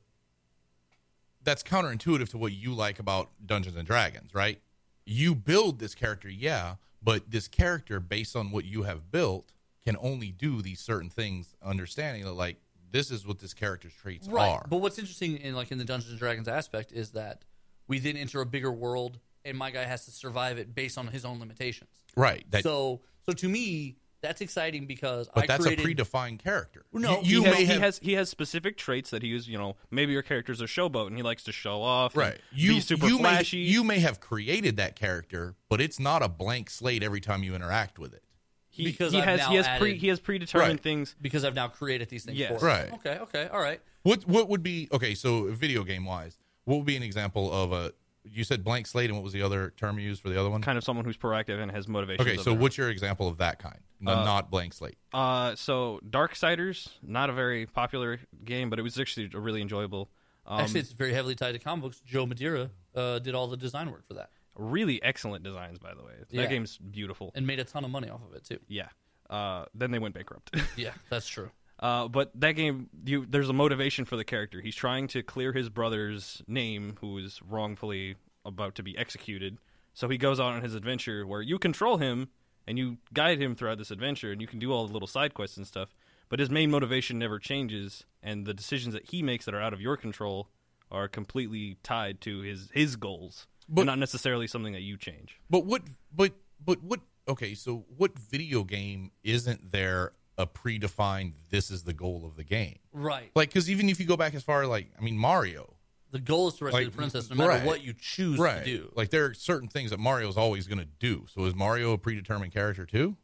D: that's counterintuitive to what you like about Dungeons and Dragons, right? You build this character, yeah, but this character, based on what you have built, can only do these certain things. Understanding that, like, this is what this character's traits
B: right.
D: are.
B: But what's interesting in like in the Dungeons and Dragons aspect is that we then enter a bigger world, and my guy has to survive it based on his own limitations.
D: right. That,
B: so, so to me, that's exciting because
D: but
B: I
D: that's
B: created,
D: a predefined character.
B: No,
D: you, you
C: he, has,
D: may
C: he
D: have.
C: has he has specific traits that he is. You know, maybe your character's a showboat and he likes to show off. and
D: Right, you
C: be super
D: you
C: flashy.
D: may you may have created that character, but it's not a blank slate every time you interact with it.
C: he,
B: because
C: he
B: I've
C: has
B: now
C: he has pre
B: added-
C: he has predetermined
D: Right.
C: things.
B: because I've now created these things.
C: Yes.
B: for us.
D: Right.
B: Okay. Okay. All right.
D: What what would be okay? So video game wise, what would be an example of a? You said blank slate, and what was the other term you used for the other one?
C: Kind of someone who's proactive and has motivation.
D: Okay, so what's your example of that kind? The not blank slate.
C: Uh, so Darksiders, not a very popular game, but it was actually really enjoyable. Um,
B: Actually, it's very heavily tied to comic books. Joe Madeira uh, did all the design work for that
C: really excellent designs, by the way. That
B: Yeah.
C: game's beautiful.
B: and made a ton of money off of it too.
C: yeah. Uh, then they went bankrupt.
B: Yeah, that's true.
C: Uh, but that game, you there's a motivation for the character. He's trying to clear his brother's name, who is wrongfully about to be executed. So he goes out on his adventure, where you control him and you guide him throughout this adventure, and you can do all the little side quests and stuff. But his main motivation never changes, and the decisions that he makes that are out of your control are completely tied to his his goals,
D: But-
C: but not necessarily something that you change.
D: But what? But but what? Okay, so what video game isn't there a predefined? This is the goal of the game.
B: Right.
D: Like, because even if you go back as far, like I mean Mario,
B: the goal is to rescue
D: Like,
B: the princess, no matter
D: right.
B: what you choose to do.
D: Like there are certain things that Mario's always going to do. So is Mario a predetermined character too?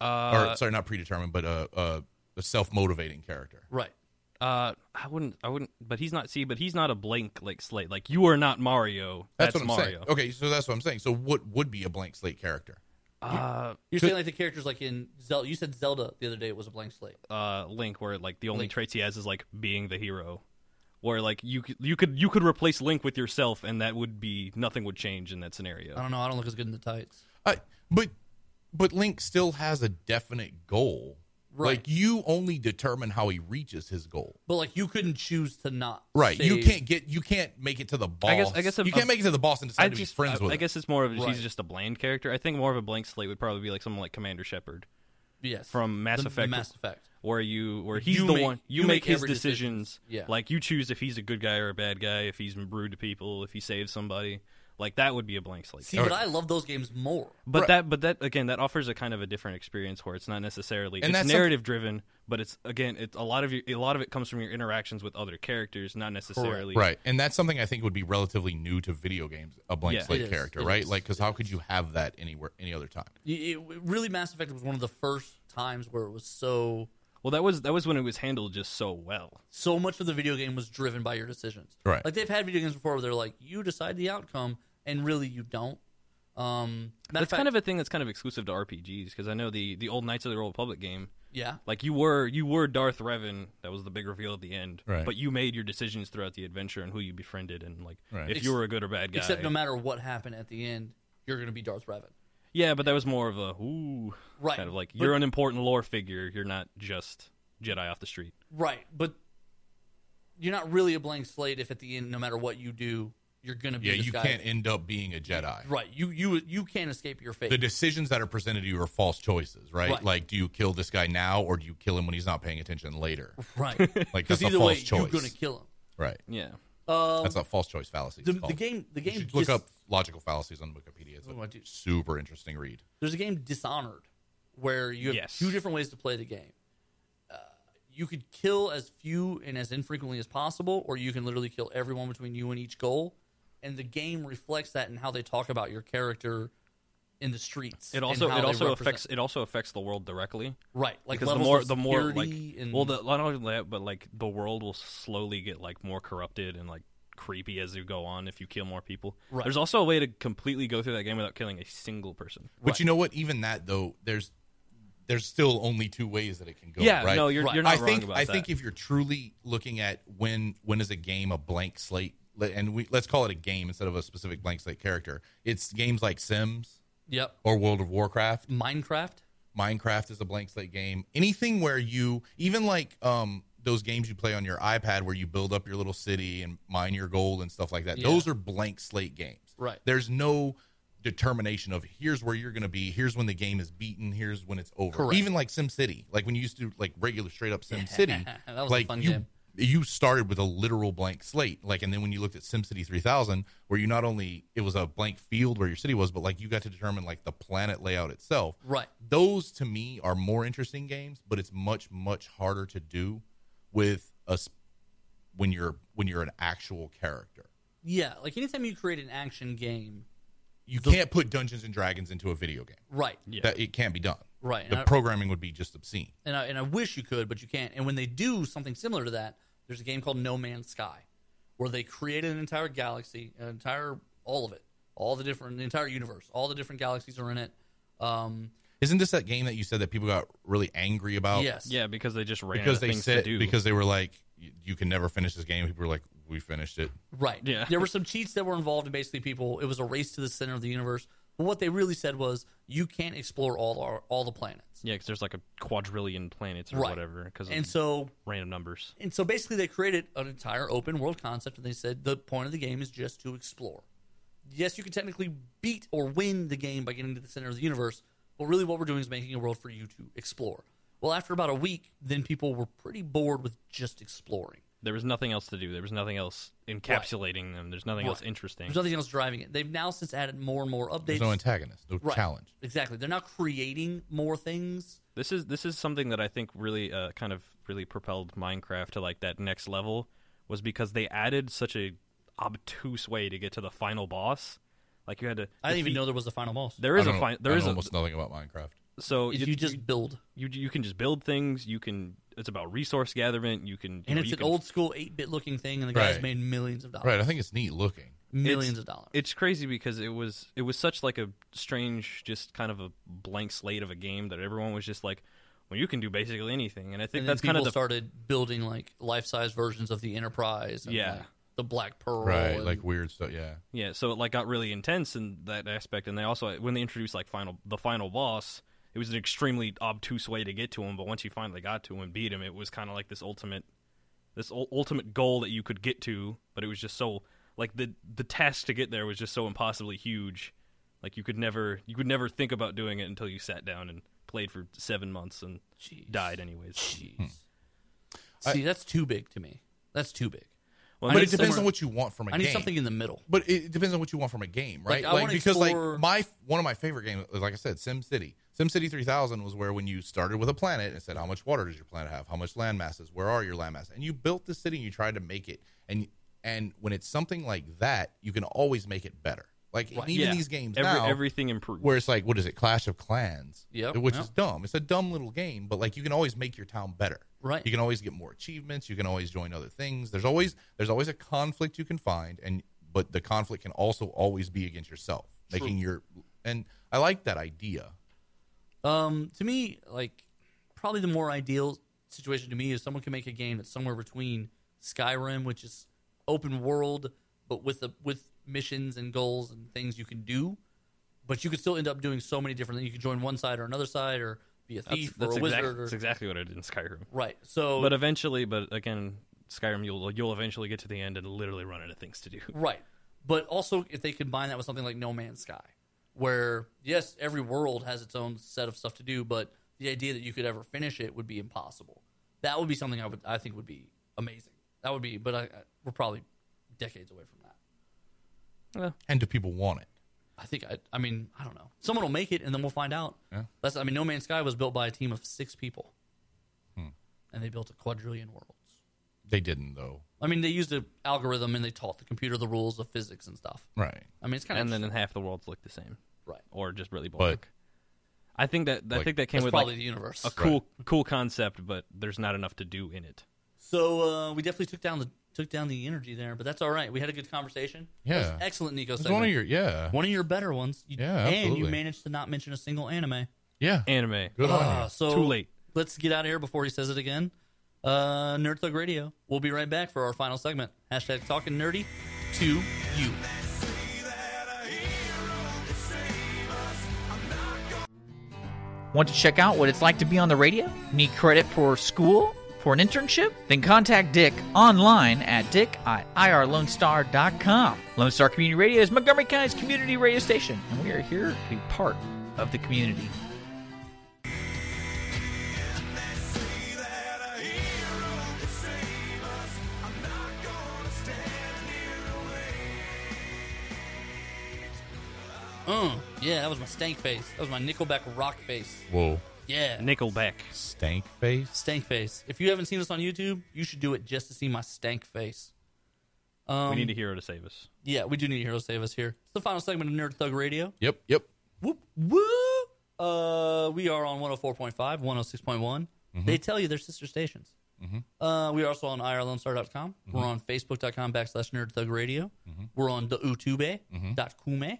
C: Uh,
D: or sorry, not predetermined, but a, a, a self motivating character.
B: right.
C: Uh, I wouldn't. I wouldn't. But he's not. See, but he's not a blank like slate. Like you are not Mario. That's,
D: That's, what I'm
C: Mario.
D: saying. Okay, so that's what I'm saying. So what would be a blank slate character?
C: Uh,
B: You're saying like the characters like in Zelda. You said Zelda the other day was a blank slate.
C: uh, Link, where like the only
B: Link.
C: traits he has is like being the hero, where like you c- you could you could replace Link with yourself, and that would be nothing would change in that scenario.
B: I don't know. I don't look as good in the tights.
D: Uh, but but Link still has a definite goal
B: Right.
D: Like you only determine how he reaches his goal.
B: But like you couldn't choose to not.
D: Right. You
B: save-
D: can't get you can't make it to the boss.
C: I guess- I guess if-
D: you can't make it to the boss and decide
C: I
D: to be
C: just,
D: friends
C: I,
D: with.
C: I
D: him.
C: guess it's more of
B: Right.
C: he's just a bland character. I think more of a blank slate would probably be like someone like Commander Shepard
B: Yes.
C: from Mass
B: The- the
C: Effect.
B: Mass Effect.
C: where you where he's
B: You
C: the
B: make-
C: one you,
B: you
C: make,
B: make
C: his
B: every decision.
C: decisions.
B: Yeah.
C: Like you choose if he's a good guy or a bad guy, if he's rude to people, if he saves somebody. Like that would be a blank slate.
B: See, but I love those games more.
C: But
D: Right.
C: that, but that again, that offers a kind of a different experience where it's not necessarily
D: And that's
C: it's
D: something-
C: narrative driven, but it's again, it's a lot of your, a lot of it comes from your interactions with other characters, not necessarily
D: Right. And that's something I think would be relatively new to video games, a blank
C: Yeah.
D: slate
B: It is.
D: character,
B: It
D: right?
B: is.
D: Like cuz how could you have that anywhere any other time?
B: It, it- really, Mass Effect was one of the first times where it was so
C: Well, that was that was when it was handled just so well.
B: so much of the video game was driven by your decisions.
D: Right.
B: Like they've had video games before where they're like, you decide the outcome, and really you don't. Um, matter
C: That's kind of a thing that's kind of exclusive to RPGs because I know the the old Knights of the Old Republic game,
B: yeah.
C: like you were you were Darth Revan. That was the big reveal at the end.
D: Right.
C: But you made your decisions throughout the adventure and who you befriended and like
D: Right.
C: if you were a good or bad guy.
B: Except no matter what happened at the end, you're going to be Darth Revan.
C: yeah, but that was more of a ooh,
B: Right.
C: kind of like
B: But-
C: you're an important lore figure. You're not just Jedi off the street.
B: Right, but you're not really a blank slate if at the end, no matter what you do, you're going to be.
D: Yeah,
B: this
D: you
B: guy.
D: can't end up being a Jedi.
B: Right, you you you can't escape your fate.
D: The decisions that are presented to you are false choices, right?
B: Right.
D: Like do you kill this guy now or do you kill him when he's not paying attention later?
B: right,
D: Like that's
B: because
D: a
B: either
D: false
B: way,
D: choice.
B: you're going to kill him.
D: Right.
C: Yeah.
D: that's a false choice fallacy. it's
B: The, the
D: called.
B: game, the
D: You
B: game.
D: should look
B: Dis-
D: up logical fallacies on Wikipedia. It's a
B: Oh, I do.
D: super interesting read.
B: There's a game Dishonored where you have
C: Yes.
B: two different ways to play the game. Uh, you could kill as few and as infrequently as possible, or you can literally kill everyone between you and each goal. And the game reflects that in how they talk about your character in the streets.
C: It
B: and
C: also
B: how
C: it
B: they
C: also
B: represent-
C: affects it also affects the world directly.
B: right like
C: because the
B: levels
C: more
B: of
C: the more like
B: security and
C: well the, not only that but like the world will slowly get like more corrupted and like creepy as you go on if you kill more people
B: Right.
C: there's also a way to completely go through that game without killing a single person
D: But you know what? Even that though, there's there's still only two ways that it can go.
C: yeah
D: Oh, right?
C: no you're,
B: Right.
C: you're not
D: I
C: wrong
D: think
C: about
D: I
C: that
D: think if you're truly looking at when when is a game a blank slate, le- and we let's call it a game instead of a specific blank slate character. It's games like Sims
B: yep
D: or World of Warcraft.
B: Minecraft
D: Minecraft is a blank slate game. Anything where you even like um those games you play on your iPad where you build up your little city and mine your gold and stuff like that.
B: Yeah.
D: Those are blank slate games.
B: Right.
D: There's no determination of here's where you're going to be, here's when the game is beaten, here's when it's over.
B: Correct.
D: Even like Sim City, like when you used to like regular straight up Sim City,
B: That was a
D: like
B: fun
D: you
B: game.
D: you started with a literal blank slate like and then when you looked at SimCity 3000 where you not only it was a blank field where your city was but like you got to determine like the planet layout itself
B: Right.
D: those to me are more interesting games but it's much much harder to do with us when you're when you're an actual character
B: yeah like anytime you create an action game
D: you can't put dungeons and dragons into a video game
B: right
D: that it can't be done
B: Right,
D: the
B: and I-
D: programming would be just obscene
B: and I, and I wish you could, but you can't. And when they do something similar to that, there's a game called No Man's Sky, where they created an entire galaxy, an entire all of it, all the different, the entire universe, all the different galaxies are in it. Um,
D: isn't this that game that you said that people got really angry about
B: yes,
C: Oh, yeah because they just ran out
D: because
C: of
D: they
C: things
D: said
C: to do
D: because they were like "You- you can never finish this game people were like we finished it
B: right.
C: Yeah.
B: there were some cheats that were involved, and basically, people it was a race to the center of the universe. But what they really said was, you can't explore all our, all the planets,
C: yeah because there's like a quadrillion planets or
B: Right.
C: whatever because
B: and so
C: random numbers
B: and so basically they created an entire open world concept and they said the point of the game is just to explore yes you can technically beat or win the game by getting to the center of the universe but really what we're doing is making a world for you to explore well after about a week then people were pretty bored with just exploring
C: there was nothing else to do there was nothing else encapsulating them there's nothing else
B: Right.
C: interesting
B: there's nothing else driving it they've now since added more and more updates
D: there's no antagonist no
B: Right.
D: challenge
B: exactly they're now creating more things
C: This is this is something that I think really uh, kind of really propelled Minecraft to like that next level was because they added such a obtuse way to get to the final boss. Like you had to.
B: i didn't even
C: defeat-
B: know there was a final boss
C: there is
D: I
C: a
D: don't
C: final.
D: know- I
C: There
D: know
C: is a
D: almost nothing about minecraft
C: so
B: you,
C: you
B: just build
C: you you can just build things. You can. It's about resource gathering. You can. you
B: and
C: know,
B: it's
C: you
B: an
C: can-
B: old school 8-bit looking thing and the guy's
D: Right.
B: made millions of
C: Oh.
B: dollars
D: right i think it's neat looking
B: millions
C: It's-
B: of dollars
C: It's crazy because it was it was such like a strange, just kind of a blank slate of a game that everyone was just like, well, you can do basically anything. And I think
B: and
C: that's
B: then
C: kind
B: people
C: of the
B: started building like life-size versions of the Enterprise. And,
C: Yeah.
B: like, the Black Pearl.
D: right
B: and-
D: like weird stuff yeah
C: Yeah, so it like got really intense in that aspect, and they also when they introduced like final the final boss, it was an extremely obtuse way to get to him. But once you finally got to him and beat him, it was kind of like this ultimate, this ul- ultimate goal that you could get to. But it was just so like the the task to get there was just so impossibly huge. Like you could never you could never think about doing it until you sat down and played for seven months and died anyways.
B: See, that's too big to me. That's too big.
C: Well,
B: I
D: But
B: need
D: it depends
B: somewhere-
D: on what you want from a
B: I need
D: game.
B: something in the middle.
D: But it depends on what you want from a game, right?
B: I
D: Like,
B: wanna
D: because
B: explore-
D: like my one of my favorite games, like I said, Sim City. Sim City 3000 was where when you started with a planet and said, how much water does your planet have? How much land masses? Where are your land masses? And you built the city and you tried to make it. And and when it's something like that, you can always make it better. Like and even
C: Yeah.
D: these games
C: Every-
D: now,
C: everything improved.
D: where it's like, what is it, Clash of Clans?
B: Yep,
D: which
B: yep.
D: is dumb. It's a dumb little game, but like you can always make your town better.
B: Right.
D: You can always get more achievements. You can always join other things. There's always there's always a conflict you can find, and but the conflict can also always be against yourself, making your and I like that idea.
B: Um, to me, like probably the more ideal situation to me is someone can make a game that's somewhere between Skyrim, which is open world, but with a, with missions and goals and things you can do, but you could still end up doing so many different things. You can join one side or another side, or be a
C: That's,
B: thief
C: that's,
B: or a
C: exact-
B: wizard.
C: that's
B: or,
C: exactly what I did in Skyrim.
B: Right. So,
C: But eventually, but again, Skyrim, you'll you'll eventually get to the end and literally run out of things to do.
B: Right. But also, if they combine that with something like No Man's Sky, where, yes, every world has its own set of stuff to do, but the idea that you could ever finish it would be impossible. That would be something I would, I think would be amazing. That would be, but I, I, we're probably decades away from that.
D: And do people want it?
B: I think, I, I mean, I don't know. Someone will make it and then we'll find out. That's, I mean, No Man's Sky was built by a team of six people, and they built a quadrillion worlds.
D: They didn't though,
B: I mean, they used an algorithm and they taught the computer the rules of physics and stuff.
D: right?
B: I mean, it's kind of
C: And then half the worlds look the same,
B: right.
C: or just really blank. I think that I
D: Like,
C: think that came
B: That's
C: with
B: probably
C: like
B: the universe.
C: a cool cool concept, but there's not enough to do in it.
B: So uh, we definitely took down the took down the energy there, but that's all right. We had a good conversation.
D: Yeah.
B: That was excellent, Nico.
D: It's
B: Segment.
D: one of your yeah
B: One of your better ones. You-
D: Yeah,
B: and you
D: absolutely.
B: managed to not mention a single anime.
D: yeah.
C: Anime.
D: Good on
B: Ah, so
C: Too late.
B: Let's get out of here before he says it again. Uh, Nerd Thug Radio. We'll be right back for our final segment. Hashtag Talking Nerdy to you.
E: Want to check out what it's like to be on the radio? Need credit for school? For an internship? Then contact Dick online at dick at irlonestar.com. Lone Star Community Radio is Montgomery County's community radio station, and we are here to be part of the community.
B: Mm, yeah, that was my stank face. That was my Nickelback rock face.
D: you. Whoa,
B: Yeah.
C: Nickelback.
D: stank face.
B: stank face. If you haven't seen us on YouTube, you should do it just to see my stank face. Um,
C: we need a hero to save us.
B: Yeah, we do need a hero to save us here. It's the final segment of Nerd Thug Radio.
D: Yep, yep.
B: Whoop, woo! Uh, we are on 104.5, 106one
D: Mm-hmm.
B: They tell you they're sister stations. Uh, we are also on IRLoneStar.com.
D: Mm-hmm.
B: We're on Facebook.com backslash Nerd Thug Radio. We're on the YouTube
D: Mm-hmm.
B: dot kume.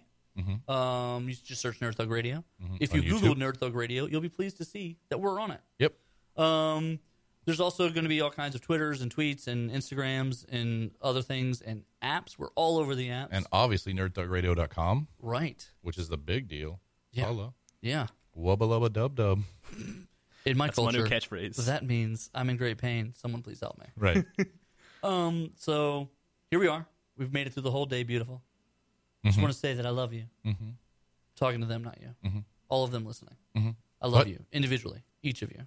B: Um, you just search Nerd Thug Radio. If you
D: Mm-hmm. On
B: Google
D: YouTube.
B: Nerd Thug Radio, you'll be pleased to see that we're on it.
D: Yep.
B: Um, there's also going to be all kinds of Twitters and tweets and Instagrams and other things and apps. We're all over the apps.
D: And obviously nerdthugradio.com,
B: right.
D: which is the big deal.
B: Yeah.
D: Hello.
B: Yeah.
D: Wubba lubba dub dub.
B: In my
C: That's my
B: culture,
C: new catchphrase.
B: that means I'm in great pain. Someone please help me.
D: Right.
B: Um, so here we are. We've made it through the whole day, beautiful.
D: Mm-hmm.
B: Just want to say that I love you. Talking to them, not you. All of them listening. I love
D: Mm-hmm. What? Mm-hmm.
B: you individually, each of you.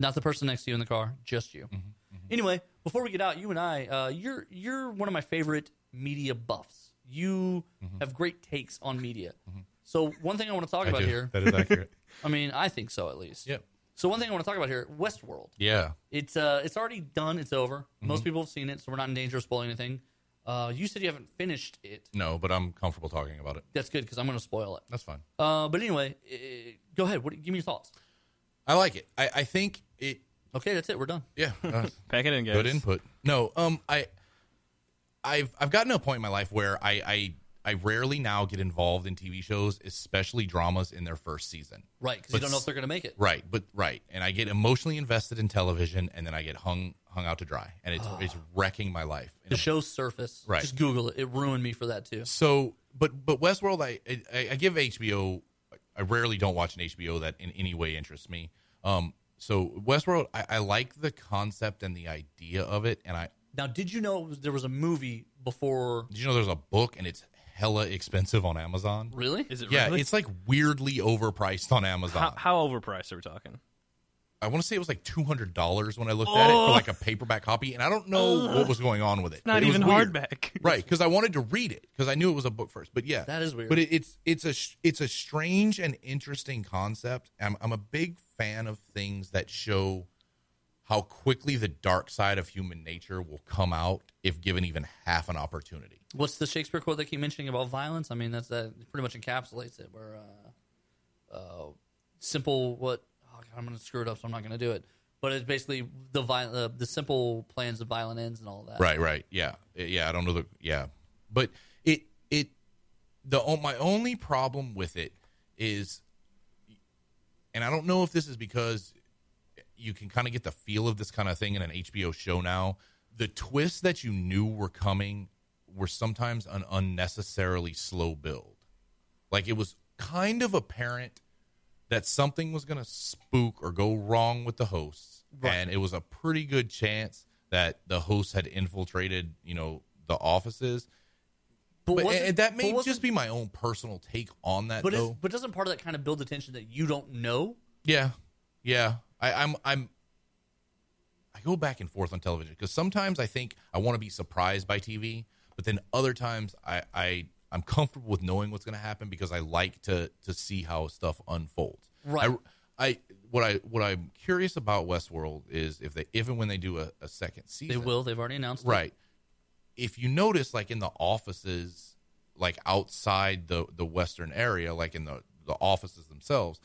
B: Not the person next to you in the car, just you. Anyway, before we get out, you and I, uh, you're you're one of my favorite media buffs. You have great takes on media. So one thing I want to talk
D: Mm-hmm. I
B: about
D: do.
B: here,
D: That is accurate.
B: I mean, I think so at least.
D: Yep.
B: So one thing I want to talk about here, Westworld.
D: yeah.
B: It's uh, it's already done. It's over.
D: Mm-hmm.
B: Most people have seen it, so we're not in danger of spoiling anything. Uh, you said you haven't finished it.
D: No, but I'm comfortable talking about it.
B: That's good because I'm going to spoil it.
D: That's fine.
B: Uh, but anyway, eh, go ahead. What, give me your thoughts.
D: I like it. I, I think it.
B: Okay, that's it. We're done.
D: Yeah, uh,
C: Pack it in, guys.
D: good input. No, um, I, I've I've gotten to a point in my life where I I I rarely now get involved in TV shows, especially dramas in their first season.
B: Right, because you
D: But
B: don't know
D: s-
B: if they're going to make it.
D: Right, but right, and I get emotionally invested in television, and then I get hung hung out to dry, and it's it's wrecking my life. in
B: Ah. The
D: a
B: show Surface.
D: Right.
B: Just Google it. It ruined me for that too.
D: So, but but Westworld, I I, I give HBO I rarely don't watch an HBO that in any way interests me. Um, so Westworld, I, I like the concept and the idea of it, and I
B: Now, did you know it was- there was a movie before?
D: did you know there's a book and it's hella expensive on Amazon.
B: Really?
C: Is it
D: Yeah,
C: really?
D: it's like weirdly overpriced on Amazon.
C: how, how overpriced are we talking?
D: I want to say it was like two hundred dollars when I looked at it for like a paperback copy, and I don't know what was going on with it.
C: Oh. Not
D: but it was
C: even
D: weird.
C: hardback.
D: right? Because I wanted to read it because I knew it was a book first. But yeah,
B: That is weird.
D: But it, it's it's a sh- it's a strange and interesting concept. I'm I'm a big fan of things that show how quickly the dark side of human nature will come out if given even half an opportunity.
B: What's the Shakespeare quote they keep mentioning about violence? I mean, that's that pretty much encapsulates it. Where uh, uh, simple what oh God, I'm going to screw it up, so I'm not going to do it. But it's basically the viol- uh, the simple plans of violent ends and all that.
D: Right, right. Yeah. Eh, Yeah, I don't know the yeah. But it it the o- my only problem with it is and I don't know if this is because you can kind of get the feel of this kind of thing in an HBO show now. The twists that you knew were coming were sometimes an unnecessarily slow build. Like it was kind of apparent that something was going to spook or go wrong with the hosts, and it was a pretty good chance that the hosts had infiltrated, you know, the offices.
B: But,
D: But,
B: wasn't-
D: and that
B: but
D: may
B: wasn't-
D: just Oh. be my own personal take on that,
B: But is,
D: though.
B: but doesn't part of that kind of build the tension that you don't know?
D: Yeah, yeah. I, I'm I'm I go back and forth on television because sometimes I think I want to be surprised by TV, but then other times I I I'm comfortable with knowing what's going to happen because I like to to see how stuff unfolds.
B: Right.
D: I, I what I what I'm curious about Westworld is if they if and when they do a, a second
B: They
D: season
B: will. They've already announced. it.
D: Right. If you notice, like in the offices, like outside the the western area, like in the the offices themselves,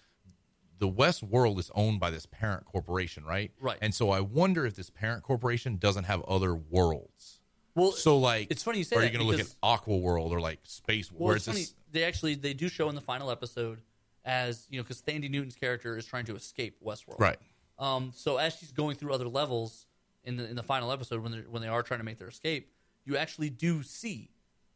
D: the West world is owned by this parent corporation, right?
B: Right.
D: And so I wonder if this parent corporation doesn't have other worlds.
B: Well,
D: So like,
B: it's funny you say
D: Are
B: that
D: you going to look
B: because-
D: at Aqua World or like Space World?
B: Well,
D: where
B: it's
D: it's
B: funny.
D: this-
B: They actually they do show in the final episode as you know because Thandi Newton's character is trying to escape Westworld.
D: right?
B: Um, so as she's going through other levels in the in the final episode, when they're- when they are trying to make their escape, you actually do see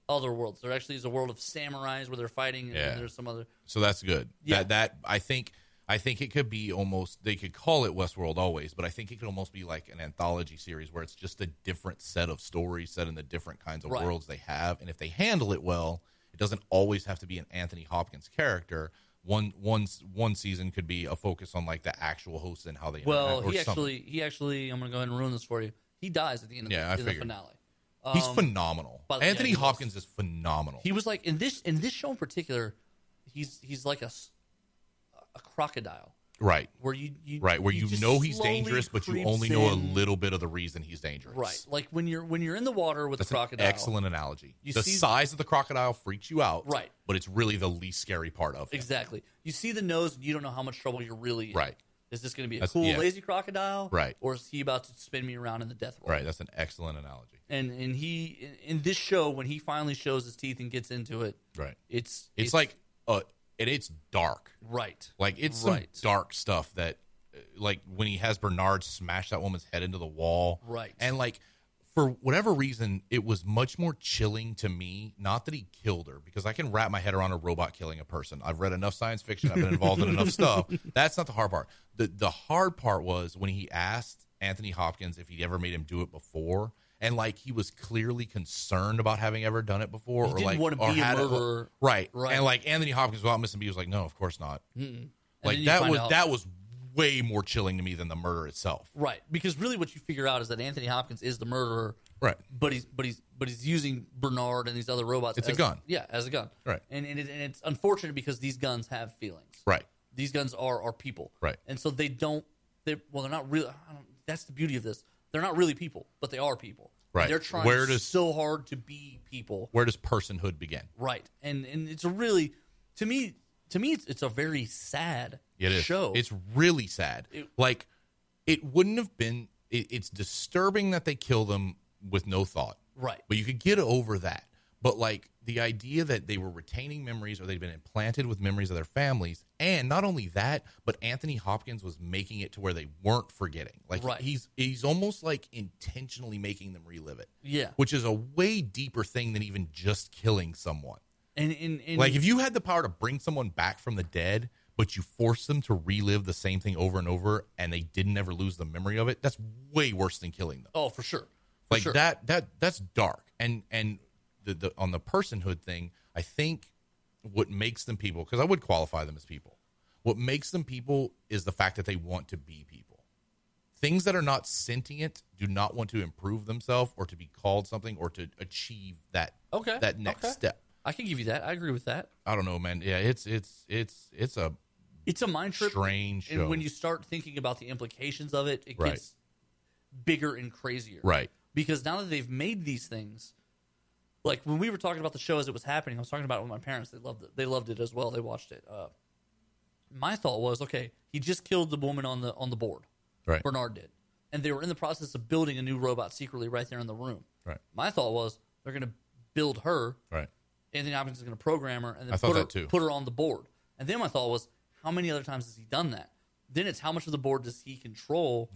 B: other worlds. There actually is a world of samurais where they're fighting, and
D: Yeah.
B: then there's some other.
D: So that's good.
B: Yeah.
D: That that I think I think it could be almost they could call it Westworld always, but I think it could almost be like an anthology series where it's just a different set of stories set in the different kinds of
B: Right.
D: worlds they have, and if they handle it well, it doesn't always have to be an Anthony Hopkins character. One one one season could be a focus on like the actual hosts and how they
B: Well,
D: interact or
B: he
D: something.
B: actually he actually I'm gonna go ahead and ruin this for you. He dies at the end of
D: Yeah, I
B: the, in the
D: figured.
B: finale.
D: he's phenomenal.
B: but- yeah,
D: Anthony
B: he was.
D: Hopkins is phenomenal.
B: um, He was like in this in this show in particular, he's he's like a s- a crocodile
D: right.
B: where you, you
D: Right, where you,
B: just
D: know he's
B: slowly
D: dangerous, but you
B: creeps
D: only know a
B: in.
D: little bit of the reason he's dangerous.
B: Right, like when you're when you're in the water with
D: That's
B: a crocodile.
D: an excellent analogy.
B: You
D: the
B: see-
D: size of the crocodile freaks you out,
B: Right.
D: But it's really the least scary part of it.
B: Exactly. You see the nose, and you don't know how much trouble you're really in.
D: Right.
B: Is this going to be a
D: That's-
B: cool,
D: yeah.
B: lazy crocodile?
D: Right.
B: Or is he about to spin me around in the death roll?
D: Right. That's an excellent analogy.
B: And and he in- in this show when he finally shows his teeth and gets into it,
D: Right. It's,
B: it's
D: like, uh, and it's dark.
B: right.
D: Like it's
B: Right.
D: some dark stuff that, uh, like when he has Bernard smash that woman's head into the wall,
B: Right.
D: And like for whatever reason, it was much more chilling to me. Not that he killed her, because I can wrap my head around a robot killing a person. I've read enough science fiction. I've been involved in enough stuff. That's not the hard part. the The hard part was when he asked Anthony Hopkins if he'd ever made him do it before. And like he was clearly concerned about having ever done it before,
B: He
D: or
B: didn't
D: like
B: wanna
D: or
B: be a
D: had
B: murderer.
D: right?
B: Right.
D: Right. And like Anthony Hopkins, without missing B, was like, "No, of course not."
B: And then
D: like
B: you
D: that
B: find
D: was
B: out-
D: that was way more chilling to me than the murder itself.
B: Right. Because really, what you figure out is that Anthony Hopkins is the murderer.
D: Right.
B: But he's but he's but he's using Bernard and these other robots.
D: It's a
B: as-
D: gun.
B: Yeah, as a gun.
D: Right.
B: And and, it, and it's unfortunate because these guns have feelings.
D: Right.
B: these guns are are people,
D: Right.
B: And so they don't. They well, they're not really. I don't, that's the beauty of this. They're not really people, but they are people.
D: Right.
B: They're trying
D: Where does-
B: so hard to be people.
D: Where does personhood begin?
B: Right. And and it's a really, to me, to me, it's, it's a very sad
D: It is.
B: show.
D: It's really sad. like it wouldn't have been. It, it's disturbing that they kill them with no thought.
B: Right.
D: But you could get over that. But like the idea that they were retaining memories or they'd been implanted with memories of their families, and not only that, but Anthony Hopkins was making it to where they weren't forgetting. Like
B: Right.
D: he's he's almost like intentionally making them relive it.
B: yeah.
D: which is a way deeper thing than even just killing someone.
B: And, and, and
D: Like if you had the power to bring someone back from the dead, but you force them to relive the same thing over and over, and they didn't ever lose the memory of it, that's way worse than killing them.
B: oh for sure, For
D: like
B: sure.
D: that that that's dark and and the, the on the personhood thing i think what makes them people because i would qualify them as people what makes them people is the fact that they want to be people things that are not sentient do not want to improve themselves or to be called something or to achieve that
B: Okay,
D: that next
B: okay.
D: step
B: I can give you that. I agree with that.
D: i don't know man yeah it's it's it's it's a
B: It's a mind trip.
D: strange show
B: And when you start thinking about the implications of it, it
D: Right.
B: gets bigger and crazier.
D: right
B: Because now that they've made these things, like when we were talking about the show as it was happening, I was talking about it with my parents. They loved it. They loved it as well. They watched it. Uh, my thought was, okay, he just killed the woman on the on the board.
D: right
B: Bernard did, and they were in the process of building a new robot secretly right there in the room.
D: right
B: My thought was they're going to build her
D: right
B: Anthony Hopkins is going to program her and then
D: I thought
B: put her,
D: that too.
B: put her on the board. And then my thought was, how many other times has he done that? Then it's how much of the board does he control?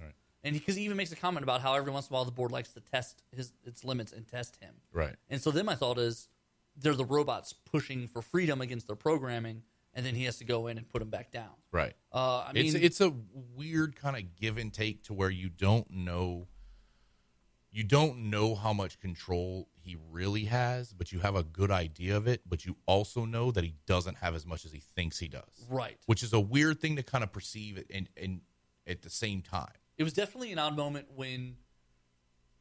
B: And because he, even makes a comment about how every once in a while the board likes to test his its limits and test him.
D: right
B: And so then my thought is, they're the robots pushing for freedom against their programming, and then he has to go in and put them back down.
D: right
B: Uh, I mean,
D: it's it's a weird kind of give and take to where you don't know you don't know how much control he really has, but you have a good idea of it, but you also know that he doesn't have as much as he thinks he does.
B: right.
D: Which is a weird thing to kind of perceive and and at the same time.
B: it was definitely an odd moment when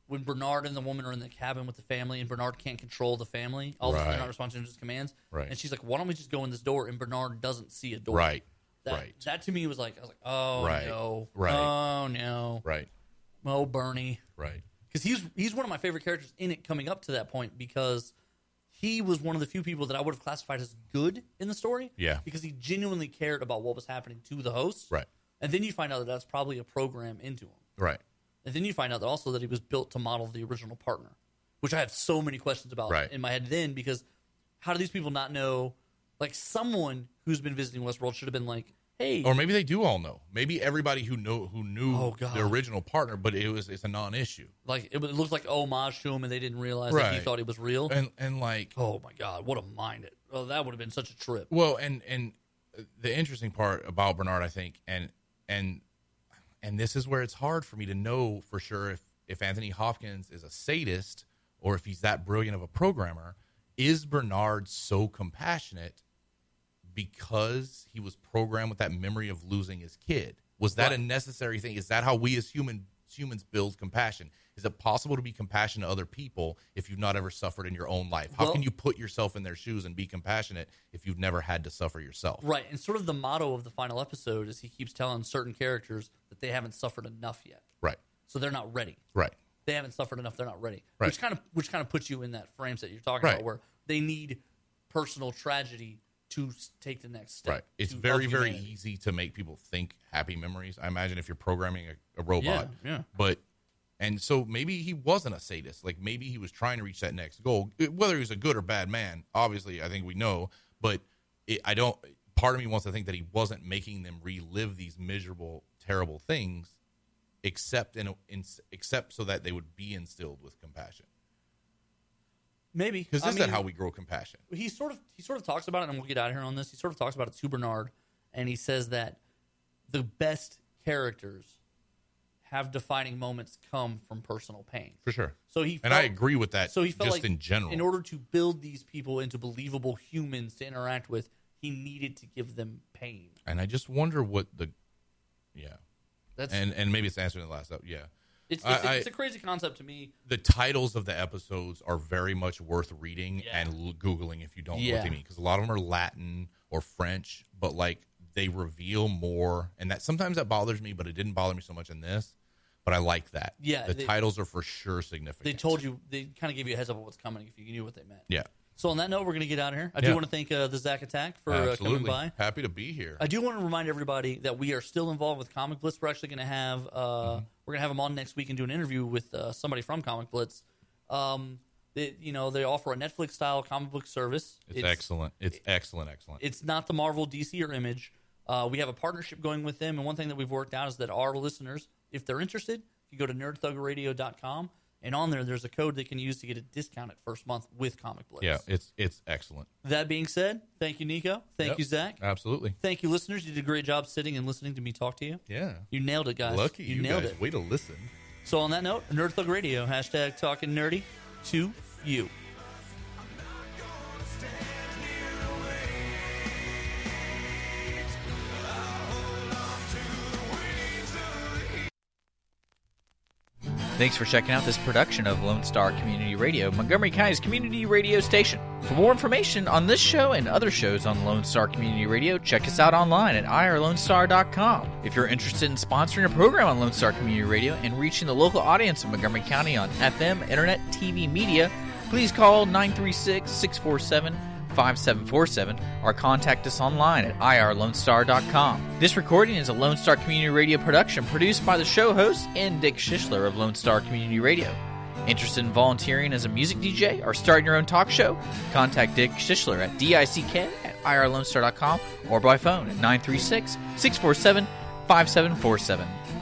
B: when Bernard and the woman are in the cabin with the family and Bernard can't control the family. All of a sudden they're
D: Right.
B: not responding to his commands.
D: Right.
B: And she's like, Why don't we just go in this door? And Bernard doesn't see a door.
D: Right.
B: That,
D: right.
B: That to me was like I was like, Oh
D: Right.
B: no.
D: Right.
B: Oh no.
D: right.
B: Oh Bernie.
D: Right.
B: Because he's he's one of my favorite characters in it coming up to that point because he was one of the few people that I would have classified as good in the story.
D: Yeah.
B: Because he genuinely cared about what was happening to the host.
D: Right.
B: And then you find out that that's probably a program into him.
D: Right.
B: And then you find out that also that he was built to model the original partner, which I have so many questions about
D: Right.
B: in my head then because how do these people not know? Like someone who's been visiting Westworld should have been like, "Hey,
D: Or maybe they do all know. Maybe everybody who know who knew
B: Oh, God.
D: the original partner, but it was it's a non issue.
B: like it, was- it looks like homage to him, and they didn't realize that he
D: Right.
B: thought he was real."
D: And and like
B: oh my god, what a mind it! Oh, that would have been such a trip.
D: Well, and and the interesting part about Bernard, I think, and and and this is where it's hard for me to know for sure if if Anthony Hopkins is a sadist or if he's that brilliant of a programmer. Is Bernard so compassionate because he was programmed with that memory of losing his kid? Was that a necessary thing? Is that how we as human humans build compassion? Is it possible to be compassionate to other people if you've not ever suffered in your own life? How
B: Well-
D: can you put yourself in their shoes and be compassionate if you've never had to suffer yourself?
B: Right, and sort of the motto of the final episode is he keeps telling certain characters that they haven't suffered enough yet,
D: Right.
B: so they're not ready.
D: Right.
B: they haven't suffered enough. They're not ready.
D: Right.
B: Which kind of which kind of puts you in that frame set you're talking
D: Right.
B: about, where they need personal tragedy to s- take the next step.
D: Right. It's
B: to- of
D: very, very
B: humanity.
D: easy to make people think happy memories. I imagine if you're programming a, a robot.
B: Yeah, yeah.
D: But and so maybe he wasn't a sadist. Like maybe he was trying to reach that next goal. It- Whether he was a good or bad man, obviously, I think we know. But it, I don't. Part of me wants to think that he wasn't making them relive these miserable, terrible things, except in, a, in except so that they would be instilled with compassion.
B: Maybe
D: Because
B: I
D: isn't
B: mean,
D: that how we grow compassion?
B: he sort of he sort of talks about it, and we'll get out of here on this. He sort of talks about it to Bernard, and he says that the best characters have defining moments come from personal pain.
D: For sure.
B: So he
D: And I
B: felt-
D: agree with that.
B: So he felt
D: just
B: like
D: in general.
B: in order to build these people into believable humans to interact with, he needed to give them pain.
D: and I just wonder what the yeah.
B: That's
D: and and maybe it's answering the last up. Yeah,
B: It's,
D: I-
B: it's,
D: I-
B: it's a crazy concept to me.
D: the titles of the episodes are very much worth reading
B: Yeah.
D: and l- googling if you don't know
B: Yeah.
D: what they mean because a lot of them are Latin or French, but like they reveal more, and that sometimes that bothers me, but it didn't bother me so much in this. But I like that.
B: Yeah,
D: the
B: they-
D: titles are for sure
B: They
D: significant.
B: told you, they kind of gave you a heads up of what's coming if you knew what they meant.
D: yeah,
B: So on that note, we're going to get out of here. I do
D: Yeah.
B: want to thank uh, the Zach Attack for uh, coming
D: absolutely.
B: by.
D: Happy to be here.
B: I do want to remind everybody that we are still involved with Comic Blitz. We're actually going to have uh,
D: Mm-hmm.
B: we're going to have them on next week and do an interview with uh, somebody from Comic Blitz. Um, they, you know, they offer a Netflix style comic book service.
D: it's, excellent. It's excellent. Excellent.
B: It's not the Marvel, DC, or Image. Uh, we have a partnership going with them, and one thing that we've worked out is that our listeners, if they're interested, you go to nerdthugradio.com And on there, there's a code they can use to get a discount at first month with Comic Blitz.
D: Yeah, it's it's excellent.
B: That being said, thank you, Nico. Thank
D: Yep.
B: you, Zach.
D: Absolutely.
B: Thank you, listeners. You did a great job sitting and listening to me talk to you.
D: Yeah.
B: You nailed it, guys.
D: Lucky you,
B: nailed
D: guys.
B: it.
D: Way to listen.
B: So on that note, Nerd Thug Radio, hashtag talking nerdy to you.
E: Thanks for checking out this production of Lone Star Community Radio, Montgomery County's community radio station. For more information on this show and other shows on Lone Star Community Radio, check us out online at irlonestar.com. If you're interested in sponsoring a program on Lone Star Community Radio and reaching the local audience of Montgomery County on FM, internet, TV, media, please call 936 647 5747 or contact us online at irlonestar.com. This recording is a Lone Star Community Radio production produced by the show host and Dick Schishler of Lone Star Community Radio. Interested in volunteering as a music DJ or starting your own talk show? Contact Dick Schishler at dick at irlonestar.com or by phone at 936 647 5747.